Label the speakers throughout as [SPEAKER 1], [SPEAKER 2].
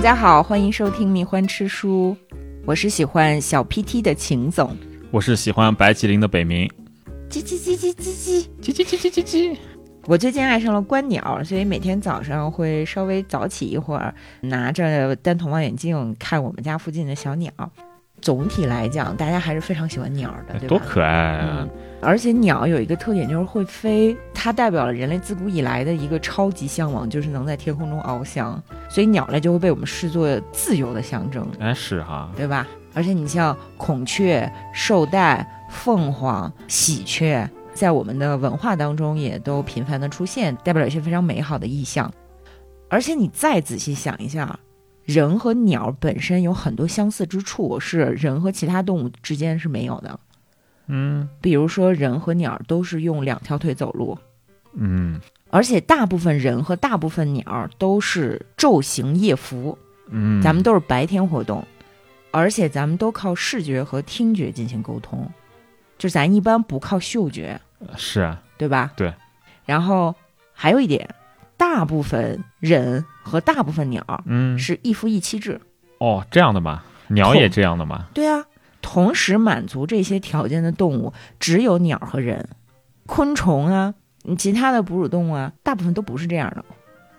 [SPEAKER 1] 家好，欢迎收听《蜜獾吃书》，我是喜欢小 PT 的秦总。
[SPEAKER 2] 我是喜欢白麒麟的北冥。
[SPEAKER 1] 叽叽叽叽叽叽，
[SPEAKER 2] 叽叽叽叽叽叽。
[SPEAKER 1] 我最近爱上了观鸟，所以每天早上会稍微早起一会儿，拿着单筒望远镜看我们家附近的小鸟。总体来讲，大家还是非常喜欢鸟的，对吧？
[SPEAKER 2] 多可爱啊
[SPEAKER 1] 嗯！，而且鸟有一个特点就是会飞，它代表了人类自古以来的一个超级向往，就是能在天空中翱翔。所以鸟类就会被我们视作自由的象征，
[SPEAKER 2] 哎，是哈，
[SPEAKER 1] 对吧？而且你像孔雀、绶带、凤凰、喜鹊，在我们的文化当中也都频繁的出现，代表了一些非常美好的意象。而且你再仔细想一下，人和鸟本身有很多相似之处，是人和其他动物之间是没有的。
[SPEAKER 2] 嗯
[SPEAKER 1] 比如说人和鸟都是用两条腿走路，
[SPEAKER 2] 嗯
[SPEAKER 1] 而且大部分人和大部分鸟都是昼行夜伏，
[SPEAKER 2] 嗯，
[SPEAKER 1] 咱们都是白天活动，而且咱们都靠视觉和听觉进行沟通，就咱一般不靠嗅觉，
[SPEAKER 2] 是啊，
[SPEAKER 1] 对吧？
[SPEAKER 2] 对。
[SPEAKER 1] 然后还有一点，大部分人和大部分鸟
[SPEAKER 2] 嗯，
[SPEAKER 1] 是一夫一妻制，
[SPEAKER 2] 哦，这样的嘛，鸟也这样的嘛，
[SPEAKER 1] 对啊，同时满足这些条件的动物只有鸟和人，昆虫啊，嗯其他的哺乳动物啊，大部分都不是这样的。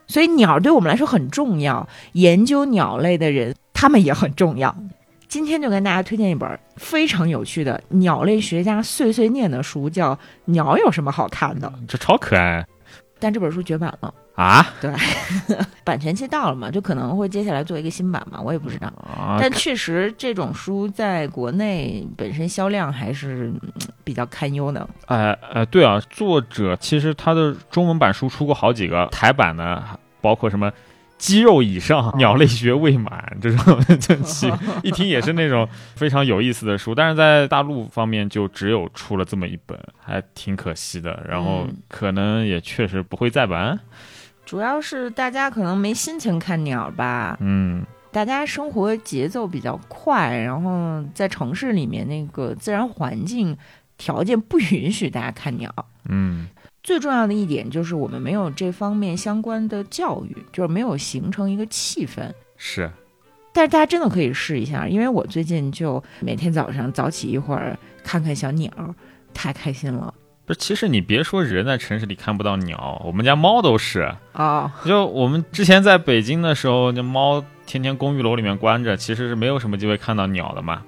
[SPEAKER 1] 所以鸟对我们来说很重要，研究鸟类的人他们也很重要。今天就跟大家推荐一本非常有趣的鸟类学家碎碎念的书，叫《鸟有什么好看的》。
[SPEAKER 2] 这超可爱
[SPEAKER 1] 但这本书绝版了，
[SPEAKER 2] 啊
[SPEAKER 1] 版权期到了嘛，就可能会接下来做一个新版嘛，我也不知道。
[SPEAKER 2] 啊！
[SPEAKER 1] 但确实，这种书在国内本身销量还是嗯比较堪忧的。
[SPEAKER 2] 哎哎，对啊，作者其实他的中文版书出过好几个，台版的包括什么。肌肉以
[SPEAKER 1] 哦
[SPEAKER 2] 上，鸟类学未满，这种这 奇，一听也是那种非常有意思的书，但是在大陆方面就只有出了这么一本，还挺可惜的。然后
[SPEAKER 1] 嗯
[SPEAKER 2] 可能也确实不会再版，
[SPEAKER 1] 主要是大家可能没心情看鸟吧，
[SPEAKER 2] 嗯，
[SPEAKER 1] 大家生活节奏比较快，然后在城市里面那个自然环境条件不允许大家看鸟。
[SPEAKER 2] 嗯
[SPEAKER 1] 最重要的一点就是我们没有这方面相关的教育，就是没有形成一个气氛。，
[SPEAKER 2] 是，
[SPEAKER 1] 但是大家真的可以试一下，因为我最近就每天早上早起一会儿看看小鸟，太开心了。
[SPEAKER 2] 不是？其实你别说人在城市里看不到鸟，我们家猫都是。
[SPEAKER 1] 哦，
[SPEAKER 2] 就我们之前在北京的时候，那猫天天公寓楼里面关着，其实是没有什么机会看到鸟的嘛。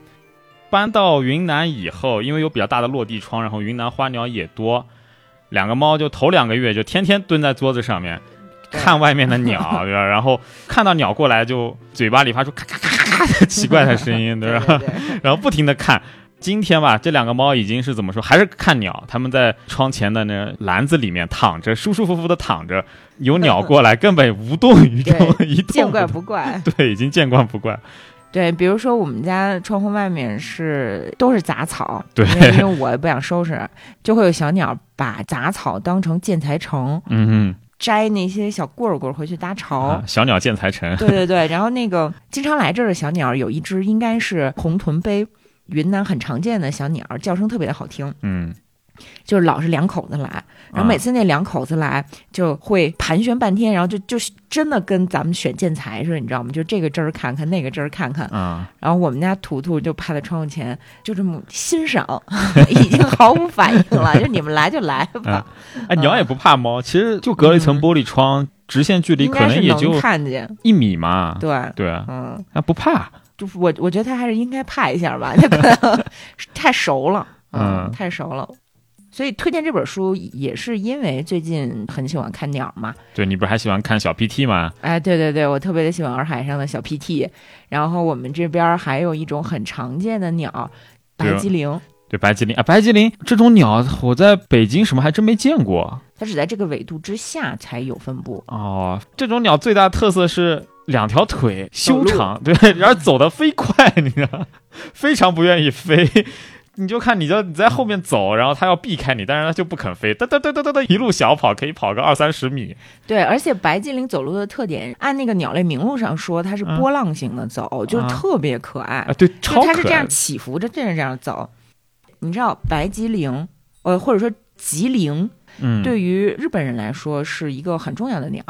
[SPEAKER 2] 搬到云南以后，因为有比较大的落地窗，然后云南花鸟也多，两个猫就头两个月就天天蹲在桌子上面看外面的 鸟，对吧？然后看到鸟过来就嘴巴里发出咔咔咔咔咔的奇怪的声 音，对 吧？
[SPEAKER 1] 对啊对
[SPEAKER 2] 然后不停的看。今天吧，这两个猫已经是怎么说，还是看鸟。它们在窗前的那篮子里面躺着，舒舒服服的躺着，有鸟过来，根本无动于衷，一动
[SPEAKER 1] 见怪
[SPEAKER 2] 不
[SPEAKER 1] 不怪。
[SPEAKER 2] 动 对，已经见怪不怪。
[SPEAKER 1] 对，比如说我们家窗户外面是都是杂草，
[SPEAKER 2] 对
[SPEAKER 1] 因为因为我也不想收拾，就会有小鸟把杂草当成建材虫，
[SPEAKER 2] 嗯
[SPEAKER 1] 摘那些小棍儿棍儿回去搭
[SPEAKER 2] 嗯、
[SPEAKER 1] 巢。
[SPEAKER 2] 啊小鸟见财成。
[SPEAKER 1] 对对 对，然后那个经常来这儿的小鸟有一只应该是红臀杯，云南很常见的小鸟，叫声特别的好听，
[SPEAKER 2] 嗯，
[SPEAKER 1] 就是老是两口子来，然后
[SPEAKER 2] 啊
[SPEAKER 1] 每次那两口子来就会盘旋半天，然后就就是真的跟咱们选建材似的，你知道吗？就这个枝儿看看，那个枝儿看看，
[SPEAKER 2] 啊、
[SPEAKER 1] 然后我们家图图就趴在窗户前，就这么欣赏， 已经毫无反应 了，就你们来就来吧，
[SPEAKER 2] 嗯，哎，鸟也不怕猫，其实就隔了一层玻璃窗，直线距离
[SPEAKER 1] 嗯应
[SPEAKER 2] 可
[SPEAKER 1] 该是
[SPEAKER 2] 也就啊
[SPEAKER 1] 能看见，
[SPEAKER 2] 一米嘛。
[SPEAKER 1] 对，
[SPEAKER 2] 对啊，
[SPEAKER 1] 嗯，
[SPEAKER 2] 啊不怕。
[SPEAKER 1] 就是我我觉得他还是应该怕一下吧， 他可能太熟了，
[SPEAKER 2] 嗯
[SPEAKER 1] 太熟了。所以推荐这本书也是因为最近很喜欢看鸟嘛，
[SPEAKER 2] 对你不是还喜欢看小 PT 吗？
[SPEAKER 1] 哎，对对对，我特别的喜欢洱海上的小 PT，然后我们这边儿还有一种很常见的鸟，白
[SPEAKER 2] 对啊
[SPEAKER 1] 鸡翎，
[SPEAKER 2] 对，白吉林啊，白吉林这种鸟，我在北京什么还真没见过。
[SPEAKER 1] 它只在这个纬度之下才有分布。
[SPEAKER 2] 哦，这种鸟最大特色是两条腿修
[SPEAKER 1] 路
[SPEAKER 2] 长，对， 然后走得飞快，你知道，非常不愿意飞。 你就看，你就你在后面走，然后它要避开你，但是它就不肯飞，哒哒哒哒哒哒，一路小跑，可以跑个二三十米。
[SPEAKER 1] 对，而且白精灵走路的特点，按那个鸟类名录上说，它是
[SPEAKER 2] 嗯
[SPEAKER 1] 波浪形的走，就是
[SPEAKER 2] 啊
[SPEAKER 1] 特别可爱，
[SPEAKER 2] 啊，对，
[SPEAKER 1] 就
[SPEAKER 2] 超
[SPEAKER 1] 哎它是
[SPEAKER 2] 可
[SPEAKER 1] 这样
[SPEAKER 2] 爱。
[SPEAKER 1] 起伏着，真是这样走。你知道白吉灵，呃，或者说吉灵，
[SPEAKER 2] 嗯，
[SPEAKER 1] 对于日本人来说是一个很重要的鸟，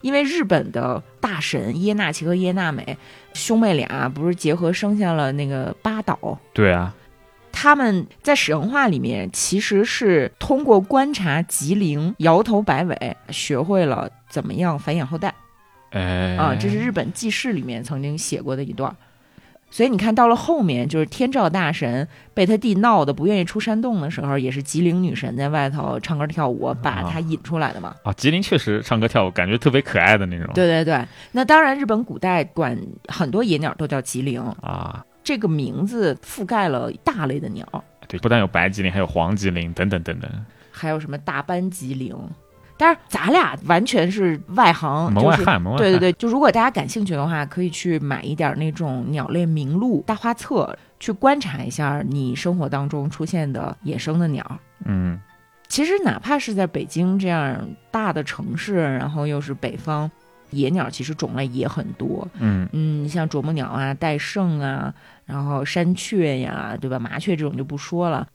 [SPEAKER 1] 因为日本的大神耶纳奇和耶纳美兄妹俩不是结合生下了那个八岛，
[SPEAKER 2] 对啊，
[SPEAKER 1] 他们在神话里面其实是通过观察吉灵摇头摆尾，学会了怎么样繁衍后代
[SPEAKER 2] 哎，
[SPEAKER 1] 啊。这是日本记事里面曾经写过的一段儿。所以你看到了后面，就是天照大神被他弟闹得不愿意出山洞的时候，也是吉灵女神在外头唱歌跳舞把他引出来的嘛。
[SPEAKER 2] 啊，吉林确实唱歌跳舞，感觉特别可爱的那种。
[SPEAKER 1] 对对对，那当然，日本古代管很多野鸟都叫吉灵，
[SPEAKER 2] 啊，
[SPEAKER 1] 这个名字覆盖了大类的鸟。
[SPEAKER 2] 对，不但有白吉林，还有黄吉林等等等等。
[SPEAKER 1] 还有什么大班吉灵。但是咱俩完全是外行，
[SPEAKER 2] 门外
[SPEAKER 1] 哦就是
[SPEAKER 2] 汉，门外汉。
[SPEAKER 1] 对对对，就如果大家感兴趣的话，可以去买一点那种鸟类名录大花册，去观察一下你生活当中出现的野生的鸟。
[SPEAKER 2] 嗯，
[SPEAKER 1] 其实哪怕是在北京这样大的城市，然后又是北方，野鸟其实种类也很多。
[SPEAKER 2] 嗯
[SPEAKER 1] 嗯，像啄木鸟啊、戴胜啊，然后山雀呀，对吧？麻雀这种就不说了。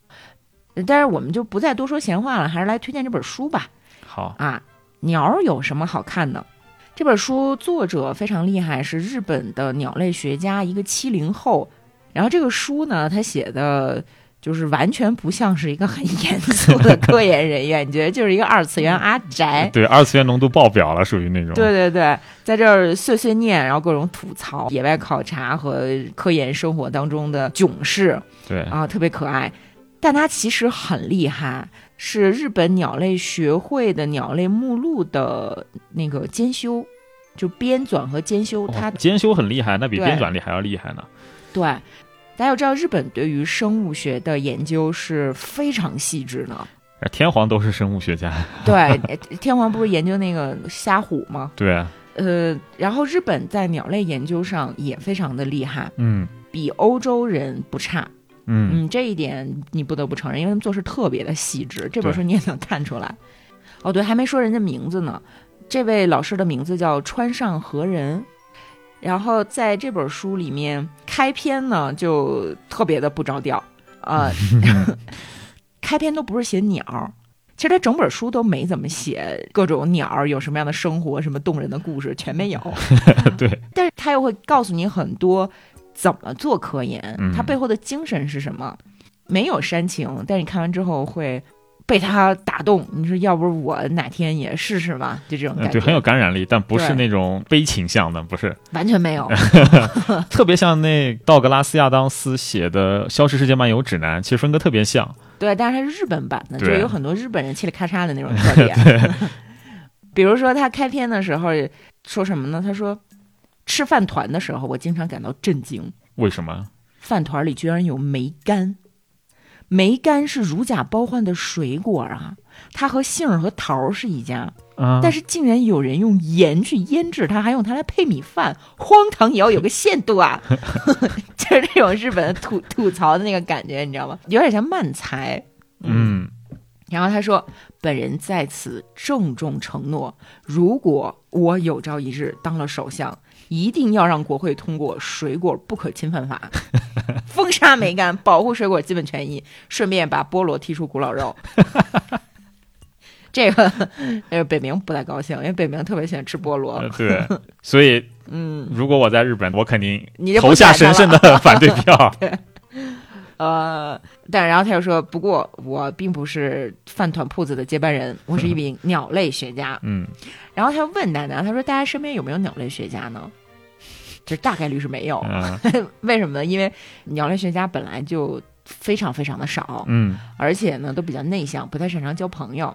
[SPEAKER 1] 但是我们就不再多说闲话了，还是来推荐这本书吧。
[SPEAKER 2] 好，
[SPEAKER 1] 啊，鸟儿有什么好看的？这本书作者非常厉害，是日本的鸟类学家，一个七零后。然后这个书呢，他写的就是完全不像是一个很 严肃的科研人员，你觉得就是一个二次元阿宅。
[SPEAKER 2] 对，二次元浓度爆表了，属于那种。
[SPEAKER 1] 对对对，在这儿碎碎念，然后各种吐槽野外考察和科研生活当中的囧事。
[SPEAKER 2] 对，
[SPEAKER 1] 啊，特别可爱。但它其实很厉害，是日本鸟类学会的鸟类目录的那个监修，就编纂和监修。它
[SPEAKER 2] 哦兼修很厉害，那比
[SPEAKER 1] 对
[SPEAKER 2] 编纂力还要厉害呢。
[SPEAKER 1] 对，大家要知道，日本对于生物学的研究是非常细致的。
[SPEAKER 2] 哎天皇都是生物学家，
[SPEAKER 1] 对，天皇不是研究那个虾虎吗？
[SPEAKER 2] 对，啊
[SPEAKER 1] 呃，然后日本在鸟类研究上也非常的厉害，
[SPEAKER 2] 嗯
[SPEAKER 1] 比欧洲人不差。
[SPEAKER 2] 嗯，
[SPEAKER 1] 嗯，这一点你不得不承认，因为他们做事特别的细致，这本
[SPEAKER 2] 对
[SPEAKER 1] 书你也能看出来。哦，对，还没说人家名字呢，这位老师的名字叫川上和人。然后在这本书里面，开篇呢就特别的不着调，
[SPEAKER 2] 嗯
[SPEAKER 1] 呃，开篇都不是写鸟儿，其实他整本书都没怎么写各种鸟儿有什么样的生活、什么动人的故事，全没有。
[SPEAKER 2] 对，
[SPEAKER 1] 但是他又会告诉你很多怎么做科研
[SPEAKER 2] 嗯，
[SPEAKER 1] 他背后的精神是什么。没有煽情，但是你看完之后会被他打动。你说，要不我哪天也试试吧？就这种
[SPEAKER 2] 呃
[SPEAKER 1] 嗯感
[SPEAKER 2] 对，很
[SPEAKER 1] 觉，
[SPEAKER 2] 有感染力，但不是
[SPEAKER 1] 对
[SPEAKER 2] 那种悲情向的，不是，
[SPEAKER 1] 完全没有。啊
[SPEAKER 2] 特别像那道格拉斯亚当斯写的《消失世界漫游指南》，其实风格特别像。
[SPEAKER 1] 对，但是它是日本版的，就
[SPEAKER 2] 对
[SPEAKER 1] 有很多日本人嘁里咔嚓的那种 特点。 比如说，他开篇的时候说什么呢？他说，吃饭团的时候，我经常感到震惊，
[SPEAKER 2] 为什么？
[SPEAKER 1] 饭团里居然有梅干。梅干是如假包换的水果啊，它和杏儿和桃儿是一家，
[SPEAKER 2] 啊，
[SPEAKER 1] 但是竟然有人用盐去腌制它，还用它来配米饭，荒唐也要有个限度啊！ 就是这种日本吐吐槽的那个感觉，你知道吗？有点像慢才。
[SPEAKER 2] 嗯，
[SPEAKER 1] 然后他说：“本人在此郑重承诺，如果我有朝一日当了首相，一定要让国会通过《水果不可侵犯 法》，封杀梅干，保护水果基本权益，顺便把菠萝踢出古老肉。”这个呃，北明不太高兴，因为北明特别喜欢吃菠萝
[SPEAKER 2] 呃。对，所以
[SPEAKER 1] 哦 嗯，
[SPEAKER 2] 如果我在日本，我肯定
[SPEAKER 1] 你就不
[SPEAKER 2] 投下
[SPEAKER 1] 选
[SPEAKER 2] 神
[SPEAKER 1] 他
[SPEAKER 2] 圣
[SPEAKER 1] 了
[SPEAKER 2] 的反对票。
[SPEAKER 1] 呃，但然后他又说：“不过我并不是饭团铺子的接班人，我是一 名鸟类学家。”
[SPEAKER 2] 嗯，
[SPEAKER 1] 然后他问大家，他说：“大家身边有没有鸟类学家呢？” 就是大概率是没有，
[SPEAKER 2] 啊
[SPEAKER 1] 为什么呢？因为鸟类学家本来就非常非常的少，
[SPEAKER 2] 嗯，
[SPEAKER 1] 而且呢都比较内向，不太擅长交朋友。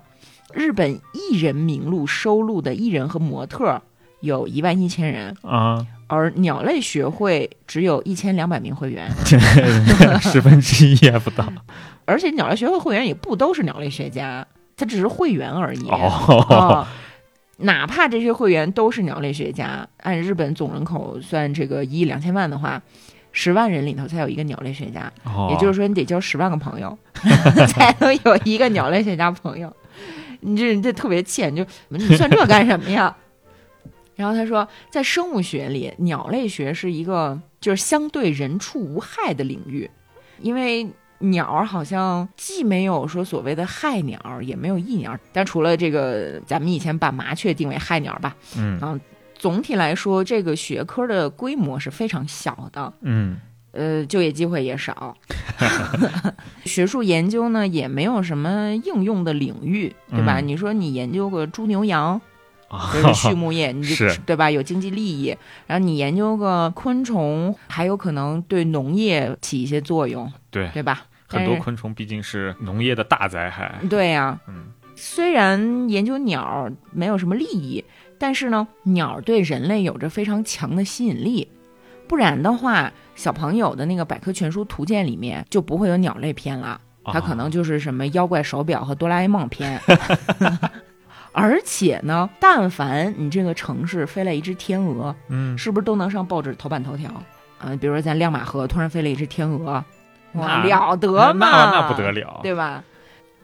[SPEAKER 1] 日本艺人名录收录的艺人和模特儿有一万一千人，
[SPEAKER 2] 啊，
[SPEAKER 1] 而鸟类学会只有一千两百名会员，
[SPEAKER 2] 十分之一也不到。
[SPEAKER 1] 而且鸟类学会会员也不都是鸟类学家，他只是会员而已。
[SPEAKER 2] 哦，
[SPEAKER 1] 哦，哪怕这些会员都是鸟类学家，按日本总人口算这个一亿两千万的话，十万人里头才有一个鸟类学家，
[SPEAKER 2] 哦
[SPEAKER 1] 也就是说你得交十万个朋友，才能有一个鸟类学家朋友。你这你这特别欠，就你算这干什么呀？ 然后他说，在生物学里，鸟类学是一个就是相对人畜无害的领域，因为鸟儿好像既没有说所谓的害鸟，也没有益鸟，但除了这个，咱们以前把麻雀定为害鸟吧，
[SPEAKER 2] 嗯
[SPEAKER 1] 总体来说，这个学科的规模是非常小的，
[SPEAKER 2] 嗯
[SPEAKER 1] 呃，就业机会也 少，学术研究呢也没有什么应用的领域，对吧？
[SPEAKER 2] 嗯
[SPEAKER 1] 你说你研究个猪牛羊，
[SPEAKER 2] 啊
[SPEAKER 1] 这是畜牧 业，你就是对吧？有经济利益，然后你研究个昆虫，还有可能对农业起一些作用，
[SPEAKER 2] 对，
[SPEAKER 1] 对吧？
[SPEAKER 2] 很多
[SPEAKER 1] 但是
[SPEAKER 2] 昆虫毕竟是农业的大灾害。
[SPEAKER 1] 对呀、
[SPEAKER 2] 嗯
[SPEAKER 1] 虽然研究鸟没有什么利益，但是呢，鸟对人类有着非常强的吸引力。不然的话，小朋友的那个百科全书图鉴里面就不会有鸟类篇了，
[SPEAKER 2] 啊
[SPEAKER 1] 它可能就是什么妖怪手表和哆啦 A 梦篇。 而且呢，但凡你这个城市飞来一只天鹅，
[SPEAKER 2] 嗯，
[SPEAKER 1] 是不是都能上报纸头版头条？嗯、比如说咱亮马河突然飞了一只天鹅，哇，
[SPEAKER 2] 那
[SPEAKER 1] 了
[SPEAKER 2] 那
[SPEAKER 1] 得嘛
[SPEAKER 2] 那那不得了，
[SPEAKER 1] 对吧？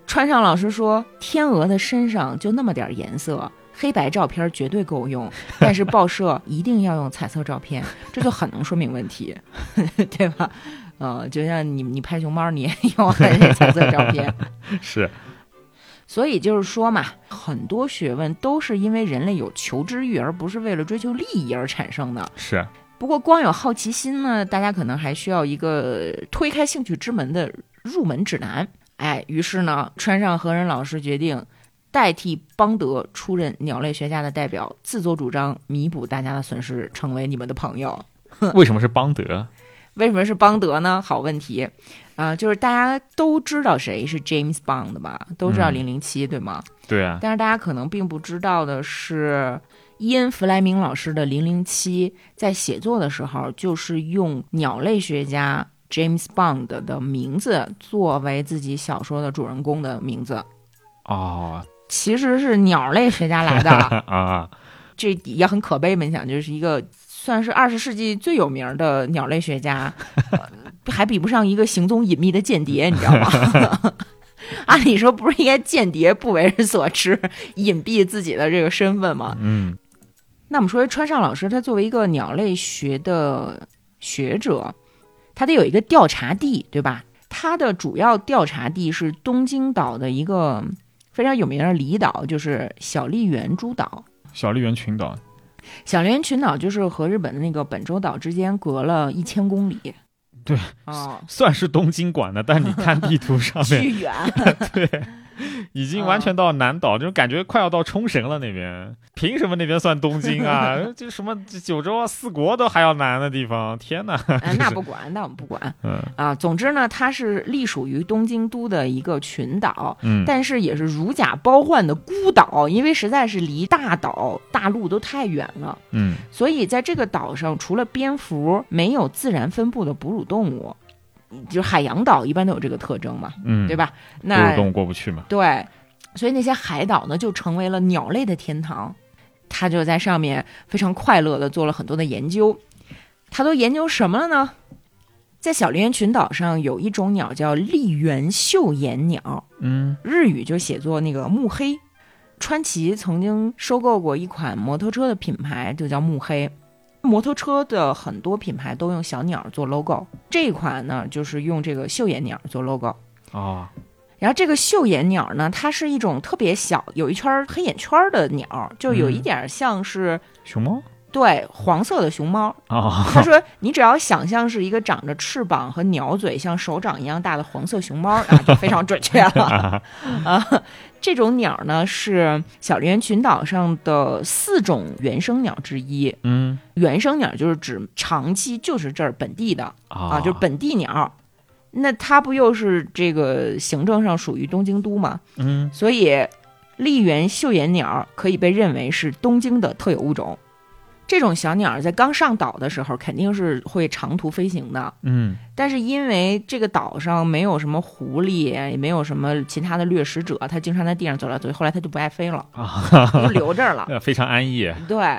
[SPEAKER 1] 川上老师说，天鹅的身上就那么点儿颜色，黑白照片绝对够用，但是报社一定要用彩色照片，这就很能说明问题， 对吧？呃，就像你你拍熊猫，你也用彩色照片，
[SPEAKER 2] 是
[SPEAKER 1] 所以就是说嘛，很多学问都是因为人类有求知欲，而不是为了追求利益而产生的。
[SPEAKER 2] 是，
[SPEAKER 1] 不过光有好奇心呢，大家可能还需要一个呃推开兴趣之门的入门指南。哎，于是呢，川上和人老师决定代替邦德出任鸟类学家的代表，自作主张弥补大家的损失，成为你们的朋友。
[SPEAKER 2] 为什么是邦德？
[SPEAKER 1] 为什么是邦德呢？好问题，啊、就是大家都知道谁是 James Bond 吧，都知道
[SPEAKER 2] 嗯
[SPEAKER 1] 零零七，对吗？
[SPEAKER 2] 对啊，
[SPEAKER 1] 但是大家可能并不知道的是，伊恩·弗莱明老师的《零零七》在写作的时候，就是用鸟类学家 James Bond 的名字作为自己小说的主人公的名字，
[SPEAKER 2] 哦
[SPEAKER 1] 其实是鸟类学家来的，
[SPEAKER 2] 啊，
[SPEAKER 1] 这也很可悲嘛。你想，就是一个。算是二十世纪最有名的鸟类学家， 呃还比不上一个行踪隐秘的间谍，你知道吗？ 按理说不是应该间谍不为人所知，隐蔽自己的这个身份吗？
[SPEAKER 2] 嗯
[SPEAKER 1] 那我们说，川上老师他作为一个鸟类学的学者，他得有一个调查地，对吧？他的主要调查地是东京岛的一个非常有名的离岛，就是小笠原诸岛。
[SPEAKER 2] 小笠原群岛，
[SPEAKER 1] 小笠原群岛就是和日本的那个本州岛之间隔了一千公里。
[SPEAKER 2] 对，
[SPEAKER 1] 哦，
[SPEAKER 2] 算是东京管的，但你看地图上 面
[SPEAKER 1] 巨远。
[SPEAKER 2] 已经完全到南岛，就感觉快要到冲绳了那边。凭什么那边算东京 啊？就什么九州啊、四国都还要南的地方，天哪！
[SPEAKER 1] 哎，那不管，那我们不管
[SPEAKER 2] 嗯
[SPEAKER 1] 啊。总之呢，它是隶属于东京都的一个群岛，
[SPEAKER 2] 嗯，
[SPEAKER 1] 但是也是如假包换的孤岛，因为实在是离大岛、大陆都太远了，
[SPEAKER 2] 嗯
[SPEAKER 1] 所以在这个岛上，除了蝙蝠，没有自然分布的哺乳动物。就是海洋岛一般都有这个特征嘛，
[SPEAKER 2] 嗯，
[SPEAKER 1] 对
[SPEAKER 2] 吧？
[SPEAKER 1] 吧？
[SPEAKER 2] 哺
[SPEAKER 1] 那
[SPEAKER 2] 乳动物过不去嘛。
[SPEAKER 1] 对，所以那些海岛呢，就成为了鸟类的天堂。他就在上面非常快乐的做了很多的研究。他都研究什么了呢？在小笠原群岛上有一种鸟叫笠原袖眼鸟，
[SPEAKER 2] 嗯
[SPEAKER 1] 日语就写作那个木黑。川崎曾经收购过一款摩托车的品牌，就叫木黑。摩托车的很多品牌都用小鸟做 logo，这款呢就是用这个袖眼鸟做 logo。
[SPEAKER 2] 哦
[SPEAKER 1] 然后这个袖眼鸟呢，它是一种特别小，有一圈儿黑眼圈儿的鸟，就有一点像是、
[SPEAKER 2] 熊猫
[SPEAKER 1] 对黄色的熊猫。
[SPEAKER 2] 哦，
[SPEAKER 1] 他说，你只要想象是一个长着翅膀和鸟嘴、像手掌一样大的黄色熊猫，啊，就非常准确了。啊，这种鸟呢是小笠原群岛上的四种原生鸟之一。
[SPEAKER 2] 嗯
[SPEAKER 1] 原生鸟就是指长期就是这儿本地的，
[SPEAKER 2] 啊
[SPEAKER 1] 啊，就是本地鸟。那它不又是这个行政上属于东京都吗？
[SPEAKER 2] 嗯
[SPEAKER 1] 所以笠原袖眼鸟可以被认为是东京的特有物种。这种小鸟在刚上岛的时候肯定是会长途飞行的，
[SPEAKER 2] 嗯
[SPEAKER 1] 但是因为这个岛上没有什么狐狸，也没有什么其他的掠食者，它经常在地上走来走去，后来它就不爱飞了，
[SPEAKER 2] 啊，
[SPEAKER 1] 就留这儿了。
[SPEAKER 2] 呃非常安逸。
[SPEAKER 1] 对，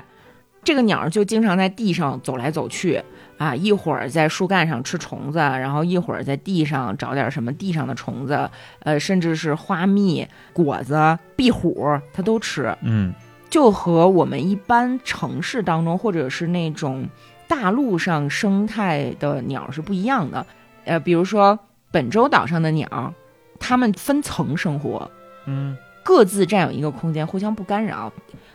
[SPEAKER 1] 这个鸟儿就经常在地上走来走去啊，一会儿在树干上吃虫子，然后一会儿在地上找点什么地上的虫子，呃，甚至是花蜜、果子、壁虎，它都吃。
[SPEAKER 2] 嗯
[SPEAKER 1] 就和我们一般城市当中或者是那种大陆上生态的鸟儿是不一样的。呃，比如说本州岛上的鸟，它们分层生活，
[SPEAKER 2] 嗯
[SPEAKER 1] 各自占有一个空间，互相不干扰。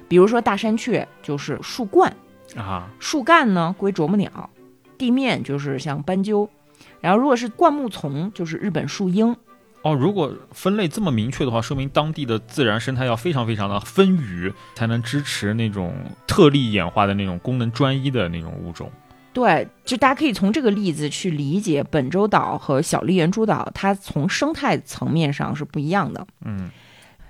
[SPEAKER 1] 比如说大山雀就是树冠，
[SPEAKER 2] 啊，
[SPEAKER 1] 树干呢归啄木鸟，地面就是像斑鸠，然后如果是灌木丛就是日本树鹰，
[SPEAKER 2] 哦，如果分类这么明确的话，说明当地的自然生态要非常非常的丰腴，才能支持那种特例演化的那种功能专一的那种物种。
[SPEAKER 1] 对，就大家可以从这个例子去理解本州岛和小笠原诸岛，它从生态层面上是不一样的。
[SPEAKER 2] 嗯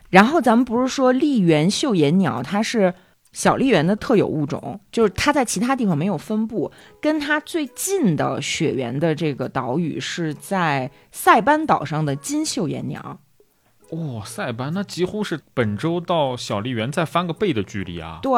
[SPEAKER 1] 然后咱们不是说笠原绣眼鸟，它是小笠原的特有物种，就是它在其他地方没有分布。跟它最近的雪原的这个岛屿是在塞班岛上的金绣眼鸟。
[SPEAKER 2] 哦，塞班那几乎是本州到小笠原再翻个倍的距离啊！
[SPEAKER 1] 对，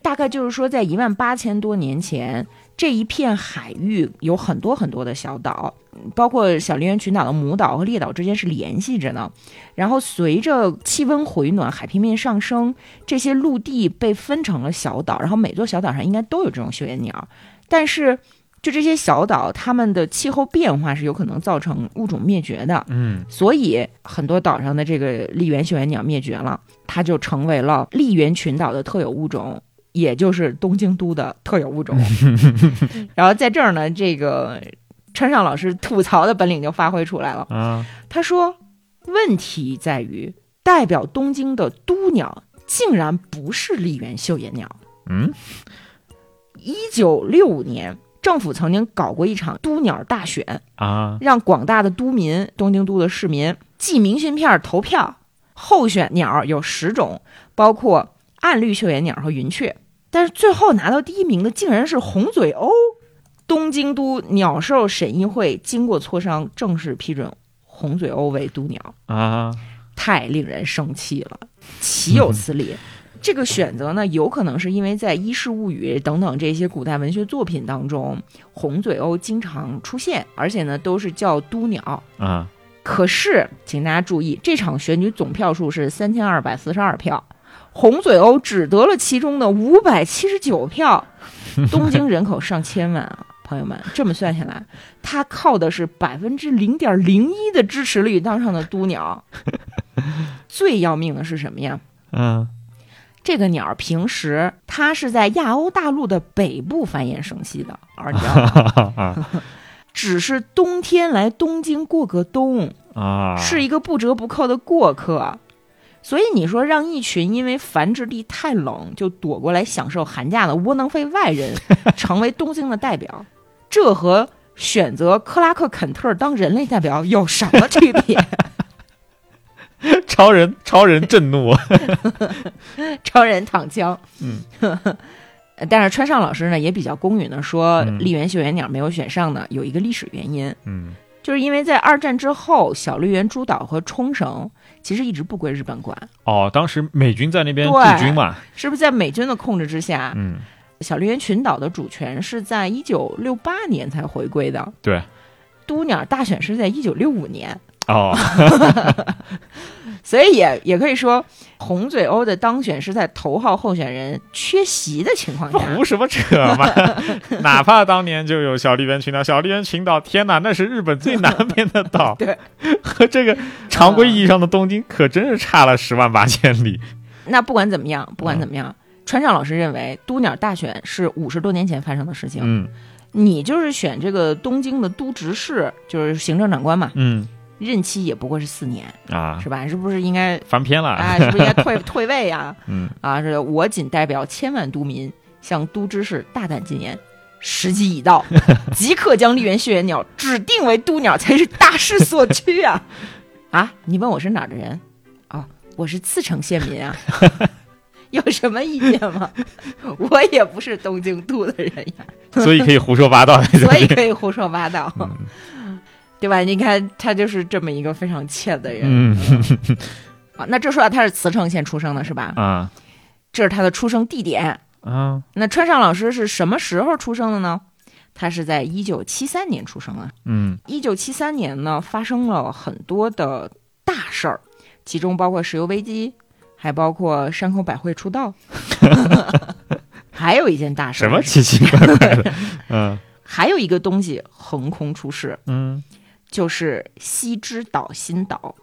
[SPEAKER 1] 大概就是说，在一万八千多年前，这一片海域有很多很多的小岛，嗯包括小笠原群岛的母岛和列岛之间是联系着呢。然后随着气温回暖、海平面上升，这些陆地被分成了小岛，然后每座小岛上应该都有这种绣眼鸟，但是。就这些小岛，它们的气候变化是有可能造成物种灭绝的。
[SPEAKER 2] 嗯，
[SPEAKER 1] 所以很多岛上的这个笠原绣眼鸟灭绝了，它就成为了笠原群岛的特有物种，也就是东京都的特有物种。然后在这儿呢，这个川上老师吐槽的本领就发挥出来了。
[SPEAKER 2] 啊，
[SPEAKER 1] 他说，问题在于代表东京的都鸟竟然不是笠原绣眼鸟。
[SPEAKER 2] 嗯，
[SPEAKER 1] 一九六五年。政府曾经搞过一场都鸟大选，
[SPEAKER 2] 啊，
[SPEAKER 1] 让广大的都民、东京都的市民寄明信片投票。候选鸟有十种，包括暗绿绣眼鸟和云雀。但是最后拿到第一名的竟然是红嘴鸥。东京都鸟兽审议会经过磋商，正式批准红嘴鸥为都鸟，
[SPEAKER 2] 啊，
[SPEAKER 1] 太令人生气了，岂有此理！这个选择呢，有可能是因为在《伊势物语》等等这些古代文学作品当中，红嘴鸥经常出现，而且呢都是叫都鸟。
[SPEAKER 2] 啊，
[SPEAKER 1] 可是，请大家注意，这场选举总票数是三千二百四十二票，红嘴鸥只得了其中的五百七十九票。东京人口上千万啊，朋友们，这么算下来，它靠的是百分之零点零一的支持率当上的都鸟。最要命的是什么呀？
[SPEAKER 2] 嗯，
[SPEAKER 1] 这个鸟儿平时它是在亚欧大陆的北部繁衍生息的，而你知道吗？
[SPEAKER 2] 啊
[SPEAKER 1] 只是冬天来东京过个冬，
[SPEAKER 2] 啊，
[SPEAKER 1] 是一个不折不扣的过客。啊所以你说让一群因为繁殖地太冷就躲过来享受寒假的窝囊废外 人成为东京的代表，这和选择克拉克·肯特当人类代表有什么区 别？
[SPEAKER 2] 超人，超人震怒，啊
[SPEAKER 1] 超人躺枪。
[SPEAKER 2] 嗯，
[SPEAKER 1] 但是川上老师呢也比较公允的说，
[SPEAKER 2] 嗯
[SPEAKER 1] 笠原秀原鸟没有选上呢，有一个历史原因，
[SPEAKER 2] 嗯
[SPEAKER 1] 就是因为在二战之后，小笠原诸岛和冲绳其实一直不归日本管，
[SPEAKER 2] 哦，当时美军在那边
[SPEAKER 1] 对
[SPEAKER 2] 驻军嘛，
[SPEAKER 1] 是不是在美军的控制之下，
[SPEAKER 2] 嗯，
[SPEAKER 1] 小笠原群岛的主权是在一九六八年才回归的。
[SPEAKER 2] 对，
[SPEAKER 1] 都鸟大选是在一九六五年，
[SPEAKER 2] 哦，
[SPEAKER 1] 所以也也可以说，红嘴鸥的当选是在头号候选人缺席的 情况下。
[SPEAKER 2] 胡什么扯 嘛！哪怕当年就有小笠原群岛，小笠原群岛，天哪，那是日本最南边的岛，
[SPEAKER 1] 对，
[SPEAKER 2] 和这个常规意义上的东京可真是差了十万八千里。
[SPEAKER 1] 那不管怎么
[SPEAKER 2] 嗯
[SPEAKER 1] 样，不管怎么样，川上老师认为都鸟大选是五十多年前发生的事情。
[SPEAKER 2] 嗯
[SPEAKER 1] 你就是选这个东京的都执事，就是行政长官嘛，
[SPEAKER 2] 嗯
[SPEAKER 1] 任期也不过是四年，
[SPEAKER 2] 啊，
[SPEAKER 1] 是吧？是不是应该
[SPEAKER 2] 翻篇了，
[SPEAKER 1] 啊？是不是应该退 退位呀、
[SPEAKER 2] 嗯
[SPEAKER 1] 啊？是我谨代表千万都民向都知事大胆进言。时机已到，即刻将笠原血眼鸟指定为都鸟才是大势所趋啊！ 啊，你问我是哪儿的人？哦，我是茨城县民啊，有什么意见吗？ 我也不是东京都的人呀，
[SPEAKER 2] 所以可以胡说八道。
[SPEAKER 1] 所以可以胡说八道， 对吧？你看他就是这么一个非常欠的人、
[SPEAKER 2] 嗯
[SPEAKER 1] 啊。那这说到他是茨城县出生的是吧？
[SPEAKER 2] 啊
[SPEAKER 1] 这是他的出生地点。
[SPEAKER 2] 啊
[SPEAKER 1] 那川上老师是什么时候出生的呢？他是在一九七三年出生的。
[SPEAKER 2] 嗯
[SPEAKER 1] 一九七三年呢，发生了很多的大事儿，其中包括石油危机，还包括山口百惠出 道，还有一件大事
[SPEAKER 2] 什
[SPEAKER 1] 儿，
[SPEAKER 2] 么奇奇怪怪的？嗯
[SPEAKER 1] 还有一个东西横空出世，
[SPEAKER 2] 嗯
[SPEAKER 1] 就是西之岛新岛。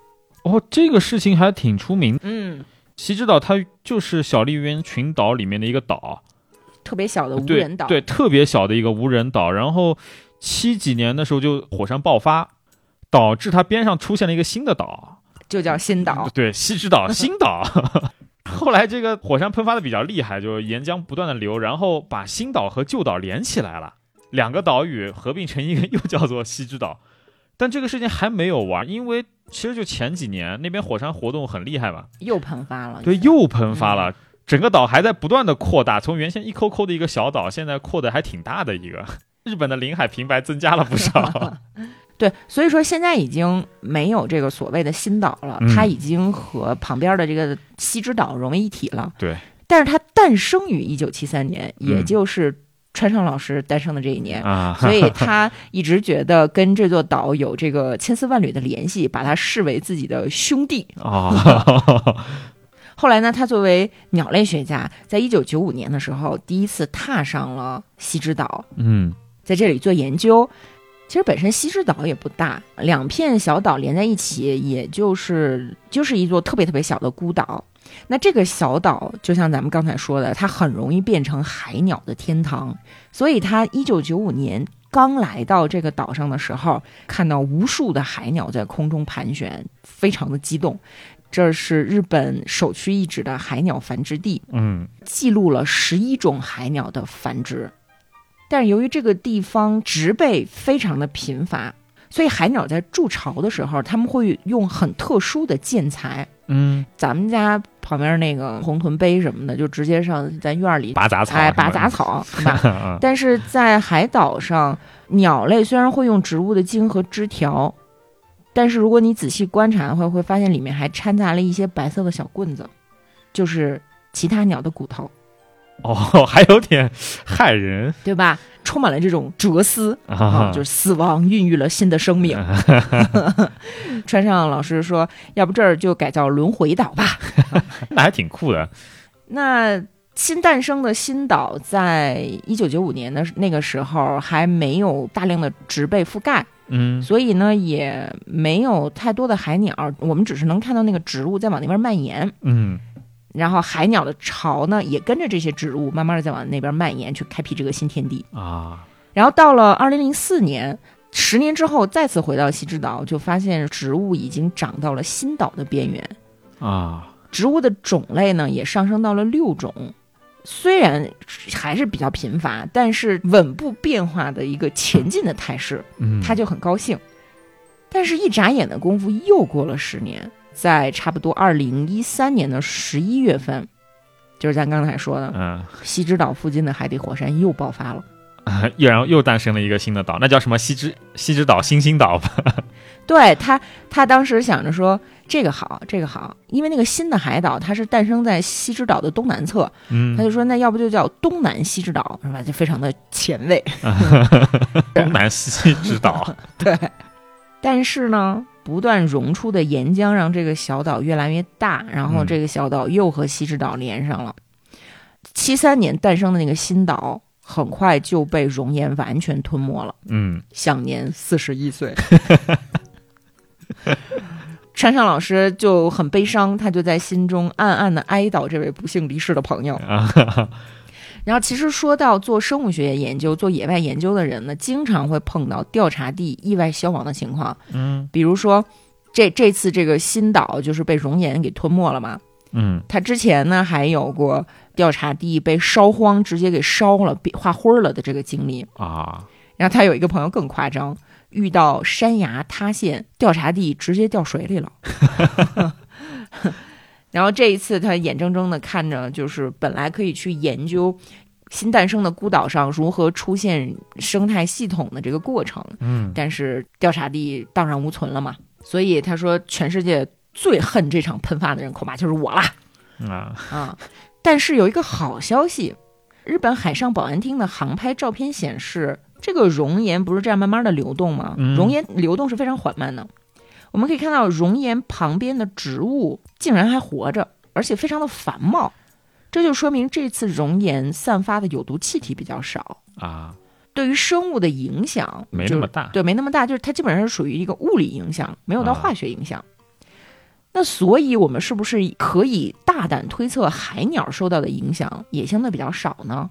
[SPEAKER 2] 哦，这个事情还挺出名。
[SPEAKER 1] 嗯，
[SPEAKER 2] 西之岛它就是小笠原群岛里面的一个岛，
[SPEAKER 1] 特别小的无
[SPEAKER 2] 呃对
[SPEAKER 1] 人岛。
[SPEAKER 2] 对，特别小的一个无人岛。然后七几年的时候就火山爆发，导致它边上出现了一个新的岛，
[SPEAKER 1] 就叫新岛。
[SPEAKER 2] 对，西之岛新岛。 后来这个火山喷发的比较厉害，就是岩浆不断的流，然后把新岛和旧岛连起来了，两个岛屿合并成一个，又叫做西之岛。但这个事情还没有完，因为其实就前几年那边火山活动很厉害嘛，
[SPEAKER 1] 又喷发了。
[SPEAKER 2] 对，又喷发了。整个岛还在不断的扩大，从原先一抠抠的一个小岛，现在扩的还挺大的一个。日本的领海平白增加了 不少。
[SPEAKER 1] 对，所以说现在已经没有这个所谓的新岛了，
[SPEAKER 2] 嗯
[SPEAKER 1] 它已经和旁边的这个西之岛融为一体了。
[SPEAKER 2] 对，
[SPEAKER 1] 但是它诞生于一九七三年，也
[SPEAKER 2] 嗯
[SPEAKER 1] 就是川上老师诞生的这一 年。
[SPEAKER 2] 啊，
[SPEAKER 1] 所以他一直觉得跟这座岛有这个千丝万缕的联系，把它视为自己的兄弟。
[SPEAKER 2] 哦，
[SPEAKER 1] 后来呢，他作为鸟类学家，在一九九五年的时候，第一次踏上了西之岛，
[SPEAKER 2] 嗯
[SPEAKER 1] 在这里做研究。其实本身西之岛也不大，两片小岛连在一起，也就是就是一座特别特别小的孤岛。那这个小岛，就像咱们刚才说的，它很容易变成海鸟的天堂。所以，他一九九五年刚来到这个岛上的时候，看到无数的海鸟在空中盘旋，非常的激动。这是日本首屈一指的海鸟繁殖地，
[SPEAKER 2] 嗯，
[SPEAKER 1] 记录了十一种海鸟的繁殖。但是由于这个地方植被非常的贫乏，所以海鸟在筑巢的时候，他们会用很特殊的建材。
[SPEAKER 2] 嗯，
[SPEAKER 1] 咱们家旁边那个红臀杯什么的，就直接上咱院儿里
[SPEAKER 2] 拔杂草，
[SPEAKER 1] 哎拔杂， 草，是吧？
[SPEAKER 2] 嗯
[SPEAKER 1] 但是在海岛上，鸟类虽然会用植物的茎和枝条，但是如果你仔细观察的话，会发现里面还掺杂了一些白色的小棍子，就是其他鸟的骨头，
[SPEAKER 2] 哦，还有点害人
[SPEAKER 1] 对吧？充满了这种哲思啊，
[SPEAKER 2] 啊，
[SPEAKER 1] 就是死亡孕育了新的生命。川上老师说，要不这儿就改叫轮回岛吧。
[SPEAKER 2] 那还挺酷的。
[SPEAKER 1] 那新诞生的新岛，在一九九五年的那个时候还没有大量的植被覆盖，
[SPEAKER 2] 嗯
[SPEAKER 1] 所以呢，也没有太多的海鸟，我们只是能看到那个植物在往那边蔓延，
[SPEAKER 2] 嗯，
[SPEAKER 1] 然后海鸟的巢呢也跟着这些植物慢慢的在往那边蔓延，去开辟这个新天地。
[SPEAKER 2] 啊，
[SPEAKER 1] 然后到了二零零四年，十年之后再次回到西之岛，就发现植物已经长到了新岛的边缘，
[SPEAKER 2] 啊，
[SPEAKER 1] 植物的种类呢也上升到了六种。虽然还是比较贫乏，但是稳步变化的一个前进的态势。
[SPEAKER 2] 嗯，
[SPEAKER 1] 他就很高兴。但是，一眨眼的功夫又过了十年，在差不多二零一三年的十一月份，就是咱刚才说的
[SPEAKER 2] 嗯，
[SPEAKER 1] 西之岛附近的海底火山又爆发了。
[SPEAKER 2] 啊又然后又诞生了一个新的岛，那叫什么西之西之岛、星星岛吧？
[SPEAKER 1] 对他，他当时想着说这个好，这个好，因为那个新的海岛它是诞生在西之岛的东南侧，
[SPEAKER 2] 嗯
[SPEAKER 1] 他，就说那要不就叫东南西之岛，是吧？就非常的前卫。
[SPEAKER 2] 东南西之岛，
[SPEAKER 1] 对，但是呢，不断溶出的岩浆让这个小岛越来越大，然后
[SPEAKER 2] 嗯
[SPEAKER 1] 这个小岛又和西之岛连上了。七三年诞生的那个新岛，很快就被熔岩完全吞没了，
[SPEAKER 2] 嗯
[SPEAKER 1] 享年四十一岁。山上老师就很悲伤，他就在心中暗暗的哀悼这位不幸离世的朋友。
[SPEAKER 2] 啊。
[SPEAKER 1] 然后，其实说到做生物学研究、做野外研究的人呢，经常会碰到调查地意外消亡的情况。
[SPEAKER 2] 嗯
[SPEAKER 1] 比如说，这这次这个新岛就是被熔岩给吞没了嘛。
[SPEAKER 2] 嗯
[SPEAKER 1] 它之前呢还有过调查地被烧荒，直接给烧了，变化灰儿了的这个经历。
[SPEAKER 2] 啊，
[SPEAKER 1] 然后他有一个朋友更夸张，遇到山崖塌陷，调查地直接掉水里了。 然后这一次，他眼睁睁的看着，就是本来可以去研究新诞生的孤岛上如何出现生态系统的这个过程，
[SPEAKER 2] 嗯
[SPEAKER 1] 但是调查地荡然无存了嘛，所以他说全世界最恨这场喷发的人恐怕就是我啦
[SPEAKER 2] 啊，
[SPEAKER 1] 啊！但是有一个好消息，日本海上保安厅的航拍照片显示，这个熔岩不是这样慢慢的流动吗？
[SPEAKER 2] 嗯
[SPEAKER 1] 熔岩流动是非常缓慢的，我们可以看到熔岩旁边的植物竟然还活着，而且非常的繁茂，这就说明这次熔岩散发的有毒气体比较少。
[SPEAKER 2] 啊，
[SPEAKER 1] 对于生物的影响
[SPEAKER 2] 没
[SPEAKER 1] 就
[SPEAKER 2] 那么大。
[SPEAKER 1] 对，没那么大，就是它基本上是属于一个物理影响，没有到
[SPEAKER 2] 啊
[SPEAKER 1] 化学影响。那所以，我们是不是可以大胆推测，海鸟受到的影响也相对比较少呢？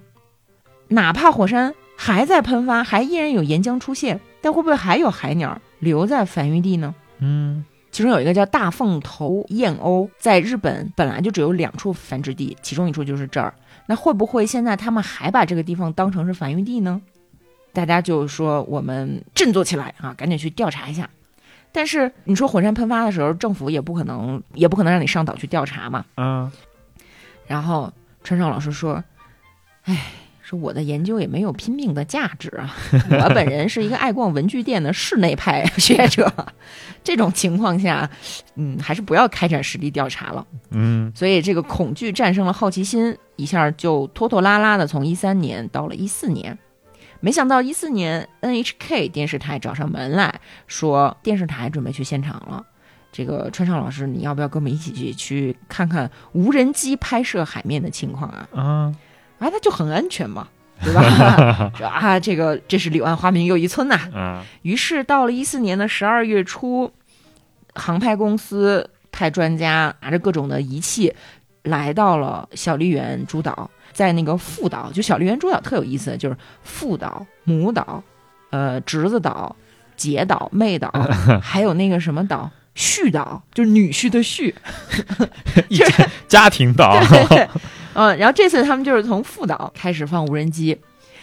[SPEAKER 1] 哪怕火山还在喷发，还依然有岩浆出现，但会不会还有海鸟留在繁育地呢？
[SPEAKER 2] 嗯，
[SPEAKER 1] 其中有一个叫大凤头燕鸥，在日本本来就只有两处繁殖地，其中一处就是这儿。那会不会现在他们还把这个地方当成是繁育地呢？大家就说我们振作起来啊，赶紧去调查一下。但是你说火山喷发的时候，政府也不可能，也不可能让你上岛去调查嘛。
[SPEAKER 2] 啊，
[SPEAKER 1] 然后川上老师说：“哎，说我的研究也没有拼命的价值啊，我本人是一个爱逛文具店的室内派学者， 这种情况下，嗯，还是不要开展实地调查了。
[SPEAKER 2] 嗯，
[SPEAKER 1] 所以这个恐惧战胜了好奇心，一下就拖拖拉拉的从一三年到了一四年。”没想到一四年 NHK 电视台找上门来说，电视台准备去现场了。这个川上老师，你要不要跟我们一起去看看无人机拍摄海面的情况啊？
[SPEAKER 2] 啊，
[SPEAKER 1] 啊，那就很安全嘛，对吧？说啊，这个这是柳暗花明又一村呐、
[SPEAKER 2] 啊，
[SPEAKER 1] 于是到了一四年的十二月初，航拍公司派专家拿着各种的仪器，来到了小笠原诸岛，在那个副岛，就小笠原诸岛特有意思，就是副岛、母岛、呃侄子岛、姐岛、妹岛，还有那个什么岛。婿岛就是女婿的婿，
[SPEAKER 2] 一家家庭岛，
[SPEAKER 1] 对， 嗯，然后这次他们就是从富岛开始放无人机，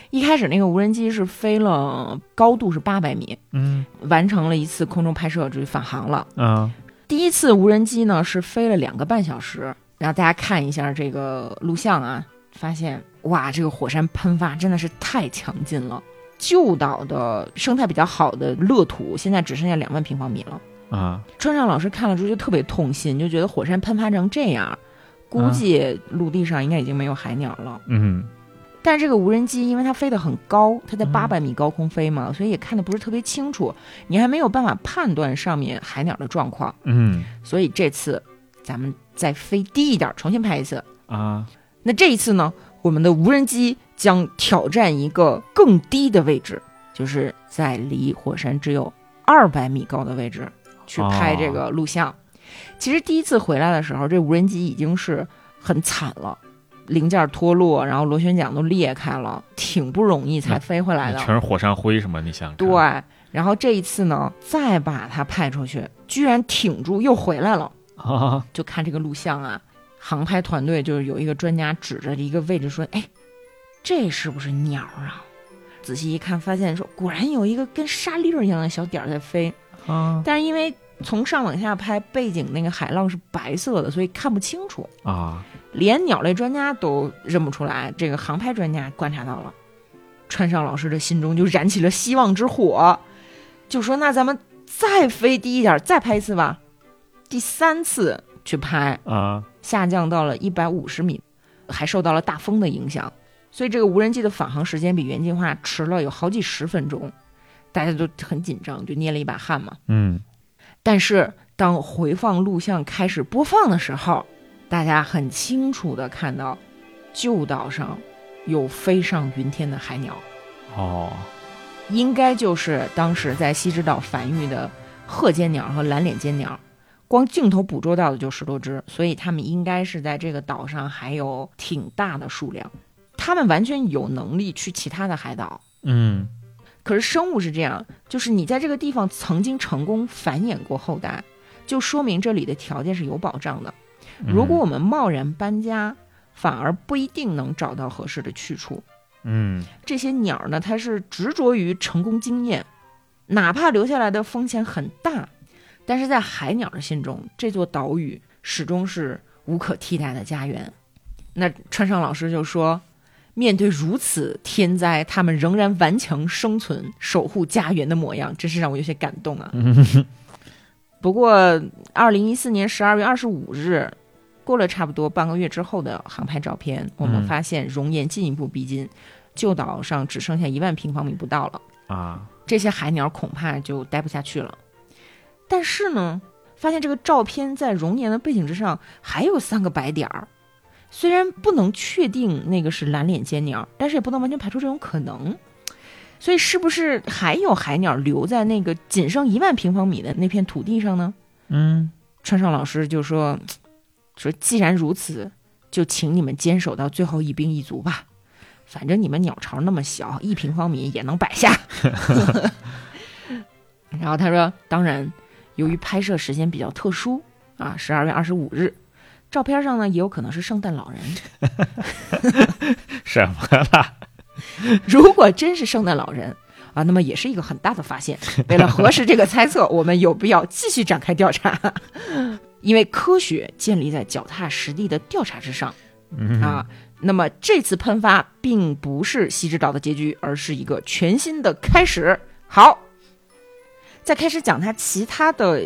[SPEAKER 1] 一开始那个无人机是飞了高度是八百米，
[SPEAKER 2] 嗯
[SPEAKER 1] 完成了一次空中拍摄，就返航了。
[SPEAKER 2] 啊，
[SPEAKER 1] 第一次无人机呢是飞了两个半小时，然后大家看一下这个录像啊，发现哇，这个火山喷发真的是太强劲了。旧岛的生态比较好的乐土，现在只剩下两万平方米了。
[SPEAKER 2] 啊，
[SPEAKER 1] 川上老师看了之后就特别痛心，就觉得火山喷发成这样，估计陆地上应该已经没有海鸟了。
[SPEAKER 2] 嗯
[SPEAKER 1] 但是这个无人机因为它飞得很高，它在
[SPEAKER 2] 嗯
[SPEAKER 1] 八百米高空飞嘛，所以也看得不是特别清楚，你还没有办法判断上面海鸟的状况。
[SPEAKER 2] 嗯
[SPEAKER 1] 所以这次咱们再飞低一点，重新拍一次。
[SPEAKER 2] 啊，
[SPEAKER 1] 那这一次呢，我们的无人机将挑战一个更低的位置，就是在离火山只有二百米高的位置去
[SPEAKER 2] 哦
[SPEAKER 1] 拍这个录像。其实第一次回来的时候，这无人机已经是很惨了，零件脱落，然后螺旋桨都裂开了，挺不容易才
[SPEAKER 2] 那
[SPEAKER 1] 飞回来的。
[SPEAKER 2] 全是火山灰什么，你想想看
[SPEAKER 1] 对，然后这一次呢，再把它派出去，居然挺住又回来了。
[SPEAKER 2] 啊，
[SPEAKER 1] 就看这个录像啊，航拍团队就是有一个专家指着一个位置说：“哎，这是不是鸟啊？”仔细一看，发现说果然有一个跟沙粒儿一样的小点儿在飞，
[SPEAKER 2] 啊
[SPEAKER 1] 但是因为从上往下拍，背景那个海浪是白色的，所以看不清楚，
[SPEAKER 2] 啊，
[SPEAKER 1] 连鸟类专家都认不出来。这个航拍专家观察到了，川上老师的心中就燃起了希望之火，就说：“那咱们再飞低一点儿，再拍一次吧。”第三次去拍，
[SPEAKER 2] 啊，
[SPEAKER 1] 下降到了一百五十米，还受到了大风的影响，所以这个无人机的返航时间比原计划迟了有好几十分钟，大家都很紧张，就捏了一把汗嘛。
[SPEAKER 2] 嗯
[SPEAKER 1] 但是当回放录像开始播放的时候，大家很清楚的看到，旧岛上有飞上云天的海鸟，
[SPEAKER 2] 哦，
[SPEAKER 1] 应该就是当时在西之岛繁育的褐尖鸟和蓝脸尖鸟，光镜头捕捉到的就十多只，所以它们应该是在这个岛上还有挺大的数量。它们完全有能力去其他的海岛，
[SPEAKER 2] 嗯
[SPEAKER 1] 可是生物是这样，就是你在这个地方曾经成功繁衍过后代，就说明这里的条件是有保障的。如果我们贸然搬家，反而不一定能找到合适的去处。
[SPEAKER 2] 嗯
[SPEAKER 1] 这些鸟儿呢，它是执着于成功经验，哪怕留下来的风险很大，但是在海鸟的心中，这座岛屿始终是无可替代的家园。那川上老师就说，面对如此天灾，他们仍然顽强生存，守护家园的模样，真是让我有些感动啊。不过，二零一四年十二月二十五日，过了差不多半个月之后的航拍照片，我们
[SPEAKER 2] 嗯
[SPEAKER 1] 发现熔岩进一步逼近，旧岛上只剩下一万平方米不到了，
[SPEAKER 2] 啊，
[SPEAKER 1] 这些海鸟恐怕就待不下去了。但是呢，发现这个照片在熔岩的背景之上还有三个白点儿，虽然不能确定那个是蓝脸尖鸟，但是也不能完全排除这种可能。所以是不是还有海鸟留在那个仅剩一万平方米的那片土地上呢？
[SPEAKER 2] 嗯，
[SPEAKER 1] 川上老师就说：“说既然如此，就请你们坚守到最后一兵一卒吧。反正你们鸟巢那么小，一平方米也能摆下。”然后他说：“当然，由于拍摄时间比较特殊啊，十二月二十五日，照片上呢也有可能是圣诞老人。
[SPEAKER 2] 什么啦？
[SPEAKER 1] 如果真是圣诞老人啊，那么也是一个很大的发现。为了核实这个猜测，我 们有必要继续展开调查，因为科学建立在脚踏实地的调查之上
[SPEAKER 2] 嗯，
[SPEAKER 1] 啊。那么这次喷发并不是西之岛的结局，而是一个全新的开始。好，在开始讲他其他的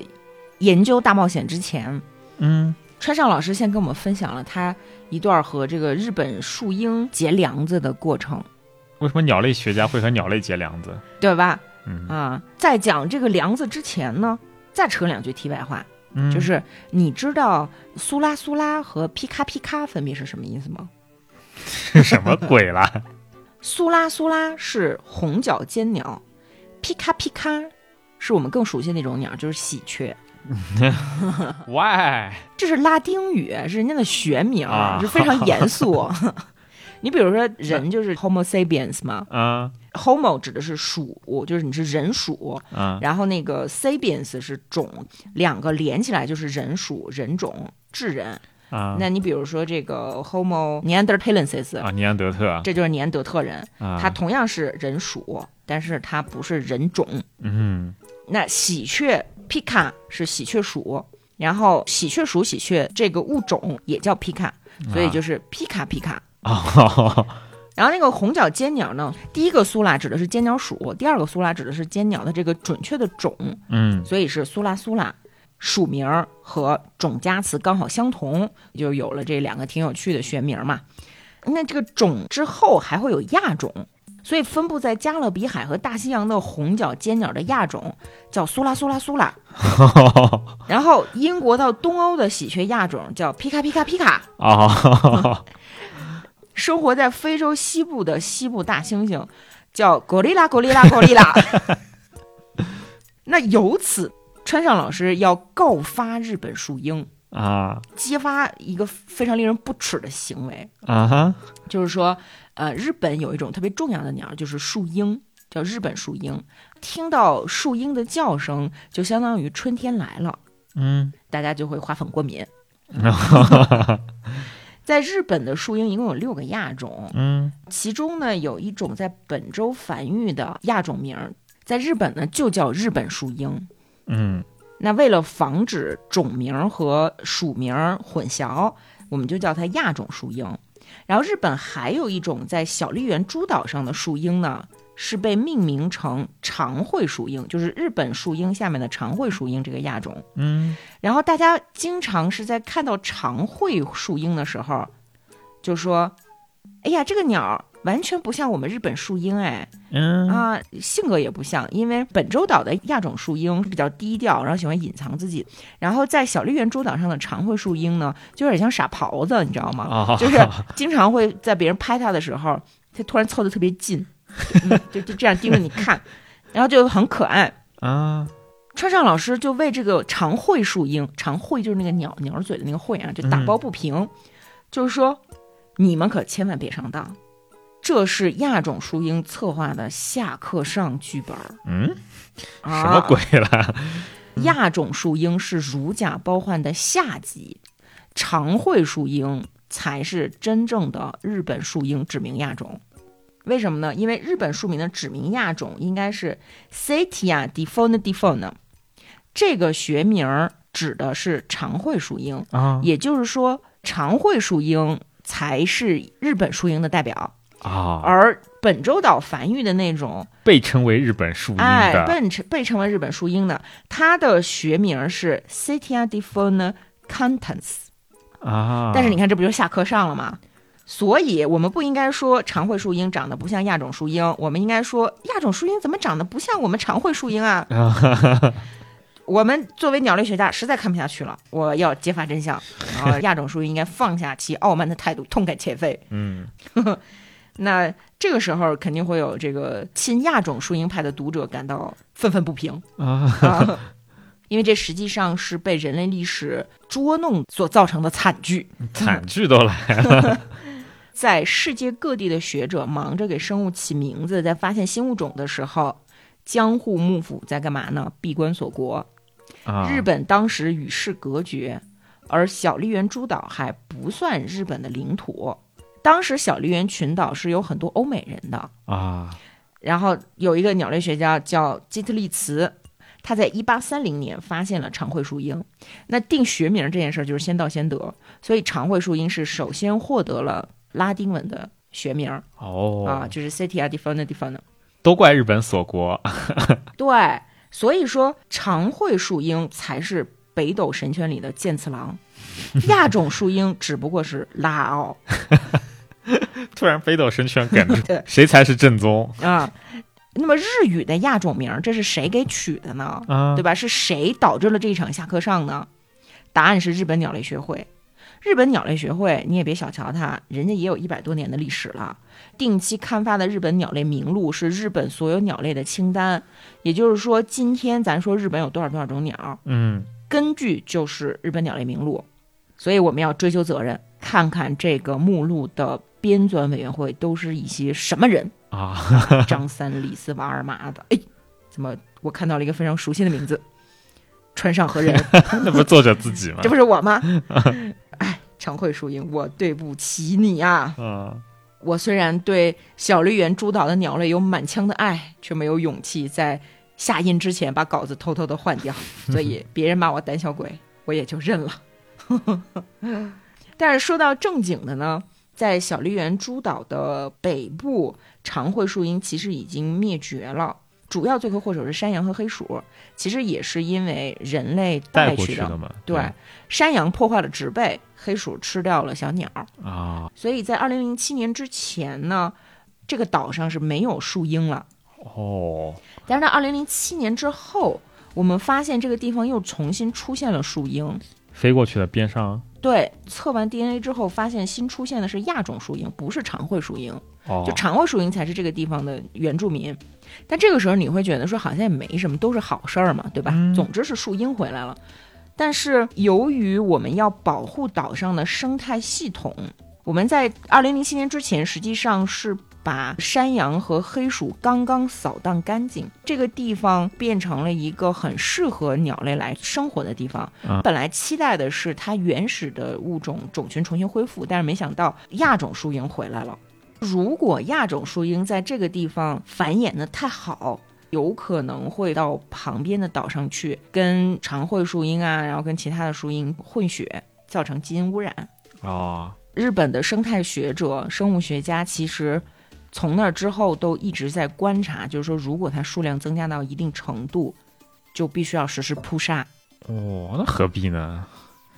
[SPEAKER 1] 研究大冒险之前，
[SPEAKER 2] 嗯，
[SPEAKER 1] 川上老师先跟我们分享了他一段和这个日本树鹰结梁子的过程，
[SPEAKER 2] 为什么鸟类学家会和鸟类结梁子？
[SPEAKER 1] 对吧？
[SPEAKER 2] 嗯
[SPEAKER 1] 啊，在讲这个梁子之前呢，再扯两句题外话，
[SPEAKER 2] 嗯，
[SPEAKER 1] 就是你知道苏拉苏拉和皮卡皮卡分别是什么意思吗？
[SPEAKER 2] 什么鬼啦？
[SPEAKER 1] 苏拉苏拉是红脚尖鸟，皮卡皮卡是我们更熟悉的那种鸟，就是喜鹊。
[SPEAKER 2] 喂，
[SPEAKER 1] 这是拉丁语，是人家的学名，
[SPEAKER 2] 啊
[SPEAKER 1] 是非常严 肃。你比如说，人就是 Homo sapiens 嘛
[SPEAKER 2] 嗯
[SPEAKER 1] ，Homo 指的是属，就是你是人属，
[SPEAKER 2] 嗯
[SPEAKER 1] 然后那个 sapiens 是种，两个连起来就是人属、人种、智人。
[SPEAKER 2] 嗯，
[SPEAKER 1] 那你比如说这个 Homo neanderthalensis，、
[SPEAKER 2] 啊，尼啊安德特啊，
[SPEAKER 1] 这就是尼安德特人，它同样是人属，但是它不是人种。
[SPEAKER 2] 嗯
[SPEAKER 1] 那喜鹊 pica 是喜鹊属，然后喜鹊属喜鹊这个物种也叫
[SPEAKER 2] 啊
[SPEAKER 1] pica，所以就是 pica pica。
[SPEAKER 2] 哦，
[SPEAKER 1] 然后那个红脚尖鸟呢，第一个苏拉指的是尖鸟属，第二个苏拉指的是尖鸟的这个准确的种。
[SPEAKER 2] 嗯
[SPEAKER 1] 所以是苏拉苏拉，属名儿和种加词刚好相同，就有了这两个挺有趣的学名嘛。那这个种之后还会有亚种，所以分布在加勒比海和大西洋的红脚尖鸟的亚种叫苏拉苏拉苏拉，然后英国到东欧的喜鹊亚种叫皮卡皮卡皮卡，
[SPEAKER 2] 哦，
[SPEAKER 1] 生活在非洲西部的西部大猩猩叫gorilla gorilla gorilla 那由此，川上老师要告发日本树鹰，
[SPEAKER 2] 啊
[SPEAKER 1] 揭发一个非常令人不齿的行为，
[SPEAKER 2] 啊哈，
[SPEAKER 1] 就是说，呃，日本有一种特别重要的鸟，就是树鹰，叫日本树鹰。听到树鹰的叫声，就相当于春天来了，
[SPEAKER 2] 嗯，
[SPEAKER 1] 大家就会花粉过敏。在日本的树鹰一共有六个亚种，
[SPEAKER 2] 嗯
[SPEAKER 1] 其中呢有一种在本州繁育的亚种名儿，在日本呢就叫日本树鹰。
[SPEAKER 2] 嗯
[SPEAKER 1] 那为了防止种名儿和属名儿混淆，我们就叫它亚种树鹰。然后日本还有一种在小笠原诸岛上的树鹰呢，是被命名成长喙树鹰，就是日本树鹰下面的长喙树鹰这个亚种。
[SPEAKER 2] 嗯，
[SPEAKER 1] 然后大家经常是在看到长喙树鹰的时候，就说：“哎呀，这个鸟儿完全不像我们日本树鹰哎。”
[SPEAKER 2] 嗯
[SPEAKER 1] 啊，性格也不像，因为本州岛的亚种树鹰是比较低调，然后喜欢隐藏自己。然后在小笠原诸岛上的长喙树鹰呢，就有点像傻狍子，你知道吗？
[SPEAKER 2] 啊，
[SPEAKER 1] 就是经常会在别人拍它的时候，它突然凑得特别近，嗯、就就这样盯着你看，然后就很可爱。
[SPEAKER 2] 啊，
[SPEAKER 1] 川上老师就为这个长喙树鹰，长喙就是那个鸟鸟嘴的那个喙啊，就
[SPEAKER 2] 嗯
[SPEAKER 1] 打抱不平，就是说你们可千万别上当，这是亚种树鹰策划的下课上剧本儿。
[SPEAKER 2] 嗯，
[SPEAKER 1] 啊、
[SPEAKER 2] 什么鬼？啦？
[SPEAKER 1] 亚种树鹰是如假包换的下级，长喙树鹰才是真正的日本树鹰指名亚种。为什么呢？因为日本树名的指名亚种应该是 Setia d i f o n d i f o n 这个学名儿指的是长喙树鹰，
[SPEAKER 2] 啊
[SPEAKER 1] 也就是说，长喙树鹰才是日本树鹰的代表，
[SPEAKER 2] 啊，
[SPEAKER 1] 而本州岛繁育的那种
[SPEAKER 2] 被称为日本树鹰
[SPEAKER 1] 哎，
[SPEAKER 2] 的，
[SPEAKER 1] 被称被称为日本树鹰的，它的学名是 Citia d i f o n cantans。
[SPEAKER 2] 啊，
[SPEAKER 1] 但是你看，这不就下课上了吗？所以我们不应该说长喙树鹰长得不像亚种树鹰，我们应该说亚种树鹰怎么长得不像我们长喙树鹰啊？我们作为鸟类学家，实在看不下去了，我要揭发呃真相。然后亚种树鹰应该放下其傲慢的态度，痛改前非。
[SPEAKER 2] 嗯
[SPEAKER 1] 那这个时候肯定会有这个亲亚种树鹰派的读者感到愤愤不平
[SPEAKER 2] 啊，
[SPEAKER 1] 啊，因为这实际上是被人类历史捉弄所造成的惨剧。
[SPEAKER 2] 惨剧都来了，
[SPEAKER 1] 在世界各地的学者忙着给生物起名字，在发现新物种的时候，江户幕府在干嘛呢？闭关锁国。
[SPEAKER 2] 啊
[SPEAKER 1] 日本当时与世隔绝，而小笠原诸岛还不算日本的领土。当时小笠原群岛是有很多欧美人的，
[SPEAKER 2] 啊，
[SPEAKER 1] 然后有一个鸟类学家叫基特利茨，他在一八三零年发现了长喙树鹰。那定学名这件事儿就是先到先得，所以长喙树鹰是首先获得了拉丁文的学名、啊，
[SPEAKER 2] 哦，
[SPEAKER 1] 就是 Cetia difana difana。
[SPEAKER 2] 都怪日本锁国，
[SPEAKER 1] 对，所以说长喙树鹰才是北斗神拳里的剑次郎，亚种树鹰只不过是拉奥
[SPEAKER 2] 突然北斗神拳梗住
[SPEAKER 1] 对，
[SPEAKER 2] 谁才是正宗
[SPEAKER 1] 啊。那么日语的亚种名儿，这是谁给取的呢？
[SPEAKER 2] 啊
[SPEAKER 1] 对？吧？是谁导致了这一场下课上呢？答案是日本鸟类学会。日本鸟类学会，你也别小瞧它，人家也有一百多年的历史了。定期刊发的日本鸟类名录是日本所有鸟类的清单，也就是说，今天咱说日本有多少多少种鸟，
[SPEAKER 2] 嗯，
[SPEAKER 1] 根据就是日本鸟类名录，所以我们要追究责任，看看这个目录的编纂委员会都是一些什么人
[SPEAKER 2] 啊，
[SPEAKER 1] 张三、李四、王二麻的。哎，怎么我看到了一个非常熟悉的名字， 川上和人，
[SPEAKER 2] 那不是作者自己吗
[SPEAKER 1] 这？不是我吗？ 哎，长会树英，我对不起你啊！
[SPEAKER 2] 嗯，
[SPEAKER 1] 我虽然对小绿园诸岛的鸟类有满腔的爱，却没有勇气在下印之前把稿子偷偷的换 掉，所以别人骂我胆小鬼，我也就认了。 但是说到正经的呢，在小绿园诸岛的北部，长喙树鹰其实已经灭绝了。主要罪魁祸首是山羊和黑鼠，其实也是因为人类带
[SPEAKER 2] 带过
[SPEAKER 1] 去
[SPEAKER 2] 去
[SPEAKER 1] 的。
[SPEAKER 2] 的嘛，
[SPEAKER 1] 对，山羊破坏了植被，黑鼠吃掉了小鸟。
[SPEAKER 2] 啊，
[SPEAKER 1] 所以在二零零七年之前呢，这个岛上是没有树鹰了。
[SPEAKER 2] 哦，
[SPEAKER 1] 但是到二零零七年之后，我们发现这个地方又重新出现了树鹰。
[SPEAKER 2] 飞过去的边上，
[SPEAKER 1] 对，测完 DNA 之后，发现新出现的是亚种树鹰，不是长喙树鹰。
[SPEAKER 2] 哦
[SPEAKER 1] 就，长喙树鹰才是这个地方的原住民。但这个时候你会觉得说好像也没什么，都是好事儿嘛，对吧？
[SPEAKER 2] 嗯
[SPEAKER 1] 总之是树鹰回来了。但是由于我们要保护岛上的生态系统，我们在二零零七年之前实际上是把山羊和黑鼠刚刚扫荡干净，这个地方变成了一个很适合鸟类来生活的地方。
[SPEAKER 2] 嗯
[SPEAKER 1] 本来期待的是它原始的物种种群重新恢复，但是没想到亚种树鹰回来了。如果亚种树鹰在这个地方繁衍的太好，有可能会到旁边的岛上去，跟长喙树鹰啊，然后跟其他的树鹰混血，造成基因污染。
[SPEAKER 2] 哦，
[SPEAKER 1] 日本的生态学者、生物学家其实从那之后都一直在观察，就是说，如果它数量增加到一定程度，就必须要实施扑杀。
[SPEAKER 2] 哦，那何必呢？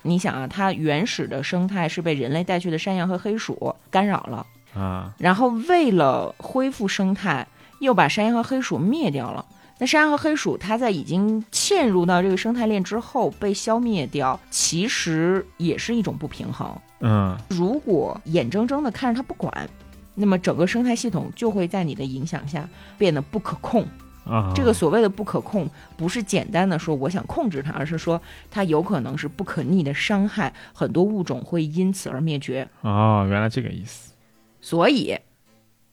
[SPEAKER 1] 你想啊，它原始的生态是被人类带去的山羊和黑鼠干扰了，
[SPEAKER 2] 啊，
[SPEAKER 1] 然后为了恢复生态，又把山羊和黑鼠灭掉了。那山羊和黑鼠，它在已经嵌入到这个生态链之后被消灭掉，其实也是一种不平衡。
[SPEAKER 2] 嗯，
[SPEAKER 1] 如果眼睁睁地看着它不管，那么整个生态系统就会在你的影响下变得不可控。
[SPEAKER 2] 啊，
[SPEAKER 1] 这个所谓的不可控，不是简单的说我想控制它，而是说它有可能是不可逆的伤害，很多物种会因此而灭绝。
[SPEAKER 2] 哦，原来这个意思
[SPEAKER 1] 所以，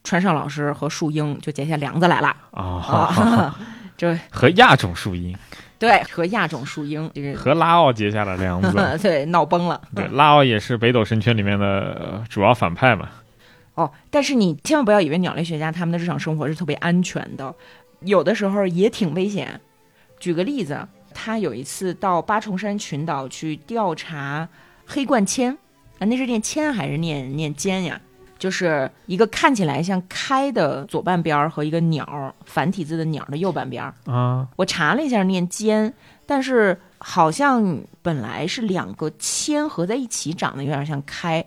[SPEAKER 1] 川上老师和树鹰就结下梁子来了。
[SPEAKER 2] 哦，
[SPEAKER 1] 啊，这
[SPEAKER 2] 和亚种树鹰
[SPEAKER 1] 对和亚种树鹰这个
[SPEAKER 2] 和拉奥结下了 梁子。
[SPEAKER 1] 对闹崩了。
[SPEAKER 2] 对，拉奥也是北斗神拳里面的呃主要反派嘛。
[SPEAKER 1] 哦，但是你千万不要以为鸟类学家他们的日常生活是特别安全的，有的时候也挺危险。举个例子，他有一次到八重山群岛去调查黑冠铅，啊，那是念铅还是念念尖呀？就是一个看起来像开的左半边儿和一个鸟儿繁体字的鸟儿的右半边儿。
[SPEAKER 2] 啊，
[SPEAKER 1] 我查了一下念尖，但是好像本来是两个铅合在一起长得有点像开，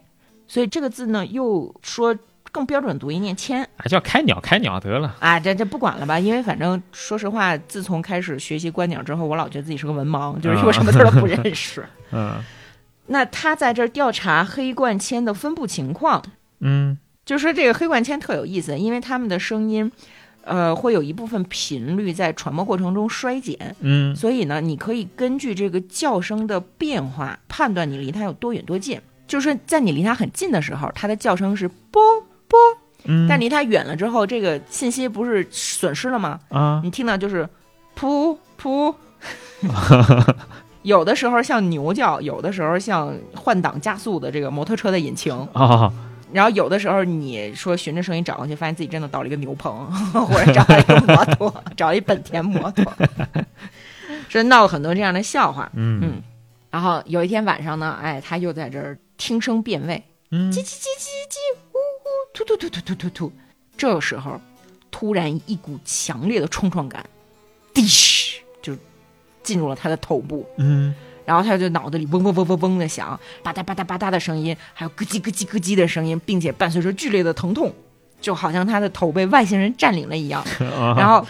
[SPEAKER 1] 所以这个字呢又说更标准读音念铅
[SPEAKER 2] 还哎叫开鸟，开鸟得了。
[SPEAKER 1] 啊，这这不管了吧，因为反正说实话，自从开始学习观鸟之后，我老觉得自己是个文盲，就是因为我什么字儿都不认识。
[SPEAKER 2] 嗯
[SPEAKER 1] 那他在这儿调查黑冠铅的分布情况，
[SPEAKER 2] 嗯
[SPEAKER 1] 就说这个黑冠迁特有意思，因为它们的声音，呃，会有一部分频率在传播过程中衰减，
[SPEAKER 2] 嗯
[SPEAKER 1] 所以呢，你可以根据这个叫声的变化判断你离它有多远多近。就是在你离它很近的时候，它的叫声是啵啵，
[SPEAKER 2] 嗯，
[SPEAKER 1] 但离它远了之后，这个信息不是损失了吗？
[SPEAKER 2] 啊，
[SPEAKER 1] 你听到就是噗噗，有的时候像牛叫，有的时候像换挡加速的这个摩托车的引擎，
[SPEAKER 2] 哦，
[SPEAKER 1] 然后有的时候你说循着声音找过去，发现自己真的到了一个牛棚， 或者找了一个摩托， 找一本田摩托，这闹了很多这样的笑话。
[SPEAKER 2] 嗯
[SPEAKER 1] 嗯，然后有一天晚上呢，哎，他又在这儿听声辨位，
[SPEAKER 2] 嗯
[SPEAKER 1] 叽叽叽叽叽，呜呜，突突突突突突突。这时候，突然一股强烈的冲撞感，滴嘘就进入了他的头部，
[SPEAKER 2] 嗯
[SPEAKER 1] 然后他就脑子里嗡嗡嗡嗡嗡的响，吧嗒吧嗒吧嗒的声音，还有咯叽咯叽咯叽的声音，并且伴随着剧烈的疼痛，就好像他的头被外星人占领了一样。
[SPEAKER 2] 啊，
[SPEAKER 1] 然后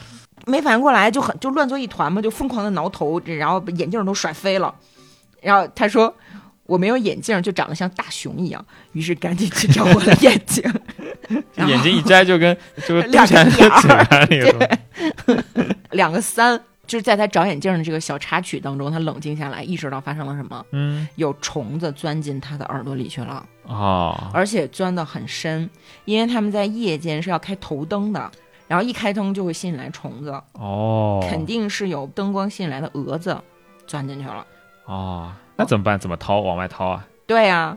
[SPEAKER 1] 没反应过来，就很就乱作一团嘛，就疯狂的挠头，然后把眼镜都甩飞了。然后他说我没有眼镜，就长得像大熊一样，于是赶紧去找我的眼 镜。然后
[SPEAKER 2] 眼睛一摘就跟就跟
[SPEAKER 1] 两
[SPEAKER 2] 杜
[SPEAKER 1] 个
[SPEAKER 2] 鹃
[SPEAKER 1] 眼儿
[SPEAKER 2] 自然里头，
[SPEAKER 1] 两个三，就是在他找眼镜的这个小插曲当中，他冷静下来，意识到发生了什么，
[SPEAKER 2] 嗯，
[SPEAKER 1] 有虫子钻进他的耳朵里去了，
[SPEAKER 2] 哦，
[SPEAKER 1] 而且钻得很深，因为他们在夜间是要开头灯的。然后一开灯就会吸引来虫子，
[SPEAKER 2] 哦，
[SPEAKER 1] 肯定是有灯光吸引来的蛾子钻进去了。
[SPEAKER 2] 哦，那怎么办？怎么掏？往外掏 啊？
[SPEAKER 1] 对呀、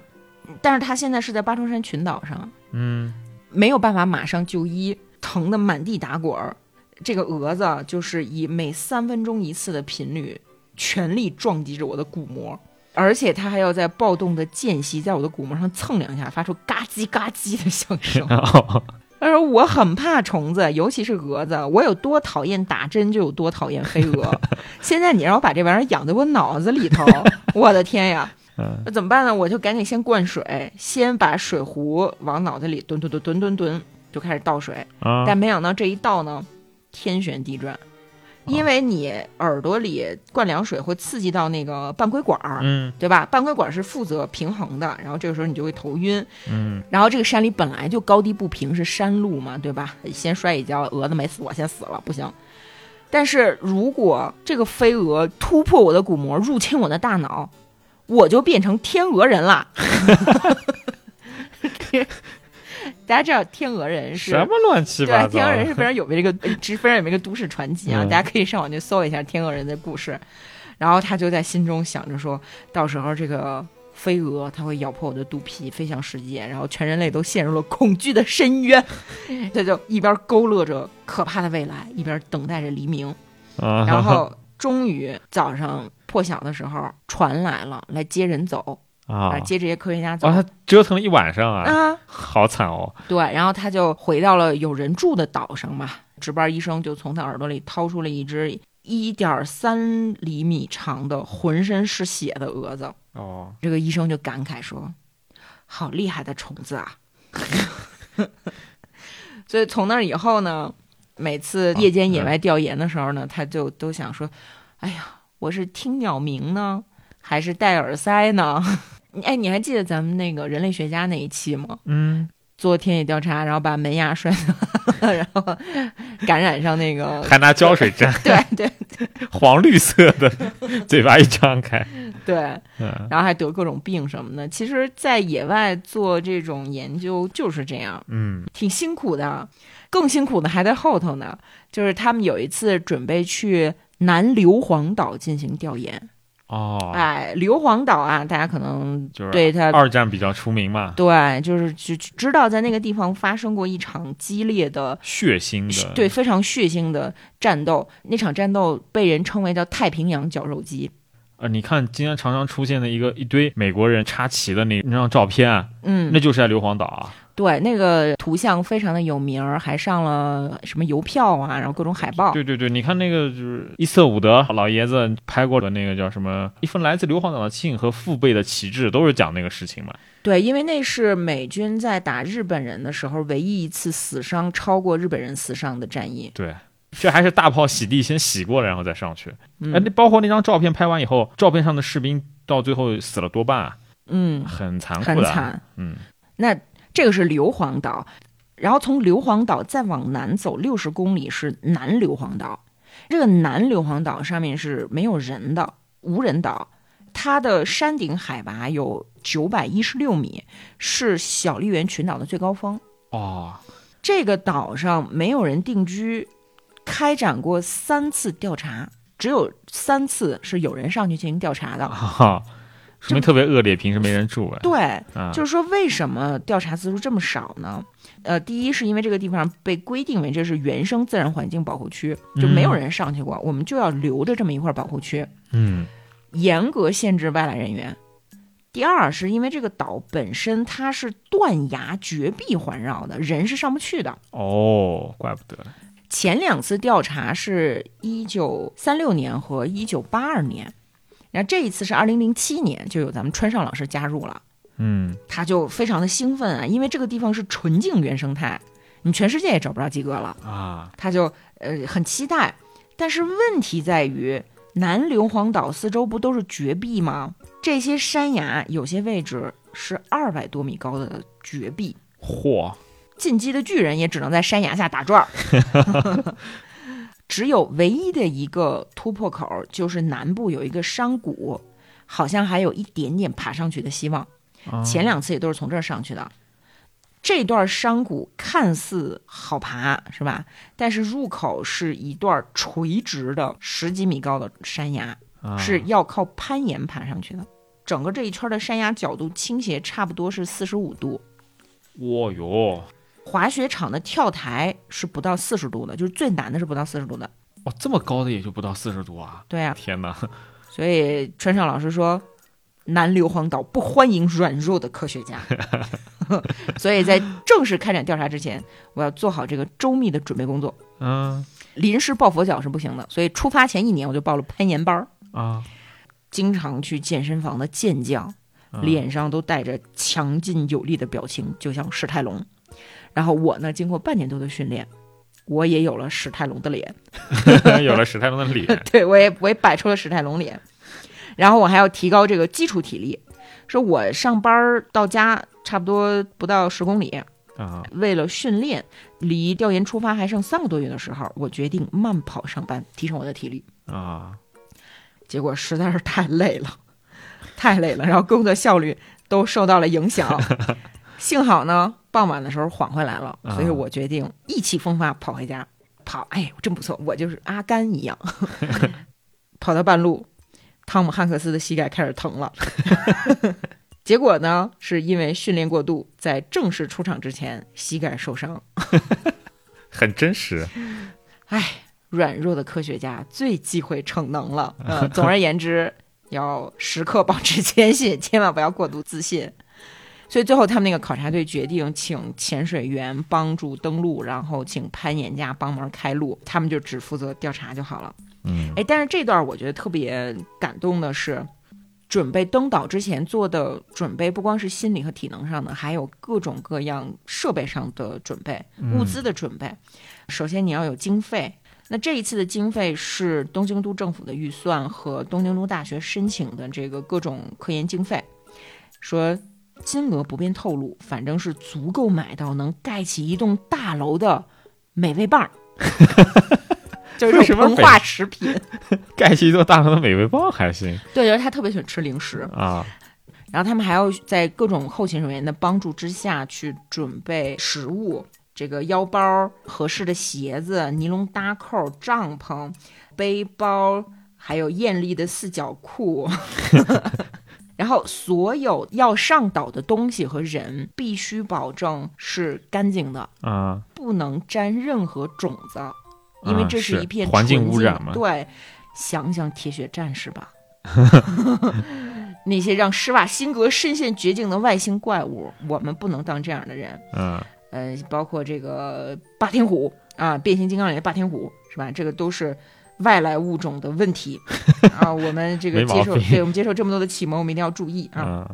[SPEAKER 1] 但是他现在是在八重山群岛上，
[SPEAKER 2] 嗯，。
[SPEAKER 1] 没有办法马上就医，疼得满地打滚儿。这个蛾子就是以每三分钟一次的频率，全力撞击着我的鼓膜，而且它还要在暴动的间隙，在我的鼓膜上蹭两下，发出嘎叽嘎叽的响声
[SPEAKER 2] 哦，
[SPEAKER 1] 他说我很怕虫子，尤其是蛾子，我有多讨厌打针，就有多讨厌飞蛾。现在你让我把这玩意儿养在我脑子里头，我的天呀！
[SPEAKER 2] 嗯
[SPEAKER 1] 那怎么办呢？我就赶紧先灌水，先把水壶往脑袋里蹲蹲蹲蹲蹲蹲，就开始倒水。
[SPEAKER 2] 啊，
[SPEAKER 1] 但没想到这一倒呢，天旋地转，因为你耳朵里灌凉水会刺激到那个半规管儿，
[SPEAKER 2] 嗯
[SPEAKER 1] 对吧？半规管儿是负责平衡的，然后这个时候你就会头晕。
[SPEAKER 2] 嗯，
[SPEAKER 1] 然后这个山里本来就高低不平，是山路嘛，对吧？先摔一跤，蛾子没死，我先死了，不行。但是如果这个飞蛾突破我的鼓膜，入侵我的大脑，我就变成天鹅人了。 大家知道天鹅人是
[SPEAKER 2] 什么乱七八
[SPEAKER 1] 对，啊
[SPEAKER 2] 糟？啊
[SPEAKER 1] 天鹅人是非常有名的一个，呃是非常有名的一个都市传奇啊！
[SPEAKER 2] 嗯
[SPEAKER 1] 大家可以上网去搜一下天鹅人的故事。然后他就在心中想着说，到时候这个飞蛾它会咬破我的肚皮，飞向世界，然后全人类都陷入了恐惧的深渊。他就一边勾勒着可怕的未来，一边等待着黎明。
[SPEAKER 2] 啊，
[SPEAKER 1] 然后终于早上破晓的时候，船来了，来接人走，
[SPEAKER 2] 啊
[SPEAKER 1] 来，接这些科学家走。
[SPEAKER 2] 哇，他折腾了一晚上啊，
[SPEAKER 1] 啊，
[SPEAKER 2] 好惨哦，
[SPEAKER 1] 对，然后他就回到了有人住的岛上嘛。值班医生就从他耳朵里掏出了一只一点三厘米长的、浑身是血的蛾子。
[SPEAKER 2] 哦，
[SPEAKER 1] 这个医生就感慨说：“好厉害的虫子啊！” 所以从那以后呢，每次夜间野外调研的时候呢，他就都想说：“哎呀，我是听鸟鸣呢，还是戴耳塞呢？” 哎，你还记得咱们那个人类学家那一期吗？
[SPEAKER 2] 嗯，
[SPEAKER 1] 做田野调查，然后把门牙摔断了，然后感染上那 个，
[SPEAKER 2] 还拿胶水粘，
[SPEAKER 1] 对对
[SPEAKER 2] 黄绿色的， 嘴巴一张开，
[SPEAKER 1] 对，
[SPEAKER 2] 嗯
[SPEAKER 1] 然后还得各种病什么的。其实，在野外做这种研究就是这样，
[SPEAKER 2] 嗯
[SPEAKER 1] 挺辛苦的，更辛苦的还在后头呢。就是他们有一次准备去南硫磺岛进行调研，
[SPEAKER 2] 哦，
[SPEAKER 1] 哎，硫磺岛啊，大家可能
[SPEAKER 2] 就是
[SPEAKER 1] 对它
[SPEAKER 2] 二战比较出名嘛，
[SPEAKER 1] 对，就是就就知道在那个地方发生过一场激烈的
[SPEAKER 2] 血腥
[SPEAKER 1] 是
[SPEAKER 2] 的，
[SPEAKER 1] 对，非常血腥的战斗。那场战斗被人称为叫太平洋绞肉机。
[SPEAKER 2] 啊，你看今天常常出现的一个一堆美国人插旗的那那张照片啊，
[SPEAKER 1] 嗯
[SPEAKER 2] 那，就是在硫磺岛啊，
[SPEAKER 1] 对，那个图像非常的有名儿，还上了什么邮票啊，然后各种海报。
[SPEAKER 2] 对对对，你看那个就是伊瑟伍德老爷子拍过的那个叫什么《一份来自硫磺岛的信和父辈的旗帜》，都是讲那个事情嘛。
[SPEAKER 1] 对，因为那是美军在打日本人的时候唯一一次死伤超过日本人死伤的战役。
[SPEAKER 2] 对，这还是大炮洗地先洗过了，然后再上去。哎，那
[SPEAKER 1] 嗯
[SPEAKER 2] 包括那张照片拍完以后，照片上的士兵到最后死了多半啊，
[SPEAKER 1] 嗯，
[SPEAKER 2] 很残
[SPEAKER 1] 很
[SPEAKER 2] 酷的啊。
[SPEAKER 1] 惨。
[SPEAKER 2] 嗯，
[SPEAKER 1] 那这个是硫磺岛，然后从硫磺岛再往南走六十公里是南硫磺岛。这个南硫磺岛上面是没有人的无人岛，它的山顶海拔有九百一十六米，是小笠原群岛的最高峰。
[SPEAKER 2] 哦，
[SPEAKER 1] 这个岛上没有人定居，开展过三次调查，只有三次是有人上去进行调查的。
[SPEAKER 2] 哈哈，说明特别恶劣，平时没人住哎。
[SPEAKER 1] 对，
[SPEAKER 2] 啊，
[SPEAKER 1] 就是说为什么调查次数这么少呢？呃，第一是因为这个地方被规定为这是原生自然环境保护区，就没有人上去过，我们就要留着这么一块保护区，
[SPEAKER 2] 嗯，
[SPEAKER 1] 严格限制外来人员。第二是因为这个岛本身它是断崖绝壁环绕的，人是上不去的。
[SPEAKER 2] 哦，怪不得。
[SPEAKER 1] 前两次调查是一九三六年和一九八二年，然后这一次是二零零七年，就有咱们川上老师加入了，
[SPEAKER 2] 嗯，
[SPEAKER 1] 他就非常的兴奋啊，因为这个地方是纯净原生态，你全世界也找不着几个了，
[SPEAKER 2] 啊，
[SPEAKER 1] 他就呃很期待。但是问题在于，南硫磺岛四周不都是绝壁吗？这些山崖有些位置是二百多米高的绝壁，
[SPEAKER 2] 嚯，
[SPEAKER 1] 进击的巨人也只能在山崖下打转儿。 只有唯一的一个突破口，就是南部有一个山谷，好像还有一点点爬上去的希望。
[SPEAKER 2] 啊
[SPEAKER 1] 前两次也都是从这儿上去的。这段山谷看似好爬，是吧？但是入口是一段垂直的十几米高的山崖，
[SPEAKER 2] 啊
[SPEAKER 1] 是要靠攀岩爬上去的。整个这一圈的山崖角度倾斜差不多是四十五度，
[SPEAKER 2] 哦哟，
[SPEAKER 1] 滑雪场的跳台是不到四十度的，就是最难的是不到四十度的。
[SPEAKER 2] 哇，哦这么高的也就不到四十度啊！
[SPEAKER 1] 对啊，
[SPEAKER 2] 天哪，
[SPEAKER 1] 所以川上老师说，南硫磺岛不欢迎软弱的科学家。所以在正式开展调查之前，我要做好这个周密的准备工作。
[SPEAKER 2] 嗯
[SPEAKER 1] 临时抱佛脚是不行的，所以出发前一年我就报了攀岩班儿，
[SPEAKER 2] 啊，
[SPEAKER 1] 经常去健身房的健将，
[SPEAKER 2] 啊
[SPEAKER 1] 脸上都带着强劲有力的表情，就像史泰龙。然后我呢，经过半年多的训练，我也有了史泰龙的脸。
[SPEAKER 2] 有了史泰龙的脸
[SPEAKER 1] 对我也我也摆出了史泰龙脸，然后我还要提高这个基础体力。说我上班儿到家差不多不到十公里，
[SPEAKER 2] 啊，
[SPEAKER 1] 为了训练，离调研出发还剩三个多月的时候，我决定慢跑上班，提升我的体力。
[SPEAKER 2] 啊，
[SPEAKER 1] 结果实在是太累了，太累了，然后工作效率都受到了影响。幸好呢，傍晚的时候缓回来了，所以
[SPEAKER 2] 啊
[SPEAKER 1] 我决定意气风发跑回家。跑，哎，真不错，我就是阿甘一样。跑到半路，汤姆汉克斯的膝盖开始疼了。 结果呢，是因为训练过度，在正式出场之前膝盖受伤。
[SPEAKER 2] 很真实。
[SPEAKER 1] 软弱的科学家最忌讳逞能了。呃，总而言之，要时刻保持谦逊，千万不要过度自信。所以最后，他们那个考察队决定请潜水员帮助登陆，然后请攀岩家帮忙开路，他们就只负责调查就好了。
[SPEAKER 2] 嗯
[SPEAKER 1] 哎，但是这段我觉得特别感动的是，准备登岛之前做的准备，不光是心理和体能上的，还有各种各样设备上的准备、
[SPEAKER 2] 嗯
[SPEAKER 1] 物资的准备。首先你要有经费，那这一次的经费是东京都政府的预算和东京都大学申请的这个各种科研经费，说。金额不便透露，反正是足够买到能盖起一栋大楼的美味棒儿， 就是
[SPEAKER 2] 为
[SPEAKER 1] 这
[SPEAKER 2] 什
[SPEAKER 1] 种膨
[SPEAKER 2] 么美
[SPEAKER 1] 化食品。
[SPEAKER 2] 盖起一座大楼的美味棒还行
[SPEAKER 1] 对，就是他特别喜欢吃零食，
[SPEAKER 2] 啊，
[SPEAKER 1] 然后他们还要在各种后勤人员的帮助之下去准备食物、这个腰包、合适的鞋子、尼龙搭扣、帐篷、背包，还有艳丽的四角裤。 然后，所有要上岛的东西和人必须保证是干净的，
[SPEAKER 2] 啊，
[SPEAKER 1] 不能沾任何种子，因为
[SPEAKER 2] 啊
[SPEAKER 1] 这
[SPEAKER 2] 是
[SPEAKER 1] 一片
[SPEAKER 2] 环境
[SPEAKER 1] 纯
[SPEAKER 2] 污染嘛
[SPEAKER 1] 对，想想铁血战士 吧，那些让施瓦辛格深陷绝境的外星怪物，我们不能当这样的人。
[SPEAKER 2] 嗯
[SPEAKER 1] 呃，包括这个霸天虎啊，变形金刚里的霸天虎是吧？这个都是外来物种的问 题啊。我们这个
[SPEAKER 2] 没毛
[SPEAKER 1] 接受，
[SPEAKER 2] 病
[SPEAKER 1] 对我们接受这么多的启蒙，我们一定要注意啊，
[SPEAKER 2] 啊，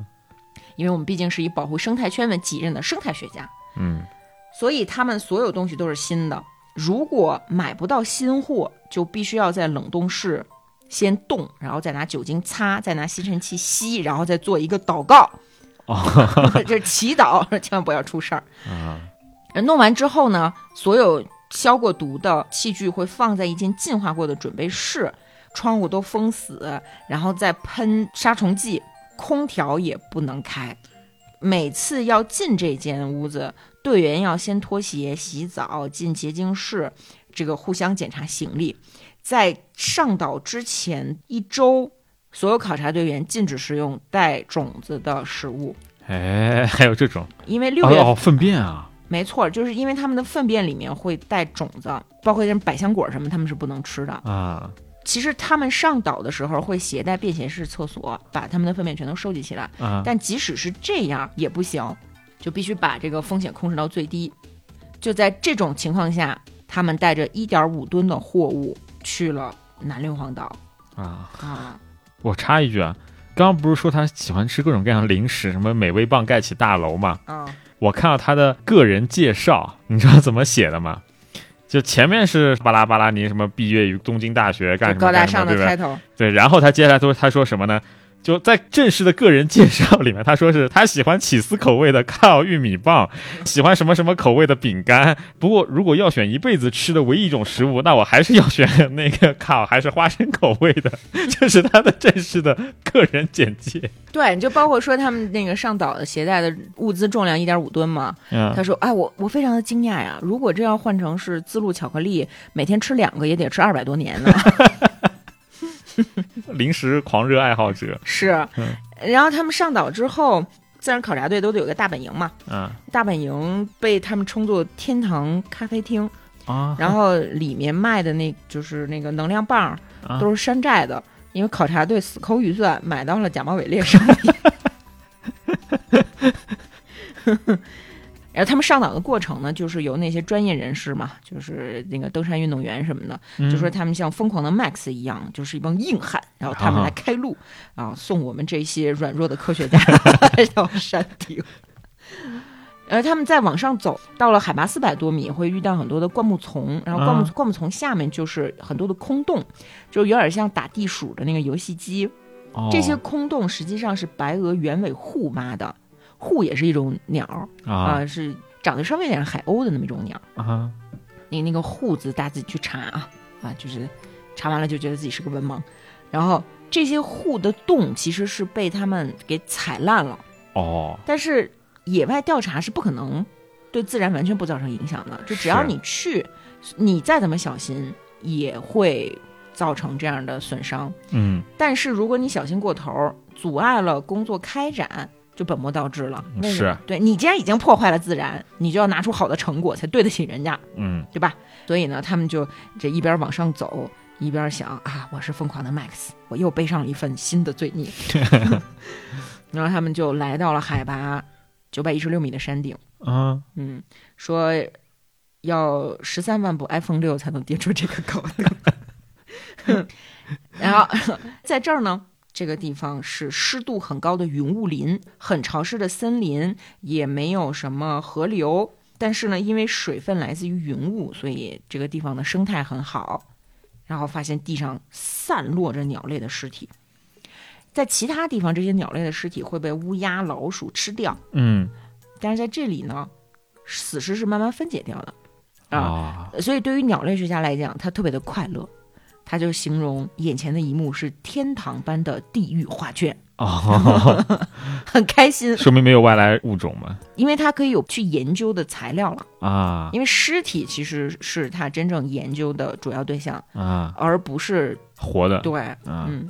[SPEAKER 1] 因为我们毕竟是以保护生态圈为己任的生态学家。
[SPEAKER 2] 嗯
[SPEAKER 1] 所以他们所有东西都是新的。如果买不到新货，就必须要在冷冻室先冻，然后再拿酒精擦，再拿吸尘器吸，然后再做一个祷告， 这祈祷，千万不要出事儿。
[SPEAKER 2] 啊，
[SPEAKER 1] 弄完之后呢，所有消过毒的器具会放在一间净化过的准备室，窗户都封死，然后再喷杀虫剂，空调也不能开。每次要进这间屋子，队员要先脱鞋、洗澡、进洁净室，这个互相检查行李。在上岛之前一周，所有考察队员禁止食用带种子的食物，
[SPEAKER 2] 哎，还有这种
[SPEAKER 1] 因为六月份
[SPEAKER 2] 哦，哦粪便啊，
[SPEAKER 1] 没错，就是因为他们的粪便里面会带种子，包括像百香果什么，他们是不能吃的。
[SPEAKER 2] 啊，
[SPEAKER 1] 其实他们上岛的时候会携带便携式厕所，把他们的粪便全都收集起来。
[SPEAKER 2] 啊，
[SPEAKER 1] 但即使是这样也不行，就必须把这个风险控制到最低。就在这种情况下，他们带着1.5吨的货物去了南硫磺岛
[SPEAKER 2] 啊，
[SPEAKER 1] 啊。
[SPEAKER 2] 我插一句啊，刚刚不是说他喜欢吃各种各样的零食，什么美味棒盖起大楼嘛？
[SPEAKER 1] 啊，
[SPEAKER 2] 我看到他的个人介绍，你知道怎么写的吗？就前面是巴拉巴拉尼什么毕业于东京大学
[SPEAKER 1] 就
[SPEAKER 2] 干什么
[SPEAKER 1] 高大
[SPEAKER 2] 干什
[SPEAKER 1] 上
[SPEAKER 2] 么，对
[SPEAKER 1] 的
[SPEAKER 2] 不对？
[SPEAKER 1] 开头，
[SPEAKER 2] 对，然后他接下来说他说什么呢？就在正式的个人介绍里面，他说是他喜欢起司口味的靠玉米棒，喜欢什么什么口味的饼干。不过如果要选一辈子吃的唯一一种食物，那我还是要选那个烤还是花生口味的。这是他的正式的个人简介。
[SPEAKER 1] 对，就包括说他们那个上岛的携带的物资重量1.5吨嘛，
[SPEAKER 2] 嗯
[SPEAKER 1] 他说：“哎，我我非常的惊讶呀！如果这要换成是自露巧克力，每天吃两个也得吃二百多年 呢。
[SPEAKER 2] 零食狂热爱好者，
[SPEAKER 1] 是
[SPEAKER 2] 嗯，
[SPEAKER 1] 然后他们上岛之后，自然考察队都得有个大本营嘛，
[SPEAKER 2] 嗯
[SPEAKER 1] 大本营被他们称作天堂咖啡厅，
[SPEAKER 2] 啊，
[SPEAKER 1] 然后里面卖的那就是那个能量棒
[SPEAKER 2] 啊
[SPEAKER 1] 都是山寨的，因为考察队死抠预算买到了假冒伪劣商品。 然后他们上岛的过程呢，就是由那些专业人士嘛，就是那个登山运动员什么的，
[SPEAKER 2] 嗯
[SPEAKER 1] 就说他们像疯狂的 Max 一样，就是一帮硬汉，然后他们
[SPEAKER 2] 啊
[SPEAKER 1] 来开路啊，送我们这些软弱的科学家 到山 顶。呃，他们再往上走，到了海拔四百多米，会遇到很多的灌木丛，然后灌木、
[SPEAKER 2] 啊
[SPEAKER 1] 灌木丛下面就是很多的空洞，就是有点像打地鼠的那个游戏机。
[SPEAKER 2] 哦
[SPEAKER 1] 这些空洞实际上是白额原尾护妈的，护也是一种鸟儿啊、
[SPEAKER 2] 啊
[SPEAKER 1] 是长得稍微有点像海鸥的那么一种鸟。
[SPEAKER 2] 啊
[SPEAKER 1] 你那个“户”字，大家自己去查啊啊，就是查完了就觉得自己是个文盲。然后这些户的洞其实是被他们给踩烂了，
[SPEAKER 2] 哦
[SPEAKER 1] 但是野外调查是不可能对自然完全不造成影响的，就只要
[SPEAKER 2] 是
[SPEAKER 1] 你去，你再怎么小心也会造成这样的损伤。
[SPEAKER 2] 嗯
[SPEAKER 1] 但是如果你小心过头儿，阻碍了工作开展，就本末倒置了。为什么
[SPEAKER 2] 是
[SPEAKER 1] 对你既然已经破坏了自然，你就要拿出好的成果才对得起人家。
[SPEAKER 2] 嗯
[SPEAKER 1] 对吧？所以呢，他们就这一边往上走，一边想啊，我是疯狂的 Max，我又背上了一份新的罪孽。然后他们就来到了海拔九百一十六米的山顶，
[SPEAKER 2] 啊
[SPEAKER 1] 嗯，说要十三万部 iPhone 六才能跌出这个高度。然后 在这儿呢，这个地方是湿度很高的云雾林，很潮湿的森林，也没有什么河流。但是呢，因为水分来自于云雾，所以这个地方的生态很好。然后发现地上散落着鸟类的尸体，在其他地方，这些鸟类的尸体会被乌鸦、老鼠吃掉。
[SPEAKER 2] 嗯
[SPEAKER 1] 但是在这里呢，死尸是慢慢分解掉的，
[SPEAKER 2] 啊
[SPEAKER 1] 所以对于鸟类学家来讲，他特别的快乐。他就形容眼前的一幕是天堂般的地狱画卷，
[SPEAKER 2] 哦，
[SPEAKER 1] 很开心，
[SPEAKER 2] 说明没有外来物种嘛
[SPEAKER 1] 因为他可以有去研究的材料了。
[SPEAKER 2] 啊
[SPEAKER 1] 因为尸体其实是他真正研究的主要对象，
[SPEAKER 2] 啊，
[SPEAKER 1] 而不是
[SPEAKER 2] 活的
[SPEAKER 1] 对，
[SPEAKER 2] 啊
[SPEAKER 1] 嗯，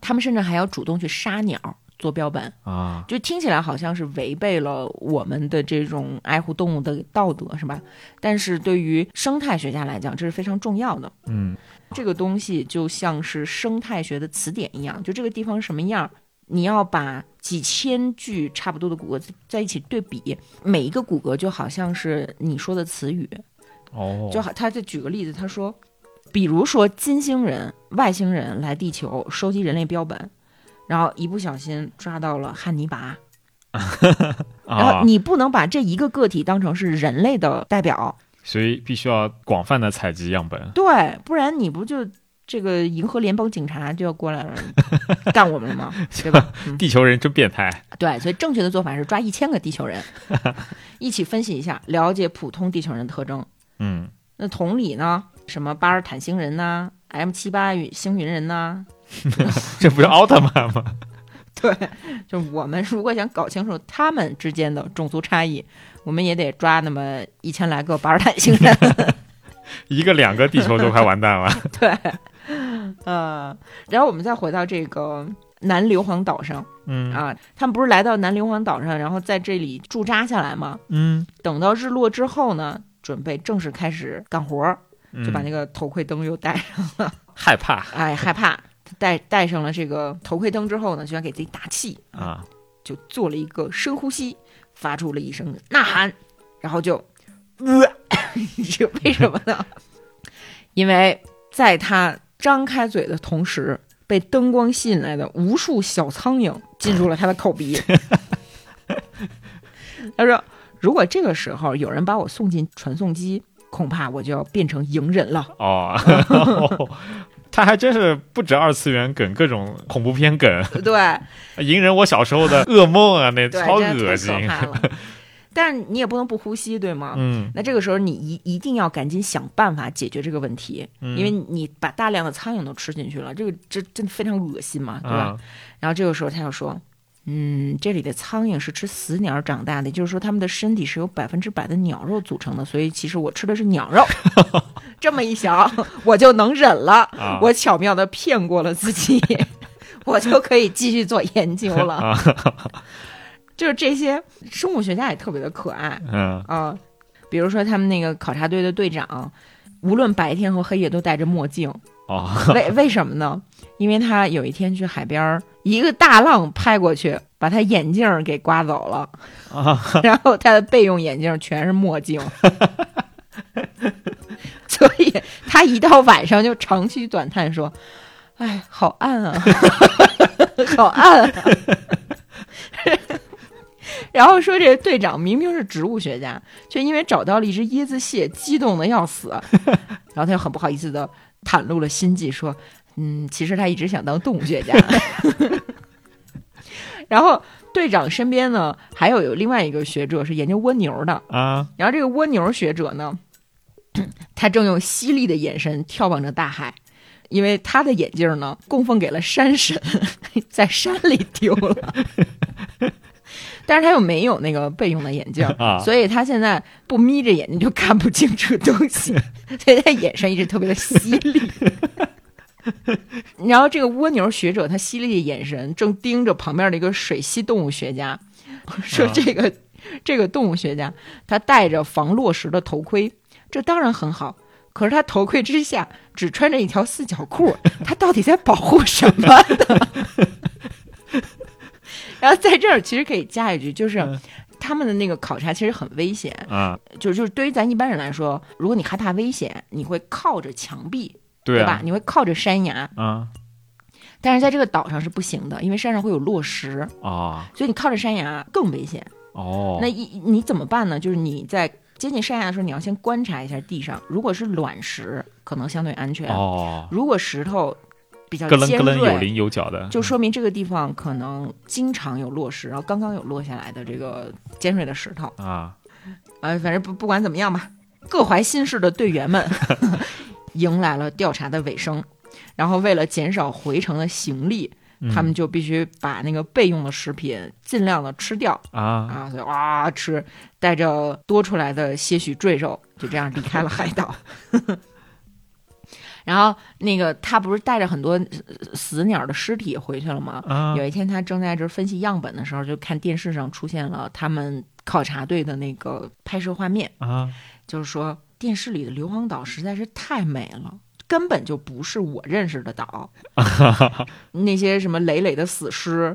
[SPEAKER 1] 他们甚至还要主动去杀鸟做标本，
[SPEAKER 2] 啊
[SPEAKER 1] 就听起来好像是违背了我们的这种爱护动物的道德，是吧？但是对于生态学家来讲，这是非常重要的。
[SPEAKER 2] 嗯
[SPEAKER 1] 这个东西就像是生态学的词典一样，就这个地方什么样，你要把几千具差不多的骨骼在一起对比，每一个骨骼就好像是你说的词语，
[SPEAKER 2] 哦
[SPEAKER 1] 就好，他就举个例子，他说，比如说金星人、外星人来地球收集人类标本，然后一不小心抓到了汉尼拔，然
[SPEAKER 2] 啊
[SPEAKER 1] 后，你不能把这一个个体当成是人类的代表，
[SPEAKER 2] 所以必须要广泛的采集样本
[SPEAKER 1] 对，不然你不就这个银河联邦警察就要过来了干我们了吗？对吧？嗯
[SPEAKER 2] 地球人真变态，
[SPEAKER 1] 对，所以正确的做法是抓一千个地球人，一起分析一下，了解普通地球人的特征。
[SPEAKER 2] 嗯，
[SPEAKER 1] 那同理呢，什么巴尔坦星人呐、m 七八星云人呐、
[SPEAKER 2] 这不是奥特曼吗？
[SPEAKER 1] 对，就是我们如果想搞清楚他们之间的种族差异，我们也得抓那么一千来个巴尔坦星人。
[SPEAKER 2] 一个两个地球都快完蛋了。
[SPEAKER 1] 对，呃，然后我们再回到这个南硫磺岛上
[SPEAKER 2] 嗯
[SPEAKER 1] 啊，他们不是来到南硫磺岛上，然后在这里驻扎下来吗？
[SPEAKER 2] 嗯，
[SPEAKER 1] 等到日落之后呢，准备正式开始干活儿，就把那个
[SPEAKER 2] 个
[SPEAKER 1] 头盔灯又戴上，
[SPEAKER 2] 嗯害怕
[SPEAKER 1] 哎，害怕。戴戴上了这个头盔灯之后呢，就想给自己打气，
[SPEAKER 2] 啊，
[SPEAKER 1] 就做了一个深呼吸，发出了一声呐喊，然后就， 呃，这为什么 呢？因为在他张开嘴的同时，被灯光吸引来的无数小苍蝇进入了他的口 鼻。他说：“如果这个时候有人把我送进传送机，恐怕我就要变成蝇人 了。
[SPEAKER 2] 哦，他还真是不止二次元梗，各种恐怖片 梗，”
[SPEAKER 1] 对。
[SPEAKER 2] 隐忍我小时候的噩梦啊，那
[SPEAKER 1] 对，
[SPEAKER 2] 超
[SPEAKER 1] 真的
[SPEAKER 2] 恶心
[SPEAKER 1] 太。可怕 了。但是你也不能不呼吸，对吗？
[SPEAKER 2] 嗯，
[SPEAKER 1] 那这个时候你一一定要赶紧想办法解决这个问题，因
[SPEAKER 2] 因
[SPEAKER 1] 为你把大量的苍蝇都吃进去了，这个这真的非常恶心嘛，对吧？
[SPEAKER 2] 啊，
[SPEAKER 1] 然后这个时候他又说。嗯，这里的苍蝇是吃死鸟长大的，也就是说它们的身体是由百分之百的鸟肉组成的，所以其实我吃的是鸟 肉。这么一想，我就能忍了。
[SPEAKER 2] 啊
[SPEAKER 1] 我巧妙的骗过了自 己，我就可以继续做研究了。
[SPEAKER 2] 啊，
[SPEAKER 1] 就是这些生物学家也特别的可爱
[SPEAKER 2] 嗯
[SPEAKER 1] 啊、比如说他们那个考察队的队长，无论白天和黑夜都戴着墨镜，
[SPEAKER 2] 哦，
[SPEAKER 1] 为为什么呢？因为他有一天去海边儿，一个大浪拍过去，把他眼镜儿给刮走了，
[SPEAKER 2] 啊
[SPEAKER 1] 然后他的备用眼镜全是墨镜。 所以他一到晚上就长吁短叹说：“哎，好暗啊， 好暗啊。” 然后说这队长明明是植物学家，却因为找到了一只椰子蟹，激动的要死。然后他又很不好意思的袒露了心迹，说：“嗯，其实他一直想当动物学家。”然后队长身边呢，还有有另外一个学者是研究蜗牛的，
[SPEAKER 2] 啊，
[SPEAKER 1] 然后这个蜗牛学者呢， 他正用犀利的眼神眺望着大海，因为他的眼镜呢供奉给了山神， 在山里丢了。 但是他又没有那个备用的眼镜
[SPEAKER 2] 啊，
[SPEAKER 1] 所以他现在不眯着眼睛就看不清楚东西， 所以他眼神一直特别的犀利。 然后这个蜗牛学者他犀利的眼神正盯着旁边的一个水栖动物学家，说
[SPEAKER 2] 啊
[SPEAKER 1] 这个、这个动物学家他戴着防落石的头盔，这当然很好。可是他头盔之下只穿着一条四角 裤，他到底在保护什么呢？然后在这儿其实可以加一句，就是
[SPEAKER 2] 嗯
[SPEAKER 1] 他们的那个考察其实很危险，
[SPEAKER 2] 啊，
[SPEAKER 1] 就就是对于咱一般人来说，如果你害怕危险，你会靠着墙壁，
[SPEAKER 2] 对
[SPEAKER 1] 吧
[SPEAKER 2] 啊？，
[SPEAKER 1] 你会靠着山崖，
[SPEAKER 2] 啊
[SPEAKER 1] 但是在这个岛上是不行的，因为山上会有落石，
[SPEAKER 2] 哦
[SPEAKER 1] 所以你靠着山崖更危险。
[SPEAKER 2] 哦，
[SPEAKER 1] 那一你怎么办呢？就是你在接近山崖的时候，你要先观察一下地上，如果是卵石，可能相对安全；
[SPEAKER 2] 哦，
[SPEAKER 1] 如果石头比较
[SPEAKER 2] 咯楞
[SPEAKER 1] 呃尖
[SPEAKER 2] 咯楞有
[SPEAKER 1] 锐，
[SPEAKER 2] 棱有角的，
[SPEAKER 1] 就说明这个地方可能经常有落石，然后刚刚有落下来的这个尖锐的石头。
[SPEAKER 2] 啊，
[SPEAKER 1] 呃，反正不不管怎么样吧，各怀心事的队员 们迎来了调查的尾声。然后为了减少回程的行李，
[SPEAKER 2] 嗯
[SPEAKER 1] 他们就必须把那个备用的食品尽量的吃掉。
[SPEAKER 2] 啊
[SPEAKER 1] 啊，所以哇吃，带着多出来的些许赘肉，就这样离开了海岛。 然后那个他不是带着很多呃死鸟的尸体回去了吗？
[SPEAKER 2] 啊
[SPEAKER 1] 有一天他正在这儿分析样本的时候，就看电视上出现了他们考察队的那个拍摄画面，
[SPEAKER 2] 啊
[SPEAKER 1] 就是说电视里的硫磺岛实在是太美了。根本就不是我认识的岛，那些什么累累的死尸，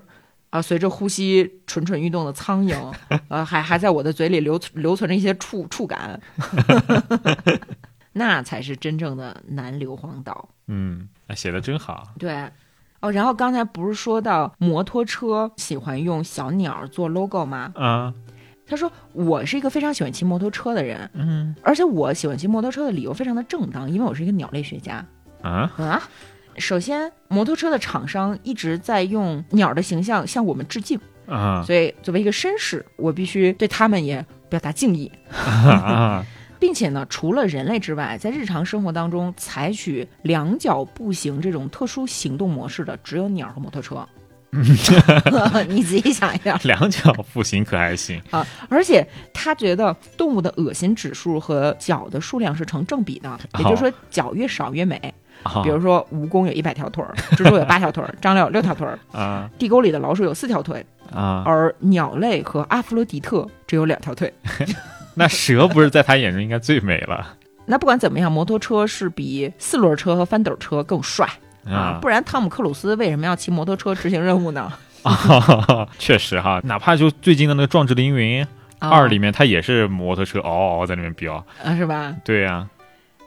[SPEAKER 1] 啊，随着呼吸蠢蠢欲动的苍蝇，呃，还还在我的嘴里留留存着一些触触感，那才是真正的南硫磺岛。
[SPEAKER 2] 嗯，哎写的真好，
[SPEAKER 1] 对，哦，然后刚才不是说到摩托车喜欢用小鸟做 logo 吗？
[SPEAKER 2] 啊
[SPEAKER 1] 他说我是一个非常喜欢骑摩托车的人，
[SPEAKER 2] 嗯
[SPEAKER 1] 而且我喜欢骑摩托车的理由非常的正当，因为我是一个鸟类学家。
[SPEAKER 2] 啊，
[SPEAKER 1] 啊。首先，摩托车的厂商一直在用鸟的形象向我们致敬，
[SPEAKER 2] 啊
[SPEAKER 1] 所以作为一个绅士，我必须对他们也表达敬意。
[SPEAKER 2] 啊
[SPEAKER 1] 并且呢，除了人类之外，在日常生活当中采取两脚步行这种特殊行动模式的，只有鸟和摩托 车。 你仔细想一想，
[SPEAKER 2] 两脚步行可还行
[SPEAKER 1] 而且他觉得动物的恶心指数和脚的数量是成正比的，也就是说脚越少越美。
[SPEAKER 2] 啊
[SPEAKER 1] 比如说蜈蚣有一百条腿 儿，蜘蛛有八条腿儿，张辽有六条腿儿，
[SPEAKER 2] 啊
[SPEAKER 1] 地沟里的老鼠有四条腿，
[SPEAKER 2] 啊！
[SPEAKER 1] 而鸟类和阿弗洛狄特只有两条腿。
[SPEAKER 2] 那蛇不是在他眼中应该最美了
[SPEAKER 1] 那不管怎么样，摩托车是比四轮车和翻斗车更帅啊！
[SPEAKER 2] 啊
[SPEAKER 1] 不？然汤姆克鲁斯为什么要骑摩托车执行任务 呢？
[SPEAKER 2] 啊， 确实哈，哪怕就最近的那个《壮志凌云
[SPEAKER 1] 啊
[SPEAKER 2] 二》里面，他也是摩托车嗷嗷嗷在那边飙。
[SPEAKER 1] 啊，是吧？
[SPEAKER 2] 对呀，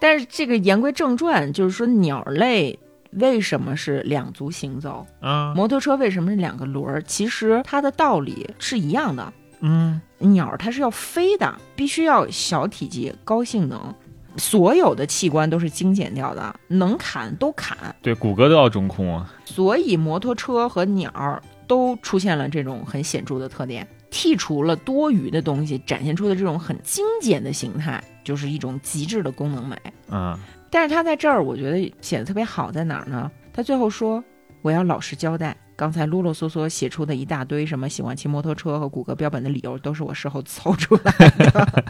[SPEAKER 1] 但是这个言归正传，就是说鸟类为什么是两足行走，
[SPEAKER 2] 啊
[SPEAKER 1] 摩托车为什么是两个轮儿？其实它的道理是一样的。
[SPEAKER 2] 嗯
[SPEAKER 1] 鸟它是要飞的，必须要小体积、高性能，所有的器官都是精简掉的，能砍都砍。
[SPEAKER 2] 对，谷歌都要中控啊
[SPEAKER 1] 所以摩托车和鸟儿都出现了这种很显著的特点，剔除了多余的东西，展现出的这种很精简的形态，就是一种极致的功能美。
[SPEAKER 2] 啊
[SPEAKER 1] 但是他在这儿，我觉得写的特别好在哪儿呢？他最后说：“我要老实交代，刚才啰啰嗦嗦写出的一大堆什么喜欢骑摩托车和谷歌标本的理由，都是我事后凑出来的。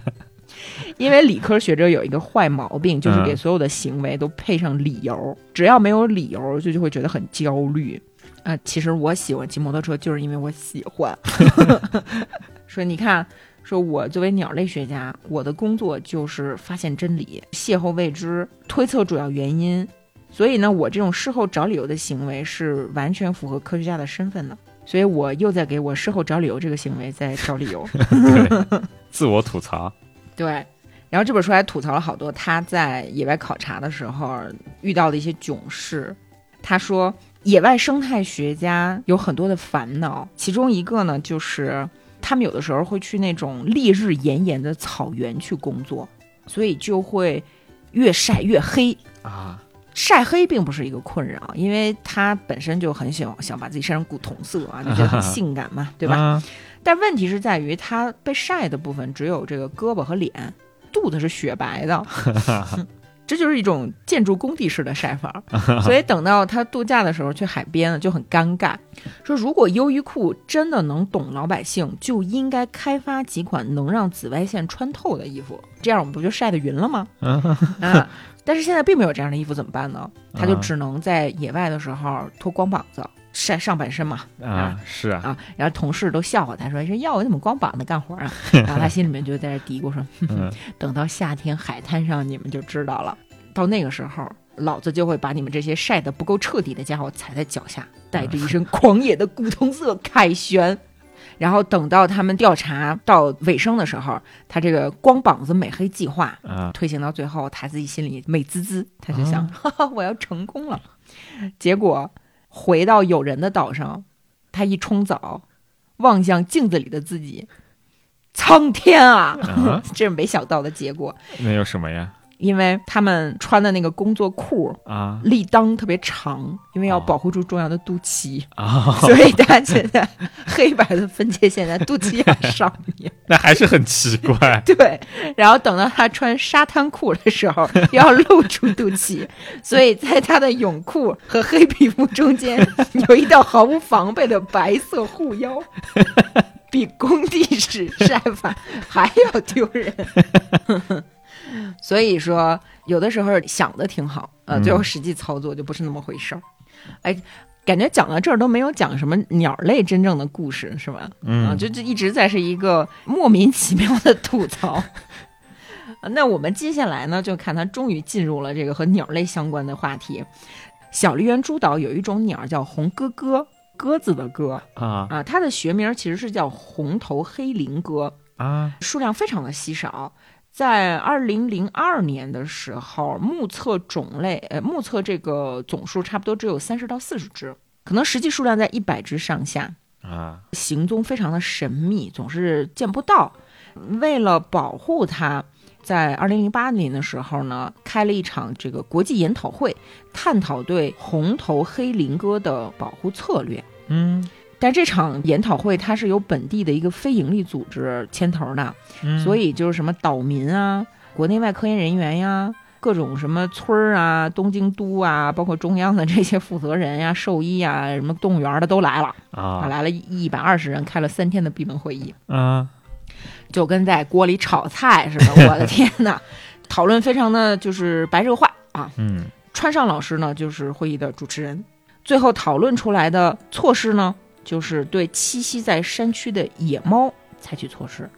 [SPEAKER 1] 因为理科学者有一个坏毛病，就是给
[SPEAKER 2] 嗯
[SPEAKER 1] 所有的行为都配上理由，只要没有理由，就就会觉得很焦虑。啊、其实我喜欢骑摩托车，就是因为我喜欢。说你看，说我作为鸟类学家，我的工作就是发现真理，邂逅未知，推测主要原因。所以呢，我这种事后找理由的行为是完全符合科学家的身份的。所以我又在给我事后找理由这个行为在找理由。
[SPEAKER 2] 对，自我吐槽
[SPEAKER 1] 对，然后这本书还吐槽了好多他在野外考察的时候遇到的一些囧事。他说，野外生态学家有很多的烦恼，其中一个呢就是他们有的时候会去那种烈日炎炎的草原去工作，所以就会越晒越黑。
[SPEAKER 2] 啊
[SPEAKER 1] 晒黑并不是一个困扰，因为他本身就很想想把自己晒成古铜色啊，就觉得很性感嘛，对吧？
[SPEAKER 2] 吧？
[SPEAKER 1] 但问题是在于，它被晒的部分只有这个胳膊和脸，肚子是雪白的，这就是一种建筑工地式的晒法儿。所以等到他度假的时候去海边呢，就很尴尬。说如果优衣库真的能懂老百姓，就应该开发几款能让紫外线穿透的衣服，这样我们不就晒得匀了吗？啊！但是现在并没有这样的衣服，怎么办呢？他就
[SPEAKER 2] 啊
[SPEAKER 1] 只能在野外的时候脱光膀子晒上半身嘛。
[SPEAKER 2] 啊，是啊，
[SPEAKER 1] 啊，然后同事都笑话他说：“说要我怎么光膀子干活啊？”然后他心里面就在这嘀咕说
[SPEAKER 2] 嗯，：“
[SPEAKER 1] 等到夏天海滩上你们就知道了，到那个时候，老子就会把你们这些晒得不够彻底的家伙踩在脚下，带着一身狂野的古铜色凯旋。”然后等到他们调查到尾声的时候，他这个光膀子美黑计划
[SPEAKER 2] 啊
[SPEAKER 1] 推行到最后，他自己心里美滋滋，他就想， 哈哈，我要成功了。结果回到友人的岛上，他一冲澡，望向镜子里的自己，苍天啊！
[SPEAKER 2] 啊，
[SPEAKER 1] 这是没想到的结果，
[SPEAKER 2] 那有什么呀？
[SPEAKER 1] 因为他们穿的那个工作裤
[SPEAKER 2] 啊
[SPEAKER 1] 立裆特别长，因为要
[SPEAKER 2] 哦
[SPEAKER 1] 保护住重要的肚脐，
[SPEAKER 2] 啊，
[SPEAKER 1] 所以他现在 黑白的分界线在肚脐眼上面。
[SPEAKER 2] 那还是很奇 怪
[SPEAKER 1] 对，然后等到他穿沙滩裤的时候，要露出肚脐，所以在他的泳裤和黑皮肤中间有一道毫无防备的白色护腰，比工地式晒法还要丢人。所以说，有的时候想的挺好，呃，最后
[SPEAKER 2] 嗯
[SPEAKER 1] 实际操作就不是那么回事儿。哎，感觉讲到这儿都没有讲什么鸟类真正的故事，是吧？啊，
[SPEAKER 2] 嗯
[SPEAKER 1] 就就一直在是一个莫名其妙的吐槽。啊那我们接下来呢，就看他终于进入了这个和鸟类相关的话题。小笠原诸岛有一种鸟叫红鸽鸽，鸽子的鸽
[SPEAKER 2] 啊
[SPEAKER 1] 啊，它的学名其实是叫红头黑林鸽，
[SPEAKER 2] 啊
[SPEAKER 1] 数量非常的稀少。在二零零二年的时候，目测种类，呃，目测这个总数差不多只有三十到四十只，可能实际数量在一百只上下。
[SPEAKER 2] 啊
[SPEAKER 1] 行踪非常的神秘，总是见不到。为了保护它，在二零零八年的时候呢，开了一场这个国际研讨会，探讨对红头黑林鸽的保护策略。
[SPEAKER 2] 嗯，
[SPEAKER 1] 但这场研讨会它是由本地的一个非营利组织牵头的，
[SPEAKER 2] 嗯
[SPEAKER 1] 所以就是什么岛民啊、国内外科研人员呀、各种什么村儿啊、东京都啊，包括中央的这些负责人呀、兽医啊、什么动物园的都来了，
[SPEAKER 2] 啊
[SPEAKER 1] 来了一百二十人，开了三天的闭门会议，
[SPEAKER 2] 啊，
[SPEAKER 1] 就跟在锅里炒菜似的。我的天哪，讨论非常的就是白热化啊。
[SPEAKER 2] 嗯
[SPEAKER 1] 川上老师呢，就是会议的主持人。最后讨论出来的措施呢，就是对栖息在山区的野猫采取措施。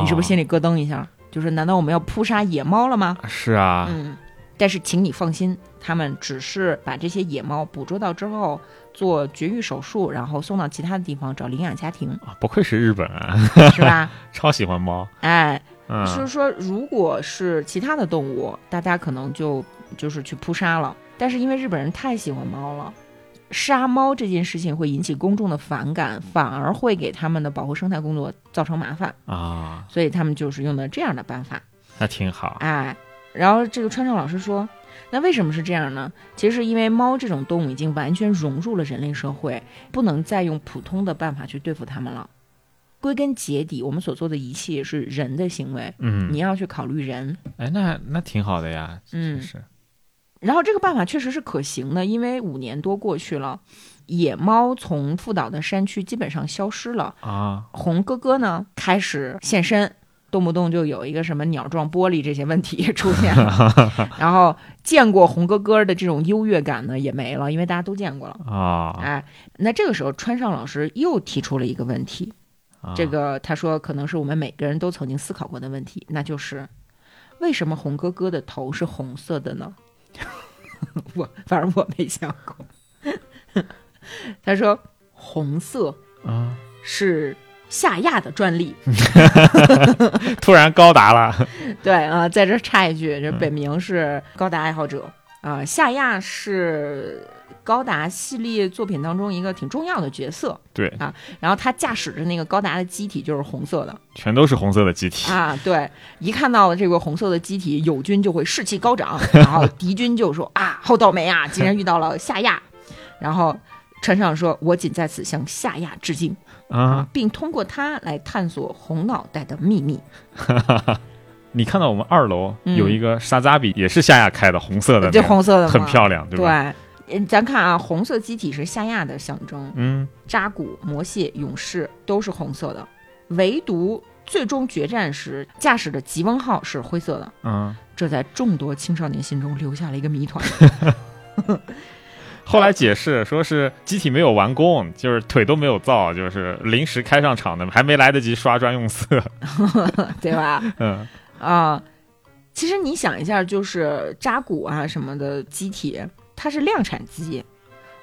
[SPEAKER 1] 你是不是心
[SPEAKER 2] 里
[SPEAKER 1] 里咯噔一下？就是难道我们要扑杀野猫了吗？
[SPEAKER 2] 是啊？
[SPEAKER 1] 嗯，但是请你放心，他们只是把这些野猫捕捉到之后做绝育手术，然后送到其他的地方找领养家庭，
[SPEAKER 2] 啊不愧是日本啊，
[SPEAKER 1] 是吧？
[SPEAKER 2] 超喜欢猫。
[SPEAKER 1] 哎，就是
[SPEAKER 2] 嗯
[SPEAKER 1] 说，如果是其他的动物，大家可能就就是去扑杀了。但是因为日本人太喜欢猫了，杀猫这件事情会引起公众的反感，反而会给他们的保护生态工作造成麻烦，
[SPEAKER 2] 啊，
[SPEAKER 1] 所以他们就是用的这样的办法。
[SPEAKER 2] 那挺好。
[SPEAKER 1] 哎，然后这个川上老师说，那为什么是这样呢？其实是因为猫这种动物已经完全融入了人类社会，不能再用普通的办法去对付它们了。归根结底，我们所做的一切是人的行为，
[SPEAKER 2] 嗯
[SPEAKER 1] 你，要去考虑人。
[SPEAKER 2] 哎，那那挺好的呀，
[SPEAKER 1] 嗯
[SPEAKER 2] 真是。
[SPEAKER 1] 然后这个办法确实是可行的，因为五年多过去了，野猫从富岛的山区基本上消失了，
[SPEAKER 2] 啊，
[SPEAKER 1] 红哥哥呢开始现身，动不动就有一个什么鸟撞玻璃这些问题出现了，然后见过红哥哥的这种优越感呢也没了，因为大家都见过了。
[SPEAKER 2] 啊，
[SPEAKER 1] 哎，那这个时候川上老师又提出了一个问题，
[SPEAKER 2] 啊
[SPEAKER 1] 这个他说可能是我们每个人都曾经思考过的问题，那就是为什么红哥哥的头是红色的呢？ 我反正我没想过。 他说红色
[SPEAKER 2] 啊，
[SPEAKER 1] 是夏亚的专利。
[SPEAKER 2] 突然高达了。
[SPEAKER 1] 对啊、呃在这插一句，这本名是高达爱好者啊、呃夏亚是高达系列作品当中一个挺重要的角色。啊
[SPEAKER 2] 对，
[SPEAKER 1] 然后他驾驶着那个高达的机体就是红色的。
[SPEAKER 2] 全都是红色的机 体。
[SPEAKER 1] 啊，对，一看到这个红色的机体，友军就会士气高涨，然后敌军就说啊，好倒霉啊，竟然遇到了夏亚。然后船上说，我仅在此向夏亚致敬
[SPEAKER 2] 啊，，
[SPEAKER 1] 并通过它来探索红脑袋的秘密。
[SPEAKER 2] 你看到我们二楼
[SPEAKER 1] 嗯
[SPEAKER 2] 有一个沙扎比，也是夏亚开的，红色的那
[SPEAKER 1] 这
[SPEAKER 2] 个，
[SPEAKER 1] 红色的
[SPEAKER 2] 很
[SPEAKER 1] 吗
[SPEAKER 2] 漂亮，对吧？
[SPEAKER 1] 对，嗯咱看啊，红色机体是夏亚的象征，
[SPEAKER 2] 嗯，
[SPEAKER 1] 扎古、魔蟹、勇士都是红色的，唯独最终决战时驾驶的吉翁号是灰色的。
[SPEAKER 2] 嗯，
[SPEAKER 1] 这在众多青少年心中留下了一个谜团。
[SPEAKER 2] 后来解释说是机体没有完工，就是腿都没有造，就是临时开上场的，还没来得及刷专用色。
[SPEAKER 1] 对吧？
[SPEAKER 2] 嗯
[SPEAKER 1] 啊、其实你想一下，就是扎古啊什么的机体，它是量产机，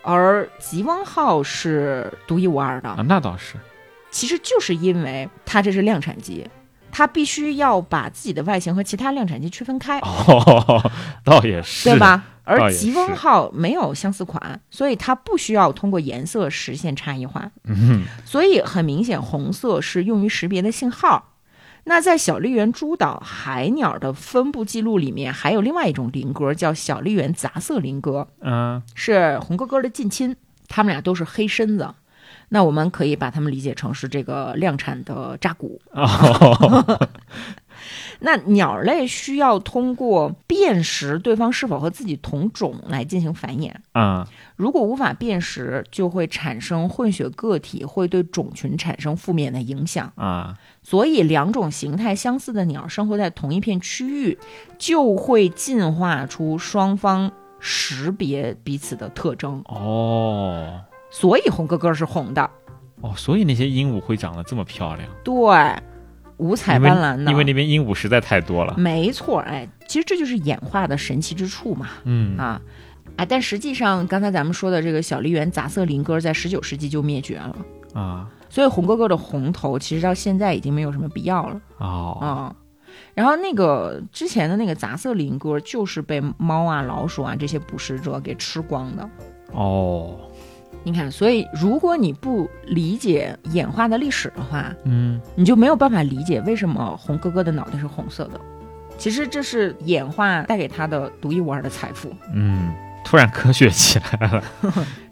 [SPEAKER 1] 而吉翁号是独一无二
[SPEAKER 2] 啊，
[SPEAKER 1] 的。
[SPEAKER 2] 那倒是
[SPEAKER 1] 其实就是因为它这是量产机，它必须要把自己的外形和其他量产机区分开，
[SPEAKER 2] 哦， 倒也是，
[SPEAKER 1] 对？吧？
[SPEAKER 2] 倒
[SPEAKER 1] 而
[SPEAKER 2] 也
[SPEAKER 1] 吉翁
[SPEAKER 2] 是
[SPEAKER 1] 号没有相似款，所以它不需要通过颜色实现差异化。
[SPEAKER 2] 嗯
[SPEAKER 1] 所以很明显，红色是用于识别的信号。那在小笠原诸岛海鸟的分布记录里面，还有另外一种林鸽叫小笠原杂色林鸽，
[SPEAKER 2] 嗯
[SPEAKER 1] 是红哥哥的近亲，它们俩都是黑身子。那我们可以把它们理解成是这个量产的扎古。
[SPEAKER 2] 哦，
[SPEAKER 1] 那鸟类需要通过辨识对方是否和自己同种来进行繁衍，
[SPEAKER 2] 嗯
[SPEAKER 1] 如果无法辨识，就会产生混血个体，会对种群产生负面的影响。
[SPEAKER 2] 啊
[SPEAKER 1] 所以，两种形态相似的鸟生活在同一片区域，就会进化出双方识别彼此的特征。
[SPEAKER 2] 哦
[SPEAKER 1] 所以，红哥哥是红的，
[SPEAKER 2] 哦，所以那些鹦鹉会长得这么漂亮，
[SPEAKER 1] 对，五彩
[SPEAKER 2] 因为
[SPEAKER 1] 斑斓的。
[SPEAKER 2] 因为啊那边鹦鹉实在太多了。
[SPEAKER 1] 没错，哎，其实这就是演化的神奇之处嘛，
[SPEAKER 2] 嗯
[SPEAKER 1] 啊。啊，但实际上，刚才咱们说的这个小笠原杂色林鸽在十九世纪就灭绝了，
[SPEAKER 2] 啊
[SPEAKER 1] 所以红哥哥的红头其实到现在已经没有什么必要了。
[SPEAKER 2] 哦
[SPEAKER 1] 啊、然后那个之前的那个杂色林鸽就是被猫啊、老鼠啊这些捕食者给吃光的。
[SPEAKER 2] 哦
[SPEAKER 1] 你看，所以如果你不理解演化的历史的话，
[SPEAKER 2] 嗯
[SPEAKER 1] 你就没有办法理解为什么红哥哥的脑袋是红色的。其实这是演化带给它的独一无二的财富。
[SPEAKER 2] 嗯，突然科学起来了。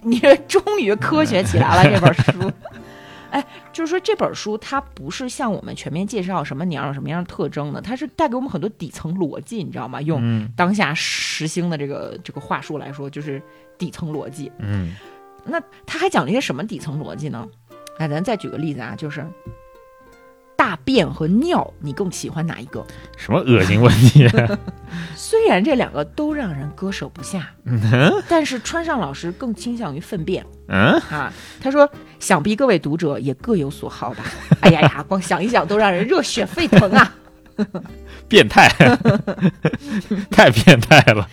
[SPEAKER 1] 你这终于科学起来了这本书。哎，就是说这本书它不是向我们全面介绍什么鸟有什么样的特征的，它是带给我们很多底层逻辑，你知道吗？用
[SPEAKER 2] 嗯
[SPEAKER 1] 当下时兴的这个这个话术来说，就是底层逻辑。
[SPEAKER 2] 嗯
[SPEAKER 1] 那他还讲了一些什么底层逻辑呢？哎，咱再举个例子啊，就是大便和尿，你更喜欢哪一个？
[SPEAKER 2] 什么恶心问题？
[SPEAKER 1] 虽然这两个都让人割舍不下，但是川上老师更倾向于粪便
[SPEAKER 2] 嗯，
[SPEAKER 1] 啊。他说，想必各位读者也各有所好吧？ 哎呀呀，光想一想都让人热血沸腾啊！
[SPEAKER 2] 变态，太变态了。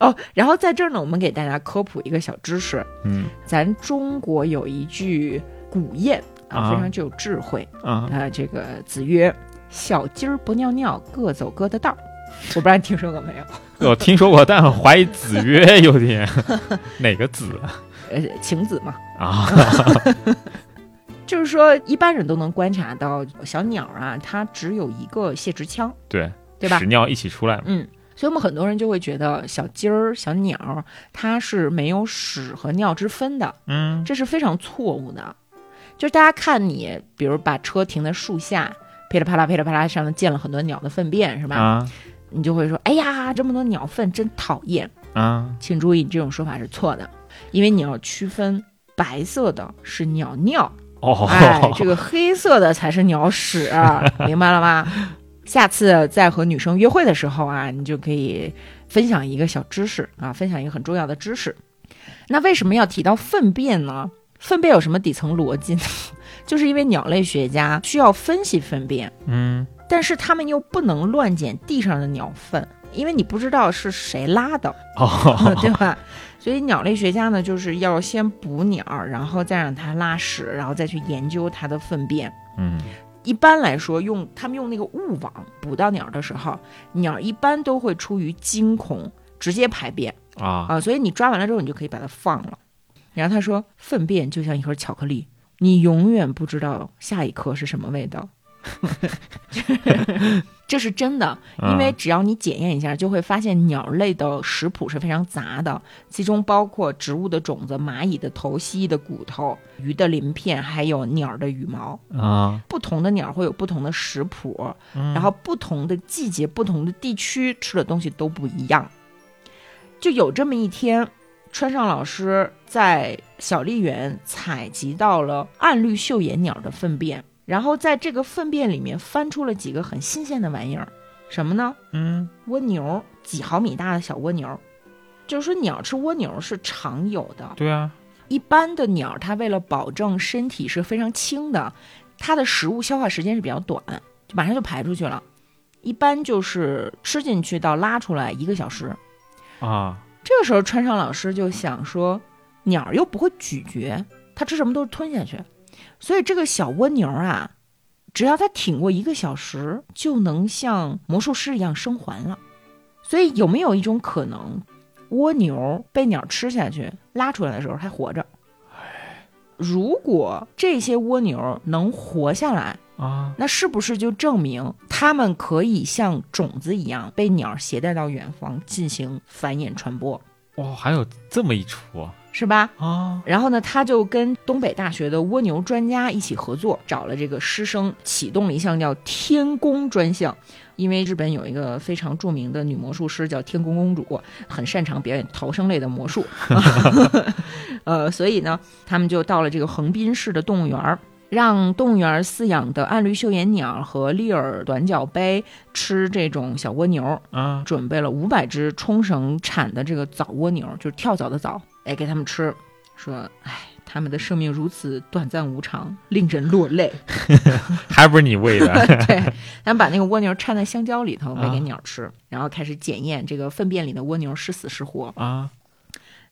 [SPEAKER 1] 哦，然后在这儿呢，我们给大家科普一个小知识，
[SPEAKER 2] 嗯
[SPEAKER 1] 咱中国有一句古谚啊，
[SPEAKER 2] 啊
[SPEAKER 1] 非常具有智慧。
[SPEAKER 2] 啊，
[SPEAKER 1] 啊，这个子曰：“小鸡儿不尿尿，各走各的道儿。”我不知道你听说过没 有？
[SPEAKER 2] 我听说过，但我怀疑子曰有点哪个子
[SPEAKER 1] 呃，晴子嘛，
[SPEAKER 2] 啊？
[SPEAKER 1] 就是说一般人都能观察到小鸟啊，它只有一个泄殖腔，
[SPEAKER 2] 对
[SPEAKER 1] 对吧
[SPEAKER 2] 屎？尿一起出来嘛。
[SPEAKER 1] 嗯，所以我们很多人就会觉得小鸡儿、小鸟它是没有屎和尿之分的，
[SPEAKER 2] 嗯
[SPEAKER 1] 这是非常错误的。就是大家看你，比如把车停在树下，噼里啪啦、噼里啪啦，上面溅了很多鸟的粪便，是吧？
[SPEAKER 2] 啊
[SPEAKER 1] 你就会说：“哎呀，这么多鸟粪，真讨厌。”
[SPEAKER 2] 啊
[SPEAKER 1] 请注意，你这种说法是错的，因为你要区分白色的是鸟尿，
[SPEAKER 2] 哦，
[SPEAKER 1] 哎，这个黑色的才是鸟屎，明白了吗？下次在和女生约会的时候啊，你就可以分享一个小知识啊，分享一个很重要的知识。那为什么要提到粪便呢？粪便有什么底层逻辑呢？ 就是因为鸟类学家需要分析粪便，
[SPEAKER 2] 嗯
[SPEAKER 1] 但是他们又不能乱捡地上的鸟粪，因为你不知道是谁拉的。
[SPEAKER 2] 哦
[SPEAKER 1] 对吧？所以鸟类学家呢，就是要先捕鸟，然后再让它拉屎，然后再去研究它的粪便。
[SPEAKER 2] 嗯
[SPEAKER 1] 一般来说，用他们用那个雾网捕到鸟的时候，鸟一般都会出于惊恐直接排便
[SPEAKER 2] 啊
[SPEAKER 1] 啊、所以你抓完了之后，你就可以把它放了。然后他说，粪便就像一盒巧克力，你永远不知道下一颗是什么味道。 这是真的，因为只要你检验一下，就会发现鸟类的食谱是非常杂的，其中包括植物的种子、蚂蚁的头、蜥蜴的骨头、鱼的鳞片，还有鸟的羽毛。
[SPEAKER 2] 啊，
[SPEAKER 1] 不同的鸟会有不同的食谱，
[SPEAKER 2] 然
[SPEAKER 1] 然后不同的季节、不同的地区吃的东西都不一样。就有这么一天，川上老师在小笠原采集到了暗绿袖眼鸟的粪便，然后在这个粪便里面翻出了几个很新鲜的玩意儿，什么呢？
[SPEAKER 2] 嗯
[SPEAKER 1] 蜗牛，几毫米大的小蜗牛。就是说，鸟吃蜗牛是常有的。
[SPEAKER 2] 对啊，
[SPEAKER 1] 一般的鸟，它为了保证身体是非常轻的，它的食物消化时间是比较短，就马上就排出去了。一般就是吃进去到拉出来一个小时。
[SPEAKER 2] 啊
[SPEAKER 1] 这个时候，川上老师就想说，鸟儿又不会咀嚼，它吃什么都是吞下去，所以这个小蜗牛啊，只要它挺过一个小时，就能像魔术师一样生还了。所以有没有一种可能，蜗牛被鸟吃下去拉出来的时候还活着？如果这些蜗牛能活下来，
[SPEAKER 2] 啊
[SPEAKER 1] 那是不是就证明它们可以像种子一样被鸟携带到远方进行繁衍传播，
[SPEAKER 2] 哇，还有这么一出
[SPEAKER 1] 是吧？
[SPEAKER 2] 啊
[SPEAKER 1] 然后呢，他就跟东北大学的蜗牛专家一起合作，找了这个师生，启动了一项叫“天宫”专项。因为日本有一个非常著名的女魔术师叫天宫公主，很擅长表演逃生类的魔术， 呃，所以呢，他们就到了这个横滨市的动物园儿，让动物园儿饲养的暗绿袖眼鸟和丽耳短角杯吃这种小蜗牛，
[SPEAKER 2] 啊
[SPEAKER 1] 准备了五百只冲绳产的这个早蜗牛，就是跳蚤的蚤，哎，给他们吃，说，哎，他们的生命如此短暂无常，令人落泪。
[SPEAKER 2] 还不是你喂的
[SPEAKER 1] 对，咱把那个蜗牛掺在香蕉里头喂
[SPEAKER 2] 啊
[SPEAKER 1] 给鸟吃，然后开始检验这个粪便里的蜗牛是死是活，
[SPEAKER 2] 啊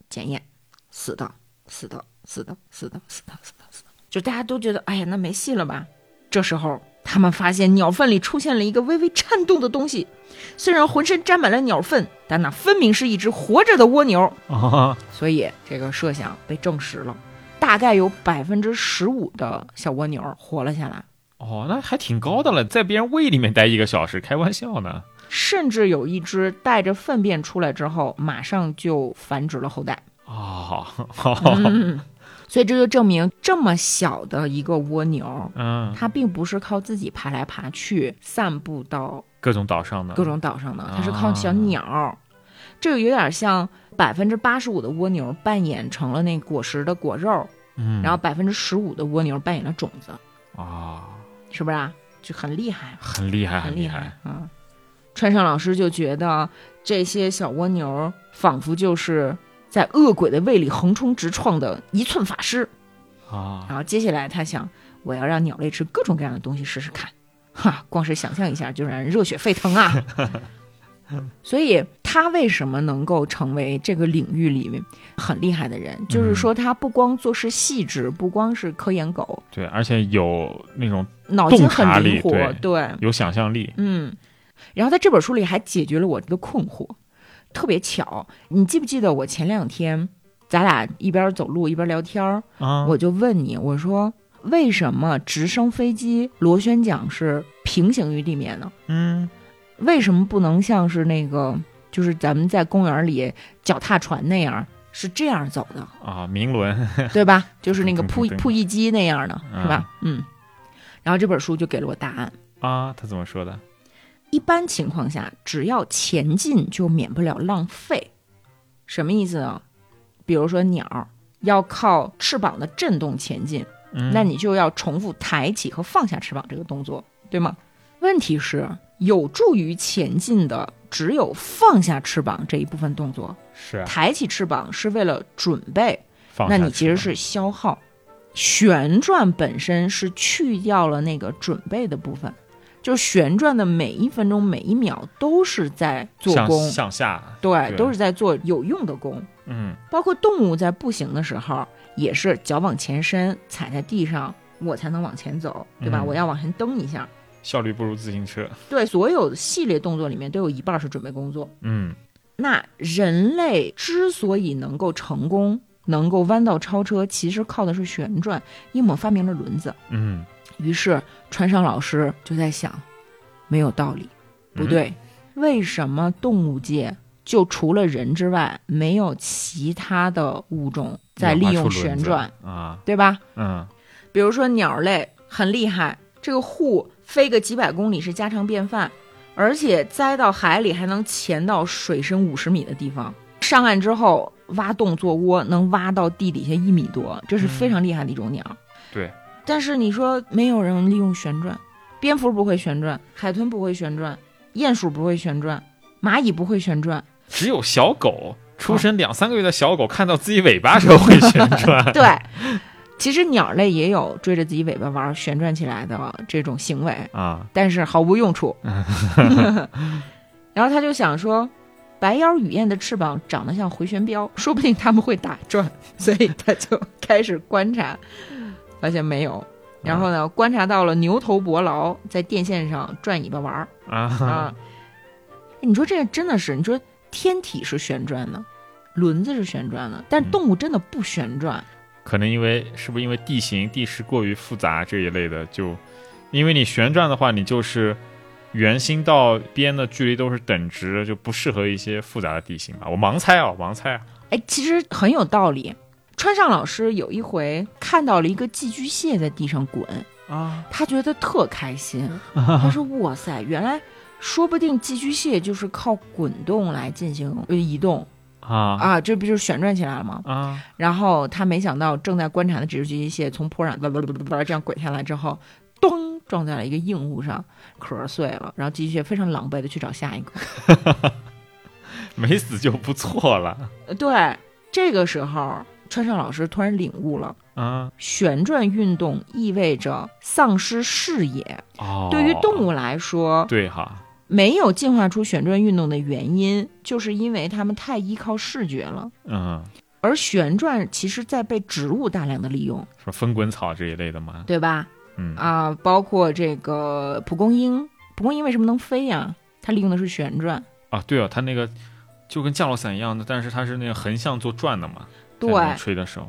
[SPEAKER 1] 检验，死的，死的，死的，死的，死的，死的，死的，就大家都觉得，哎呀，那没戏了吧？这时候。他们发现鸟粪里出现了一个微微颤动的东西，虽然浑身沾满了鸟粪，但那分明是一只活着的蜗牛。
[SPEAKER 2] 啊
[SPEAKER 1] 所以这个设想被证实了，大概有百分之十五的小蜗牛活了下来。
[SPEAKER 2] 哦，那还挺高的了，在别人胃里面待一个小时，开玩笑呢
[SPEAKER 1] 甚至有一只带着粪便出来之后，马上就繁殖了后代。
[SPEAKER 2] 哦，哦
[SPEAKER 1] 嗯，所以这就证明这么小的一个蜗牛，
[SPEAKER 2] 嗯，
[SPEAKER 1] 它并不是靠自己爬来爬去、散布到
[SPEAKER 2] 各种岛上的
[SPEAKER 1] 各种岛上的，
[SPEAKER 2] 啊
[SPEAKER 1] 它是靠小鸟儿。这个有点像百分之八十五的蜗牛扮演成了那果实的果肉，
[SPEAKER 2] 嗯，
[SPEAKER 1] 然后百分之十五的蜗牛扮演了种子，
[SPEAKER 2] 啊，
[SPEAKER 1] 是不是啊？就很厉害。
[SPEAKER 2] 很厉害，
[SPEAKER 1] 很
[SPEAKER 2] 很
[SPEAKER 1] 厉
[SPEAKER 2] 害，
[SPEAKER 1] 啊！川上老师就觉得这些小蜗牛仿佛就是在恶鬼的胃里横冲直撞的一寸法师。
[SPEAKER 2] 啊
[SPEAKER 1] 然后接下来他想，我要让鸟类吃各种各样的东西试试看。哈，光是想象一下就让人热血沸腾 啊！所以他为什么能够成为这个领域里面很厉害的人？
[SPEAKER 2] 嗯
[SPEAKER 1] 就是说他不光做事细致，不光是科研狗，
[SPEAKER 2] 对，而且有那种
[SPEAKER 1] 脑筋很
[SPEAKER 2] 洞察
[SPEAKER 1] 灵
[SPEAKER 2] 力
[SPEAKER 1] 活，
[SPEAKER 2] 对
[SPEAKER 1] 对
[SPEAKER 2] 有想象力，
[SPEAKER 1] 嗯，然后在这本书里还解决了我这个困惑，特别巧。你记不记得我前两天咱俩一边走路一边聊天儿，
[SPEAKER 2] 啊，
[SPEAKER 1] 我就问你，我说为什么直升飞机螺旋桨是平行于地面呢？
[SPEAKER 2] 嗯，
[SPEAKER 1] 为什么不能像是那个就是咱们在公园里脚踏船那样是这样走的？
[SPEAKER 2] 啊，明伦，
[SPEAKER 1] 对吧？就是那个
[SPEAKER 2] 嗯
[SPEAKER 1] 扑
[SPEAKER 2] 对
[SPEAKER 1] 扑翼机那样的，是吧？嗯。然后这本书就给了我答案。
[SPEAKER 2] 啊，他怎么说的？
[SPEAKER 1] 一般情况下，只要前进，就免不了浪费。什么意思呢？比如说鸟要靠翅膀的震动前进，
[SPEAKER 2] 嗯，
[SPEAKER 1] 那你就要重复抬起和放下翅膀这个动作，对吗？问题是，有助于前进的只有放下翅膀这一部分动作，
[SPEAKER 2] 是啊
[SPEAKER 1] 抬起翅膀是为了准备，
[SPEAKER 2] 放
[SPEAKER 1] 那
[SPEAKER 2] 下
[SPEAKER 1] 你其实
[SPEAKER 2] 翅膀
[SPEAKER 1] 是消耗。旋转本身是去掉了那个准备的部分，就是旋转的每一分钟每一秒都是在做
[SPEAKER 2] 向
[SPEAKER 1] 功，
[SPEAKER 2] 向下，
[SPEAKER 1] 对，
[SPEAKER 2] 对
[SPEAKER 1] 都是在做有用的功。
[SPEAKER 2] 嗯，
[SPEAKER 1] 包括动物在步行的时候，也是脚往前伸，踩在地上，我才能往前走，对吧？
[SPEAKER 2] 嗯
[SPEAKER 1] 我要往前蹬一下。
[SPEAKER 2] 效率不如自行车，
[SPEAKER 1] 对，所有系列动作里面都有一半是准备工作。
[SPEAKER 2] 嗯
[SPEAKER 1] 那人类之所以能够成功，能够弯道超车，其实靠的是旋转。因为我们发明了轮子，
[SPEAKER 2] 嗯，
[SPEAKER 1] 于是川上老师就在想，没有道理，不
[SPEAKER 2] 嗯
[SPEAKER 1] 对，为什么动物界就除了人之外，没有其他的物种在利用旋转，
[SPEAKER 2] 啊，
[SPEAKER 1] 对吧？
[SPEAKER 2] 嗯
[SPEAKER 1] 比如说鸟类很厉害，这个户飞个几百公里是家常便饭，而且栽到海里还能潜到水深五十米的地方，上岸之后挖洞做窝，能挖到地底下一米多，这是非常厉害的一种鸟。
[SPEAKER 2] 对。
[SPEAKER 1] 但是你说没有人利用旋转，蝙蝠不会旋转，海豚不会旋转，鼹鼠不会旋转，蚂蚁不会旋转，。
[SPEAKER 2] 只有小狗出生两三个月的小狗看到自己尾巴时候会旋转
[SPEAKER 1] 对。其实鸟类也有追着自己尾巴玩旋转起来的这种行为，
[SPEAKER 2] 啊，
[SPEAKER 1] 但是毫无用处。 然后他就想说，白腰雨燕的翅膀长得像回旋镖， 说不定他们会打转， 所以他就开始观察，发现没有。然后呢，观察到了牛头伯劳在电线上转尾巴玩儿
[SPEAKER 2] 啊，
[SPEAKER 1] 啊。你说这个真的是，你说天体是旋转的，轮子是旋转的，但
[SPEAKER 2] 嗯
[SPEAKER 1] 动物真的不旋转。
[SPEAKER 2] 可能因为是不是因为地形地势过于复杂这一类的，就因为你旋转的话，你就是圆心到边的距离都是等值的，就不适合一些复杂的地形吧。我盲猜啊，盲猜啊，
[SPEAKER 1] 哎，其实很有道理。川上老师有一回看到了一个寄居蟹在地上滚，
[SPEAKER 2] 啊，
[SPEAKER 1] 他觉得特开心。
[SPEAKER 2] 嗯
[SPEAKER 1] 他说：“哇塞，原来说不定寄居蟹就是靠滚动来进行呃移动
[SPEAKER 2] 啊
[SPEAKER 1] 啊，这不就是旋转起来了吗？”
[SPEAKER 2] 啊
[SPEAKER 1] 然后他没想到，正在观察的这只寄居蟹从坡上叭叭叭叭叭这样滚下来之后，咚撞在了一个硬物上，壳儿碎了。然后寄居蟹非常狼狈的去找下一个。
[SPEAKER 2] 没死就不错了
[SPEAKER 1] 呃对，这个时候川上老师突然领悟了。
[SPEAKER 2] 啊。
[SPEAKER 1] 旋转运动意味着丧失视野。
[SPEAKER 2] 哦，
[SPEAKER 1] 对于动物来说，
[SPEAKER 2] 对哈，
[SPEAKER 1] 没有进化出旋转运动的原因，就是因为它们太依靠视觉了。
[SPEAKER 2] 嗯，
[SPEAKER 1] 而旋转其实在被植物大量的利用，
[SPEAKER 2] 什么风滚草这一类的嘛，
[SPEAKER 1] 对吧？
[SPEAKER 2] 嗯
[SPEAKER 1] 啊、包括这个蒲公英，蒲公英为什么能飞呀？它利用的是旋转。
[SPEAKER 2] 啊，对啊，它那个就跟降落伞一样的，但是它是那个横向做转的嘛，在
[SPEAKER 1] 对，
[SPEAKER 2] 那边吹的时候，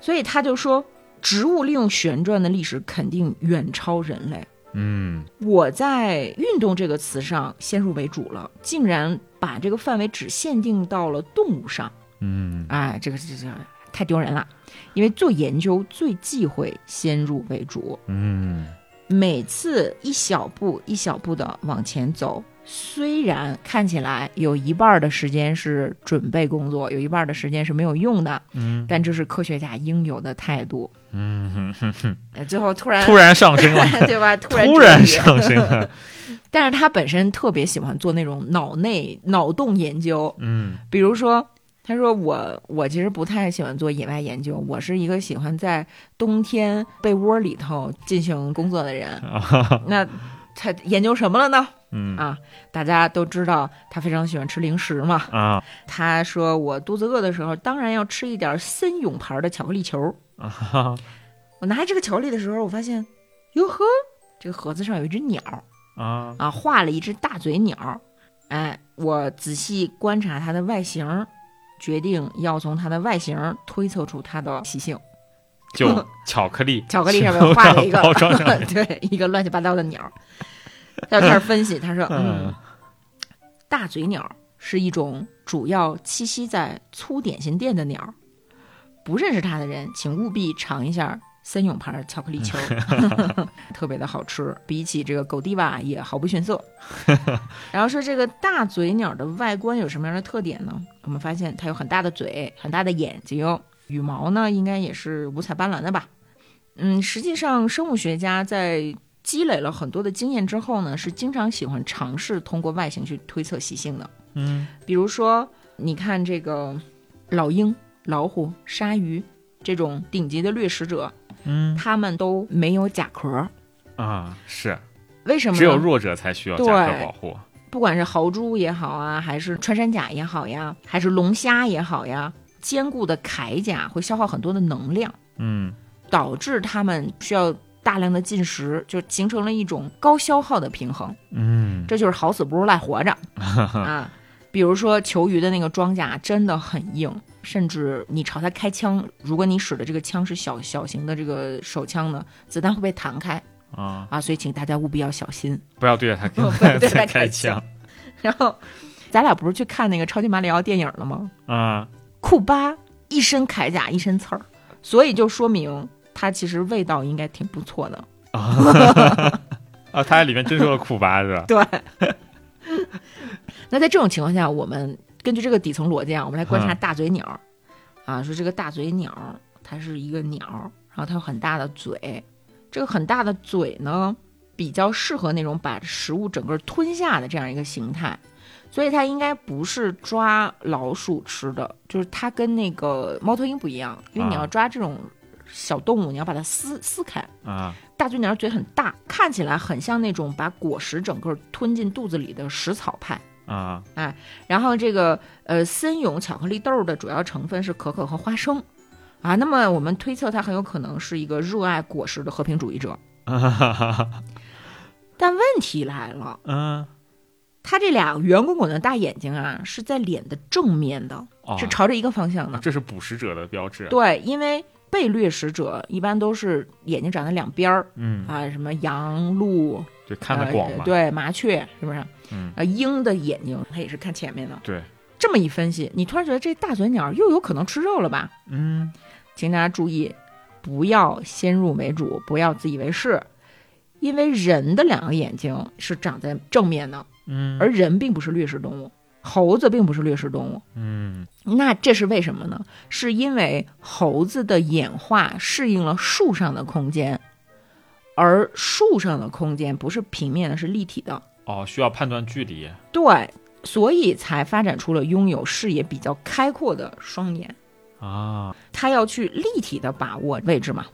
[SPEAKER 1] 所以他就说，植物利用旋转的历史肯定远超人类。
[SPEAKER 2] 嗯
[SPEAKER 1] 我在“运动”这个词上先入为主了，竟然把这个范围只限定到了动物上，
[SPEAKER 2] 嗯
[SPEAKER 1] 哎，这个这这太丢人了。因为做研究最忌讳先入为主，
[SPEAKER 2] 嗯
[SPEAKER 1] 每次一小步一小步的往前走，虽然看起来有一半儿的时间是准备工作，有一半儿的时间是没有用的，
[SPEAKER 2] 嗯
[SPEAKER 1] 但这是科学家应有的态度。
[SPEAKER 2] 嗯哼哼哼，
[SPEAKER 1] 呃最后突然
[SPEAKER 2] 突然上升了，
[SPEAKER 1] 对吧？突然
[SPEAKER 2] 突然
[SPEAKER 1] 转
[SPEAKER 2] 上升了，
[SPEAKER 1] 但是他本身特别喜欢做那种脑内脑洞研究，
[SPEAKER 2] 嗯
[SPEAKER 1] 比如说，他说我我其实不太喜欢做野外研究，我是一个喜欢在冬天被窝里头进行工作的人。 那他研究什么了呢？
[SPEAKER 2] 嗯
[SPEAKER 1] 啊，大家都知道他非常喜欢吃零食嘛。
[SPEAKER 2] 啊
[SPEAKER 1] 他说我肚子饿的时候，当然要吃一点森永牌的巧克力球。
[SPEAKER 2] 啊哈
[SPEAKER 1] 我拿这个巧克力的时候，我发现，哟呵，这个盒子上有一只鸟。
[SPEAKER 2] 啊
[SPEAKER 1] 啊，画了一只大嘴鸟。哎，我仔细观察它的外形，决定要从它的外形推测出它的习性。
[SPEAKER 2] 就巧克力，
[SPEAKER 1] 巧克力上面画了一个
[SPEAKER 2] 包装上
[SPEAKER 1] 对，一个乱七八糟的鸟。他就开始分析，他说：“嗯
[SPEAKER 2] 嗯，
[SPEAKER 1] 大嘴鸟是一种主要栖息在粗点心店的鸟，不认识它的人，请务必尝一下森永牌巧克力球，特别的好吃，比起这个狗迪瓦也毫不逊色。然后说这个大嘴鸟的外观有什么样的特点呢？我们发现它有很大的嘴，很大的眼睛，羽毛呢应该也是五彩斑斓的吧。嗯，实际上生物学家在积累了很多的经验之后呢，是经常喜欢尝试通过外形去推测习性的。
[SPEAKER 2] 嗯
[SPEAKER 1] 比如说，你看这个老鹰、老虎、鲨鱼这种顶级的掠食者，
[SPEAKER 2] 嗯
[SPEAKER 1] 它们都没有甲壳，
[SPEAKER 2] 啊是，
[SPEAKER 1] 为什么呢？
[SPEAKER 2] 只有弱者才需要加
[SPEAKER 1] 对
[SPEAKER 2] 克保护，
[SPEAKER 1] 不管是豪猪也好啊，还是穿山甲也好呀，还是龙虾也好呀，坚固的铠甲会消耗很多的能量，
[SPEAKER 2] 嗯
[SPEAKER 1] 导致它们需要大量的进食，就形成了一种高消耗的平衡。
[SPEAKER 2] 嗯
[SPEAKER 1] 这就是好死不如赖活着啊。比如说球鱼的那个装甲真的很硬，甚至你朝它开枪，如果你使的这个枪是小小型的这个手枪呢，子弹会被弹开
[SPEAKER 2] 啊
[SPEAKER 1] 啊，所以请大家务必要小心。
[SPEAKER 2] 不要对着它
[SPEAKER 1] 不要对着它开
[SPEAKER 2] 再开
[SPEAKER 1] 枪
[SPEAKER 2] 枪
[SPEAKER 1] 然后，咱俩不是去看那个超级马里奥电影了吗？
[SPEAKER 2] 啊
[SPEAKER 1] 库巴一身铠甲，一身刺儿，所以就说明它其实味道应该挺不错的。
[SPEAKER 2] 啊，它里面真说了库巴是吧？
[SPEAKER 1] 对。那在这种情况下，我们根据这个底层逻辑啊，我们来观察
[SPEAKER 2] 嗯
[SPEAKER 1] 大嘴鸟，啊，说这个大嘴鸟它是一个鸟，然后它有很大的嘴，这个很大的嘴呢，比较适合那种把食物整个吞下的这样一个形态。所以它应该不是抓老鼠吃的，就是它跟那个猫头鹰不一样，因为你
[SPEAKER 2] 啊
[SPEAKER 1] 要抓这种小动物，你要把它撕撕开，
[SPEAKER 2] 啊
[SPEAKER 1] 大嘴鸟嘴很大，看起来很像那种把果实整个吞进肚子里的食草派。
[SPEAKER 2] 啊
[SPEAKER 1] 然后这个呃，森永巧克力豆的主要成分是可可和花生，啊，那么我们推测它很有可能是一个热爱果实的和平主义者。
[SPEAKER 2] 啊
[SPEAKER 1] 但问题来了，
[SPEAKER 2] 嗯
[SPEAKER 1] 它这俩圆滚滚的大眼睛啊，是在脸的正面的，
[SPEAKER 2] 哦
[SPEAKER 1] 是朝着一个方向的。
[SPEAKER 2] 这是捕食者的标志，
[SPEAKER 1] 对，因为被掠食者一般都是眼睛长在两边儿
[SPEAKER 2] 嗯
[SPEAKER 1] 啊，什么羊、鹿、
[SPEAKER 2] 对，看得
[SPEAKER 1] 呃
[SPEAKER 2] 广嘛，
[SPEAKER 1] 对，麻雀是不是？
[SPEAKER 2] 嗯，
[SPEAKER 1] 呃，鹰的眼睛它也是看前面的。
[SPEAKER 2] 对，
[SPEAKER 1] 这么一分析，你突然觉得这大嘴鸟又有可能吃肉了吧？
[SPEAKER 2] 嗯
[SPEAKER 1] 请大家注意，不要先入为主，不要自以为是，因为人的两个眼睛是长在正面的，
[SPEAKER 2] 嗯
[SPEAKER 1] 而人并不是掠食动物，猴子并不是掠食动物。
[SPEAKER 2] 嗯
[SPEAKER 1] 那这是为什么呢？是因为猴子的演化适应了树上的空间，而树上的空间不是平面的，是立体的。
[SPEAKER 2] 哦，需要判断距离，
[SPEAKER 1] 对，所以才发展出了拥有视野比较开阔的双眼。
[SPEAKER 2] 啊，
[SPEAKER 1] 它要去立体的把握位置嘛，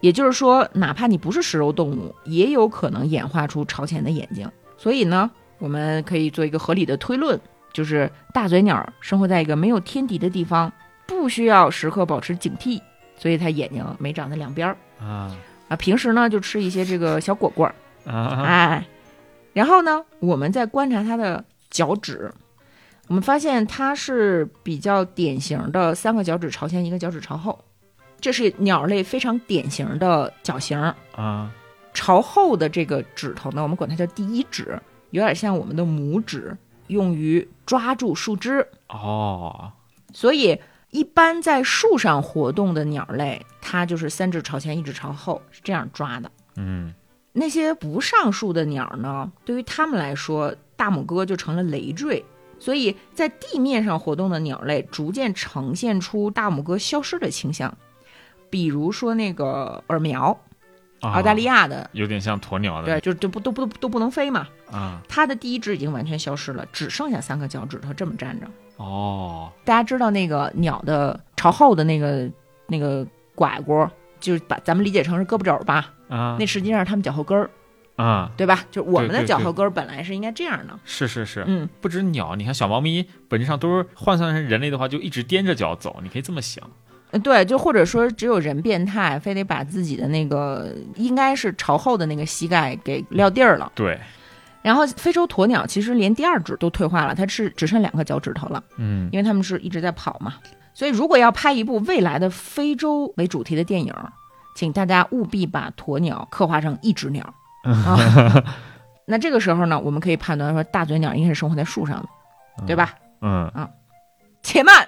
[SPEAKER 1] 也就是说，哪怕你不是食肉动物，也有可能演化出朝前的眼睛。所以呢，我们可以做一个合理的推论，就是大嘴鸟生活在一个没有天敌的地方，不需要时刻保持警惕，所以它眼睛没长在两边儿
[SPEAKER 2] 啊
[SPEAKER 1] 啊。平时呢，就吃一些这个小果果儿。
[SPEAKER 2] 啊
[SPEAKER 1] 哎，然后呢，我们再观察它的脚趾，我们发现它是比较典型的三个脚趾朝前，一个脚趾朝后，这是鸟类非常典型的脚型。
[SPEAKER 2] 啊
[SPEAKER 1] 朝后的这个指头呢，我们管它叫第一指，有点像我们的拇指，用于抓住树枝。
[SPEAKER 2] 哦，
[SPEAKER 1] 所以一般在树上活动的鸟类，它就是三指朝前，一指朝后，是这样抓的。
[SPEAKER 2] 嗯，
[SPEAKER 1] 那些不上树的鸟呢，对于它们来说，大拇哥就成了累赘。所以在地面上活动的鸟类，逐渐呈现出大拇哥消失的倾向。比如说那个耳苗，
[SPEAKER 2] 啊嗯
[SPEAKER 1] 澳大利亚的，
[SPEAKER 2] 有点像鸵鸟的
[SPEAKER 1] 对，就就不都不都不能飞嘛，
[SPEAKER 2] 啊，
[SPEAKER 1] 它的第一只已经完全消失了，只剩下三个脚趾头这么站着。
[SPEAKER 2] 哦，
[SPEAKER 1] 大家知道那个鸟的朝后的那个那个拐棍，就是把咱们理解成是胳膊肘儿吧，
[SPEAKER 2] 啊
[SPEAKER 1] 那实际上是它们脚后跟儿，
[SPEAKER 2] 啊，
[SPEAKER 1] 对吧？就是我们
[SPEAKER 2] 对
[SPEAKER 1] 的
[SPEAKER 2] 对
[SPEAKER 1] 脚后跟儿本来是应该这样的，
[SPEAKER 2] 是是是，
[SPEAKER 1] 嗯，
[SPEAKER 2] 不止鸟，你看小猫咪本质上都是换算成人类的话，就一直踮着脚走，你可以这么想。
[SPEAKER 1] 呃对，就或者说只有人变态，非得把自己的那个应该是朝后的那个膝盖给撂地儿了。
[SPEAKER 2] 对，
[SPEAKER 1] 然后非洲鸵鸟其实连第二指都退化了，它是只剩两个脚趾头了，
[SPEAKER 2] 嗯，
[SPEAKER 1] 因为它们是一直在跑嘛。所以如果要拍一部未来的非洲为主题的电影，请大家务必把鸵鸟刻画成一只 鸟。啊，那这个时候呢，我们可以判断说大嘴鸟应该是生活在树上的，对吧？
[SPEAKER 2] 嗯，
[SPEAKER 1] 且慢，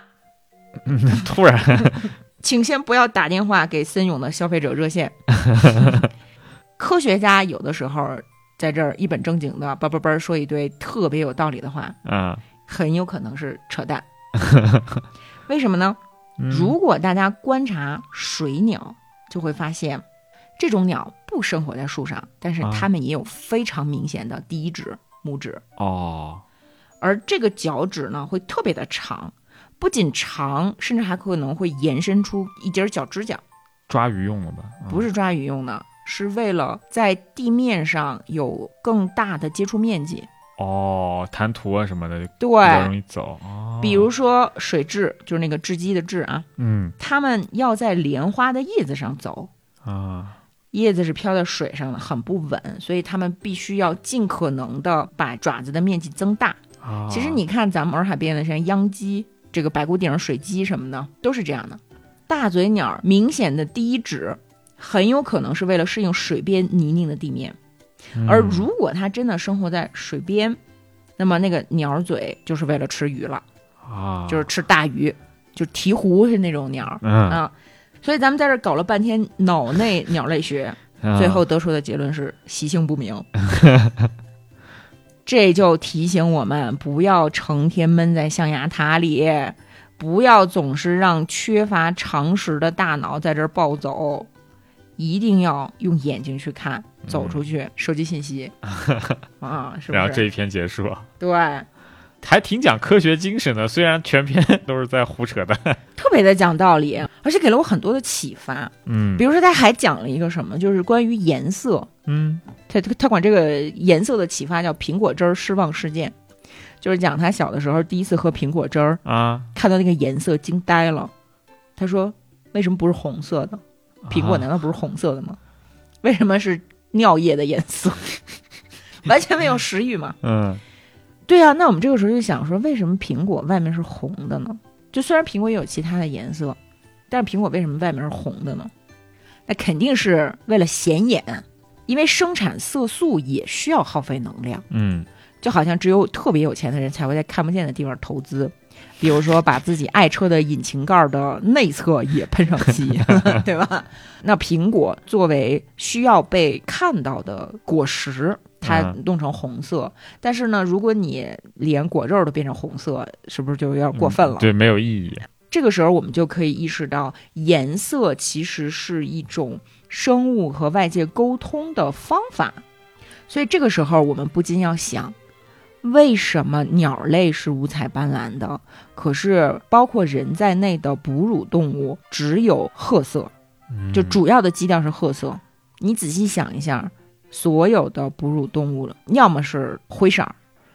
[SPEAKER 2] 突然，
[SPEAKER 1] 请先不要打电话给森永的消费者热 线。科学家有的时候在这儿一本正经的叭叭叭说一堆特别有道理的话，
[SPEAKER 2] 嗯，
[SPEAKER 1] 很有可能是扯 淡。为什么呢？
[SPEAKER 2] 嗯
[SPEAKER 1] 如果大家观察水鸟，就会发现这种鸟不生活在树上，但是
[SPEAKER 2] 啊
[SPEAKER 1] 它们也有非常明显的第一指、拇指。
[SPEAKER 2] 哦，
[SPEAKER 1] 而这个脚趾呢会特别的长，不仅长，甚至还可能会延伸出一节脚指甲，
[SPEAKER 2] 抓鱼用了吧？嗯
[SPEAKER 1] 不
[SPEAKER 2] 是，
[SPEAKER 1] 是抓鱼用的，是为了在地面上有更大的接触面积。
[SPEAKER 2] 哦，弹涂啊什么的，比较
[SPEAKER 1] 对，
[SPEAKER 2] 容易走。哦，
[SPEAKER 1] 比如，说水蛭，就是那个雉鸡的雉啊，
[SPEAKER 2] 嗯
[SPEAKER 1] 它们要在莲花的叶子上走。
[SPEAKER 2] 啊，
[SPEAKER 1] 叶子是飘在水上的，很不稳，所以它们必须要尽可能的把爪子的面积增大。
[SPEAKER 2] 啊
[SPEAKER 1] 其实你看咱们洱海边的像秧鸡、这个白骨顶水鸡什么的，都是这样的。大嘴鸟明显的第一指，很有可能是为了适应水边泥泞的地面。而
[SPEAKER 2] 嗯
[SPEAKER 1] 如果它真的生活在水边，那么那个鸟嘴就是为了吃鱼了，
[SPEAKER 2] 啊，
[SPEAKER 1] 就是吃大鱼，就鹈鹕是那种鸟儿
[SPEAKER 2] 嗯，
[SPEAKER 1] 啊。所以咱们在这儿搞了半天脑内鸟类学，
[SPEAKER 2] 嗯
[SPEAKER 1] 最后得出的结论是习性不明。 这就提醒我们，不要成天闷在象牙塔里，不要总是让缺乏常识的大脑在这儿暴走，一定要用眼睛去看，走出去，收集信息。啊，是
[SPEAKER 2] 然
[SPEAKER 1] 不
[SPEAKER 2] 后这
[SPEAKER 1] 是？
[SPEAKER 2] 一篇结束，
[SPEAKER 1] 对，
[SPEAKER 2] 还挺讲科学精神的，虽然全篇都是在胡扯的。
[SPEAKER 1] 特别的讲道理，而且给了我很多的启发。
[SPEAKER 2] 嗯
[SPEAKER 1] 比如说，他还讲了一个什么，就是关于颜色。
[SPEAKER 2] 嗯
[SPEAKER 1] 他他管这个颜色的启发叫苹果汁儿失望事件，就是讲他小的时候第一次喝苹果汁儿，
[SPEAKER 2] 啊，
[SPEAKER 1] 看到那个颜色惊呆了。他说：“为什么不是红色的？苹果
[SPEAKER 2] 啊
[SPEAKER 1] 难道不是红色的吗？为什么是尿液的颜色？ 完全没有食欲嘛？
[SPEAKER 2] 嗯
[SPEAKER 1] 对啊，那我们这个时候就想说，为什么苹果外面是红的呢？就虽然苹果也有其他的颜色，但是苹果为什么外面是红的呢？那肯定是为了显眼，因为生产色素也需要耗费能量，
[SPEAKER 2] 嗯
[SPEAKER 1] 就好像只有特别有钱的人才会在看不见的地方投资，比如说把自己爱车的引擎盖的内侧也喷上 漆，对吧？那苹果作为需要被看到的果实，它
[SPEAKER 2] 嗯
[SPEAKER 1] 弄成红色，但是呢，如果你连果肉都变成红色，是不是就有点过分了？
[SPEAKER 2] 嗯对，没有意义。
[SPEAKER 1] 这个时候我们就可以意识到，颜色其实是一种生物和外界沟通的方法。所以这个时候，我们不禁要想，为什么鸟类是五彩斑斓的，可是包括人在内的哺乳动物只有褐色，
[SPEAKER 2] 嗯
[SPEAKER 1] 就主要的基调是褐色。你仔细想一下，所有的哺乳动物了，要么是灰色儿，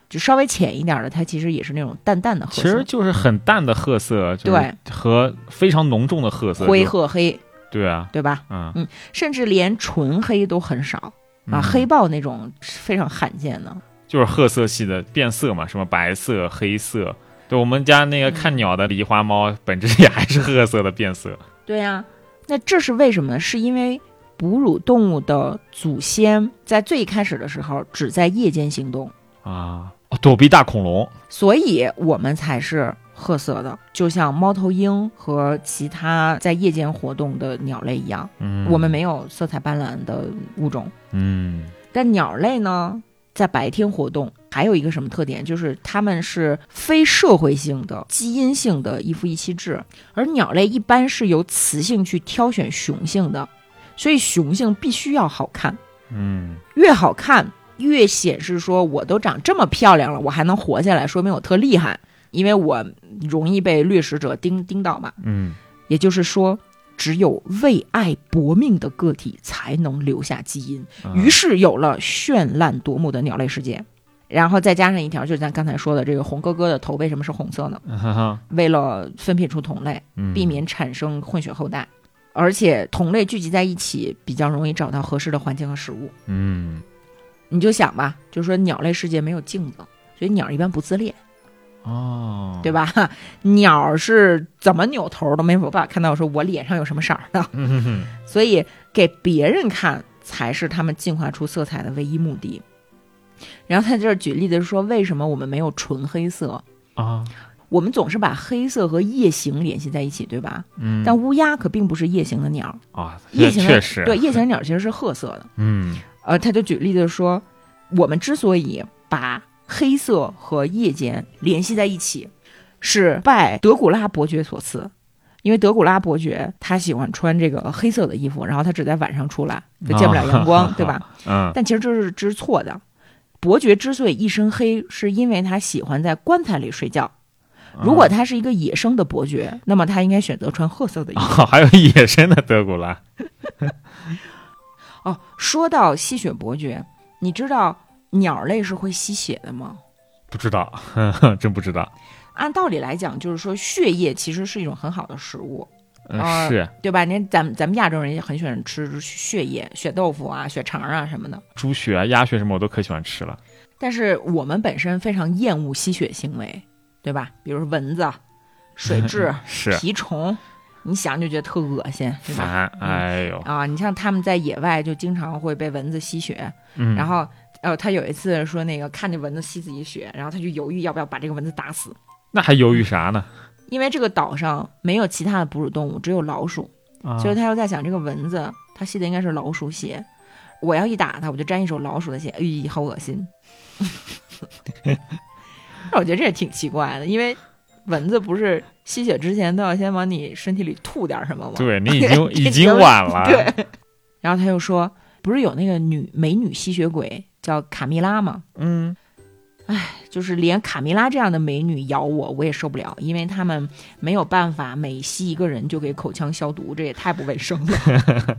[SPEAKER 1] 就稍微浅一点的，它其实也是那种淡淡的褐
[SPEAKER 2] 其
[SPEAKER 1] 色。
[SPEAKER 2] 实就是很淡的褐色，就是
[SPEAKER 1] 对
[SPEAKER 2] 和非常浓重的褐色，
[SPEAKER 1] 灰
[SPEAKER 2] 就
[SPEAKER 1] 褐黑，
[SPEAKER 2] 对啊，
[SPEAKER 1] 对吧？
[SPEAKER 2] 嗯
[SPEAKER 1] 甚至连纯黑都很少啊，
[SPEAKER 2] 嗯
[SPEAKER 1] 黑豹那种是非常罕见的。
[SPEAKER 2] 就是褐色系的变色嘛，什么白色、黑色。对我们家那个
[SPEAKER 1] 嗯
[SPEAKER 2] 看鸟的狸花猫，本质也还是褐色的变色。
[SPEAKER 1] 对呀、那这是为什么？是因为哺乳动物的祖先在最开始的时候只在夜间行动，
[SPEAKER 2] 啊，哦躲避大恐龙，
[SPEAKER 1] 所以我们才是褐色的，就像猫头鹰和其他在夜间活动的鸟类一样，
[SPEAKER 2] 嗯，
[SPEAKER 1] 我们没有色彩斑斓的物种。
[SPEAKER 2] 嗯，
[SPEAKER 1] 但鸟类呢，在白天活动，还有一个什么特点，就是它们是非社会性的、基因性的一夫一妻制，而鸟类一般是由雌性去挑选雄性的，所以雄性必须要好看，
[SPEAKER 2] 嗯
[SPEAKER 1] 越好看越显示说我都长这么漂亮了，我还能活下来，说明我特厉害，因为我容易被掠食者盯盯到嘛。
[SPEAKER 2] 嗯
[SPEAKER 1] 也就是说，只有为爱搏命的个体才能留下基因。
[SPEAKER 2] 嗯，
[SPEAKER 1] 于是有了绚烂夺目的鸟类世界。然后再加上一条，就是咱刚才说的，这个红哥哥的头为什么是红色呢？
[SPEAKER 2] 啊哈哈
[SPEAKER 1] 为了分辨出同类，
[SPEAKER 2] 嗯
[SPEAKER 1] 避免产生混血后代，而且同类聚集在一起比较容易找到合适的环境和食物。
[SPEAKER 2] 嗯
[SPEAKER 1] 你就想吧，就是说鸟类世界没有镜子，所以鸟一般不自恋，
[SPEAKER 2] 哦，
[SPEAKER 1] 对吧？ 鸟是怎么扭头都没有办法看到说我脸上有什么色儿的，
[SPEAKER 2] 嗯哼哼
[SPEAKER 1] 所以给别人看才是他们进化出色彩的唯一目的。然后他这儿举例子说，为什么我们没有纯黑色？
[SPEAKER 2] 啊，
[SPEAKER 1] 我们总是把黑色和夜行联系在一起，对吧？
[SPEAKER 2] 嗯，
[SPEAKER 1] 但乌鸦可并不是夜行的鸟，
[SPEAKER 2] 啊，
[SPEAKER 1] 夜
[SPEAKER 2] 这
[SPEAKER 1] 行的
[SPEAKER 2] 确实
[SPEAKER 1] 对，夜行的鸟其实是褐色的。
[SPEAKER 2] 嗯
[SPEAKER 1] 呃，他就举例子说，我们之所以把黑色和夜间联系在一起，是拜德古拉伯爵所赐。因为德古拉伯爵他喜欢穿这个黑色的衣服，然后他只在晚上出来，就见不了阳光，对吧？
[SPEAKER 2] 嗯
[SPEAKER 1] 但其实这是这是错的。伯爵之所以一身黑，是因为他喜欢在棺材里睡觉。
[SPEAKER 2] 哦
[SPEAKER 1] 如果他是一个野生的伯爵，那么他应该选择穿褐色的衣服。
[SPEAKER 2] 哦， 还有野生的德古拉，
[SPEAKER 1] 哦，说到吸血伯爵，你知道鸟类是会吸血的吗？
[SPEAKER 2] 不知道， 呵呵真不知道，
[SPEAKER 1] 按道理来讲，就是说血液其实是一种很好的食物，啊
[SPEAKER 2] 嗯是
[SPEAKER 1] 对吧？你看咱们咱们亚洲人也很喜欢吃血液、血豆腐啊、血肠啊什么的。
[SPEAKER 2] 猪血啊、鸭血什么我都可喜欢吃了，
[SPEAKER 1] 但是我们本身非常厌恶吸血行为，对吧？比如说蚊子、水蛭、
[SPEAKER 2] 嗯 是
[SPEAKER 1] 蜱虫，你想就觉得特恶心，对吧？
[SPEAKER 2] 烦，哎呦，
[SPEAKER 1] 啊，你像他们在野外就经常会被蚊子吸血，
[SPEAKER 2] 嗯，
[SPEAKER 1] 然后呃，他有一次说那个看见蚊子吸自己血，然后他就犹豫要不要把这个蚊子打死，
[SPEAKER 2] 那还犹豫啥呢？
[SPEAKER 1] 因为这个岛上没有其他的哺乳动物，只有老鼠，
[SPEAKER 2] 啊
[SPEAKER 1] 所以他又在想这个蚊子，他吸的应该是老鼠血，我要一打它，我就沾一手老鼠的血，哎，好恶心。 那我觉得这也挺奇怪的，因为蚊子不是吸血之前都要先往你身体里吐点什么吗？
[SPEAKER 2] 对啊你已经已
[SPEAKER 1] 这
[SPEAKER 2] 经
[SPEAKER 1] 都
[SPEAKER 2] 晚了，
[SPEAKER 1] 对。然后他又说，不是有那个女美女吸血鬼叫卡蜜拉吗？
[SPEAKER 2] 嗯
[SPEAKER 1] 就是连卡蜜拉这样的美女咬我，我也受不了，因为他们没有办法每吸一个人就给口腔消毒，这也太不卫生了。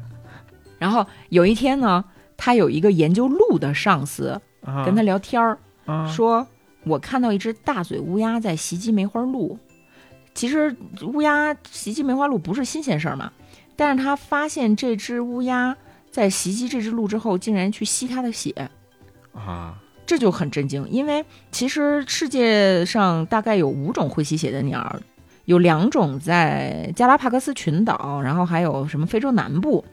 [SPEAKER 1] 然后有一天呢，他有一个研究鹿的上司
[SPEAKER 2] 啊
[SPEAKER 1] 跟他聊天儿，
[SPEAKER 2] 啊
[SPEAKER 1] 说我看到一只大嘴乌鸦在袭击梅花鹿。其实乌鸦袭击梅花鹿不是新鲜事儿嘛，但是他发现这只乌鸦在袭击这只鹿之后，竟然去吸它的血，
[SPEAKER 2] 啊
[SPEAKER 1] 这就很震惊。因为其实世界上大概有五种会吸血的鸟儿，有两种在加拉帕戈斯群岛，然后还有什么非洲南部，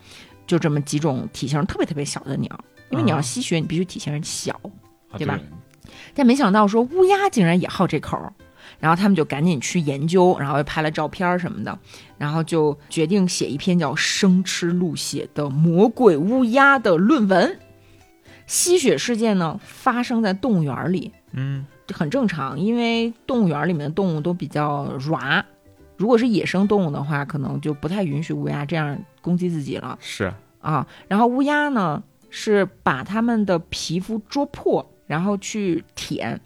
[SPEAKER 1] 就这么几种体型特别特别小的鸟。因为你要
[SPEAKER 2] 啊
[SPEAKER 1] 吸血，你必须体型小。
[SPEAKER 2] 啊
[SPEAKER 1] 对吧？但没想到说乌鸦竟然也好这口儿，然后他们就赶紧去研究，然后又拍了照片儿什么的，然后就决定写一篇叫《生吃鹿血的魔鬼乌鸦》的论文。吸血事件呢发生在动物园儿里，
[SPEAKER 2] 嗯
[SPEAKER 1] 很正常，因为动物园儿里面的动物都比较软。如果是野生动物的话，可能就不太允许乌鸦这样攻击自己了。
[SPEAKER 2] 是
[SPEAKER 1] 啊，然后乌鸦呢是把它们的皮肤啄破，然后去舔，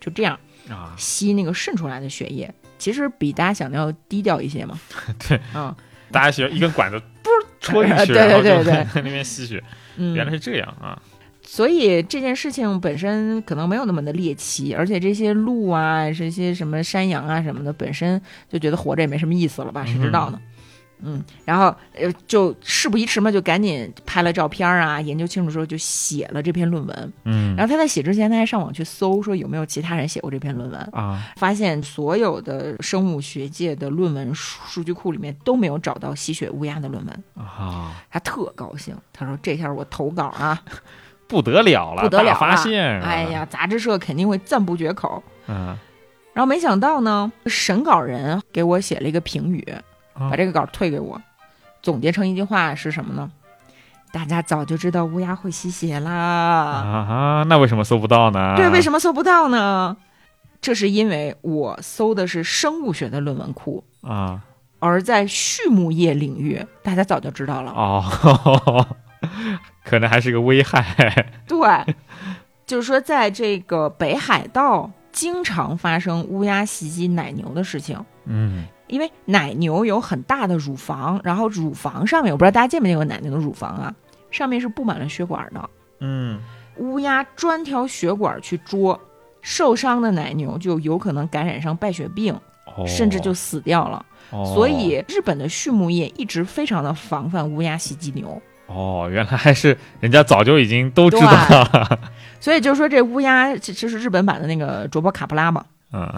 [SPEAKER 1] 就这样
[SPEAKER 2] 啊
[SPEAKER 1] 吸那个渗出来的血液。其实比大家想的要低调一些嘛。
[SPEAKER 2] 对，
[SPEAKER 1] 啊，
[SPEAKER 2] 大家喜欢一根 管子不戳进去，
[SPEAKER 1] 对对
[SPEAKER 2] 然后
[SPEAKER 1] 对
[SPEAKER 2] 就
[SPEAKER 1] 对
[SPEAKER 2] 在那边吸血，
[SPEAKER 1] 嗯，
[SPEAKER 2] 原来是这样啊，
[SPEAKER 1] 所以这件事情本身可能没有那么的猎奇，而且这些鹿啊，这些什么山羊啊什么的，本身就觉得活着也没什么意思了吧？谁知道呢？嗯，然后呃，就事不宜迟嘛，就赶紧拍了照片啊，研究清楚之后就写了这篇论文。
[SPEAKER 2] 嗯
[SPEAKER 1] 然后他在写之前，他还上网去搜，说有没有其他人写过这篇论文，
[SPEAKER 2] 啊，
[SPEAKER 1] 发现所有的生物学界的论文数数据库里面都没有找到吸血乌鸦的论文，
[SPEAKER 2] 啊，
[SPEAKER 1] 他特高兴，他说这下我投稿啊，
[SPEAKER 2] 不得了了，
[SPEAKER 1] 不得了
[SPEAKER 2] 大发
[SPEAKER 1] 了
[SPEAKER 2] 现，啊
[SPEAKER 1] 哎，呀，杂志社肯定会赞不绝口。
[SPEAKER 2] 嗯，
[SPEAKER 1] 然后没想到呢，审稿人给我写了一个评语，
[SPEAKER 2] 啊
[SPEAKER 1] 把这个稿退给我，总结成一句话是什么呢？大家早就知道乌鸦会吸血啦，
[SPEAKER 2] 啊哈，那为什么搜不到呢？
[SPEAKER 1] 对，为什么搜不到呢？这是因为我搜的是生物学的论文库，
[SPEAKER 2] 么啊？
[SPEAKER 1] 而在畜牧业领域，大家早就知道了。
[SPEAKER 2] 哦， 可能还是个危害。
[SPEAKER 1] 对，就是说，在这个北海道经常发生乌鸦袭击奶牛的事情。
[SPEAKER 2] 嗯
[SPEAKER 1] 因为奶牛有很大的乳房，然后乳房上面我不知道大家见没见过奶牛的乳房啊，上面是布满了血管的。
[SPEAKER 2] 嗯
[SPEAKER 1] 乌鸦专挑血管去捉，受伤的奶牛就有可能感染上败血病，
[SPEAKER 2] 哦
[SPEAKER 1] 甚至就死掉了。
[SPEAKER 2] 哦
[SPEAKER 1] 所以日本的畜牧业一直非常的防范乌鸦袭击牛。
[SPEAKER 2] 哦，原来是人家早就已经都知道了。
[SPEAKER 1] 所以就是说这乌鸦这这是日本版的那个卓博卡布拉嘛，
[SPEAKER 2] 嗯，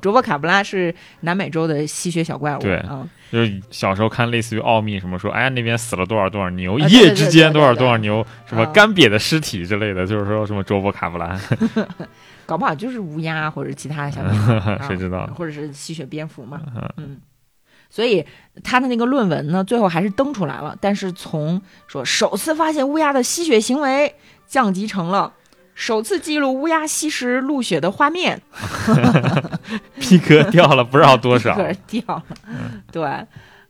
[SPEAKER 1] 卓博卡布拉是南美洲的吸血小怪物。
[SPEAKER 2] 对
[SPEAKER 1] 嗯，
[SPEAKER 2] 就是小时候看类似于奥秘什么说，哎，那边死了多少多少牛，
[SPEAKER 1] 啊
[SPEAKER 2] 一
[SPEAKER 1] 对
[SPEAKER 2] 夜
[SPEAKER 1] 对
[SPEAKER 2] 之
[SPEAKER 1] 对
[SPEAKER 2] 间
[SPEAKER 1] 对
[SPEAKER 2] 多少
[SPEAKER 1] 对
[SPEAKER 2] 多少牛，什么
[SPEAKER 1] 啊
[SPEAKER 2] 干瘪的尸体之类的，就是说什么卓博卡布兰，
[SPEAKER 1] 搞不好就是乌鸦或者其他的
[SPEAKER 2] ，
[SPEAKER 1] 小鸟
[SPEAKER 2] 谁知道
[SPEAKER 1] 啊或者是吸血蝙蝠嘛
[SPEAKER 2] 嗯。
[SPEAKER 1] 嗯，所以他的那个论文呢，最后还是登出来了，但是从说首次发现乌鸦的吸血行为降级成了。首次记录乌鸦吸食鹿血的画面，
[SPEAKER 2] 皮革掉了不知道多少啊
[SPEAKER 1] 个。儿掉了。对，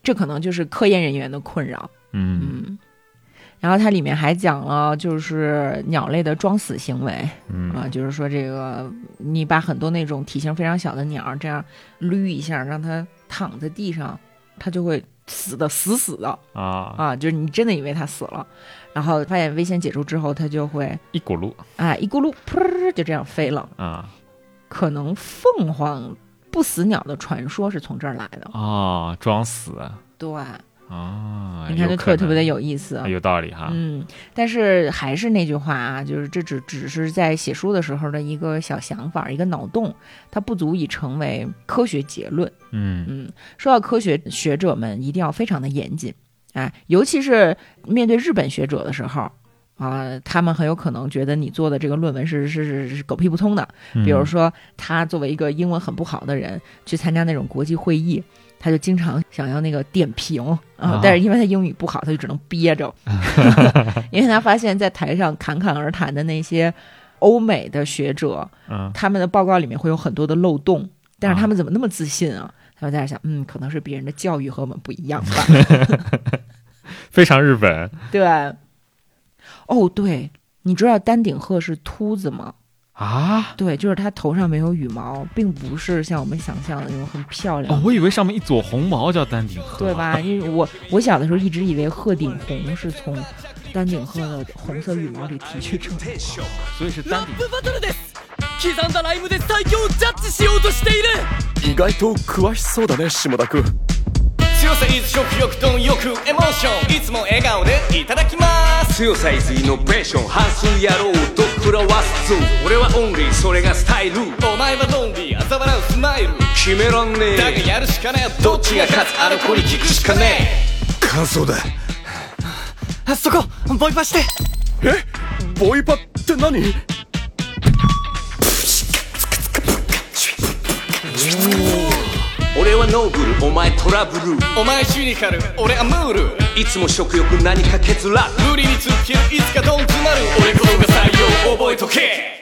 [SPEAKER 1] 这可能就是科研人员的困扰。
[SPEAKER 2] 嗯
[SPEAKER 1] 嗯，然后它里面还讲了，就是鸟类的装死行为。
[SPEAKER 2] 嗯
[SPEAKER 1] 啊，就是说这个你把很多那种体型非常小的鸟儿这样捋一下，让它躺在地上，它就会死的死死的
[SPEAKER 2] 啊，
[SPEAKER 1] 啊，就是你真的以为它死了，然后发现危险解除之后，它就会
[SPEAKER 2] 一轱辘
[SPEAKER 1] 啊一咕噜噗儿就这样飞了。
[SPEAKER 2] 啊
[SPEAKER 1] 可能凤凰不死鸟的传说是从这儿来的，
[SPEAKER 2] 啊，装死
[SPEAKER 1] 对，
[SPEAKER 2] 啊，
[SPEAKER 1] 你看
[SPEAKER 2] 有
[SPEAKER 1] 就
[SPEAKER 2] 可
[SPEAKER 1] 特特别的
[SPEAKER 2] 能啊
[SPEAKER 1] 有意思。啊
[SPEAKER 2] 有道理哈。
[SPEAKER 1] 嗯，但是还是那句话啊，就是这只只是在写书的时候的一个小想法，一个脑洞，它不足以成为科学结论。
[SPEAKER 2] 嗯
[SPEAKER 1] 嗯，说到科学学者们一定要非常的严谨，哎，尤其是面对日本学者的时候，啊、他们很有可能觉得你做的这个论文是是是是狗屁不通的。
[SPEAKER 2] 嗯，
[SPEAKER 1] 比如说，他作为一个英文很不好的人去参加那种国际会议。他就经常想要那个点评
[SPEAKER 2] 啊
[SPEAKER 1] 啊，但是因为他英语不好，他就只能憋 着，因为他发现，在台上侃侃而谈的那些欧美的学者，
[SPEAKER 2] 嗯
[SPEAKER 1] 他们的报告里面会有很多的漏洞，但是
[SPEAKER 2] 啊
[SPEAKER 1] 他们怎么那么自信啊？他就在那想，嗯，可能是别人的教育和我们不一样 吧。
[SPEAKER 2] 非常日本
[SPEAKER 1] 对，哦，对，你知道丹顶鹤是秃子吗？
[SPEAKER 2] 啊。
[SPEAKER 1] 对，就是它头上没有羽毛，并不是像我们想象的那种很漂亮，
[SPEAKER 2] 哦，我以为上面一撮红毛叫丹顶鹤，
[SPEAKER 1] 对？吧？ 因为我我小的时候一直以为鹤顶红是从丹顶鹤的红色羽毛里提取出来的。
[SPEAKER 2] 所以是
[SPEAKER 3] ラ
[SPEAKER 2] 丹顶
[SPEAKER 3] ップバトルです刻んだライムで最強をジャッジしようとしている
[SPEAKER 4] 意外と詳しそうだね下田君
[SPEAKER 3] 強さ is 食欲貪欲エモーションいつも笑顔でいただきます
[SPEAKER 5] 強さ is イノベーション半数野郎ドッグラワッツ俺はオンリーそれがスタイル
[SPEAKER 3] お前はロンリー嘲笑うスマイル
[SPEAKER 5] 決めらんね
[SPEAKER 3] だが
[SPEAKER 5] え
[SPEAKER 3] やるしかねえ
[SPEAKER 5] どっちが勝つあの子に聞くしかねえ
[SPEAKER 4] 感想だ
[SPEAKER 3] あそこボイパして
[SPEAKER 4] えボイパって何
[SPEAKER 5] 俺はノーブルお前トラブル
[SPEAKER 3] お前シニカル俺アムール
[SPEAKER 5] いつも食欲何か欠落
[SPEAKER 3] 無理に突っ切るいつかドン詰まる俺こそが採用覚えとけ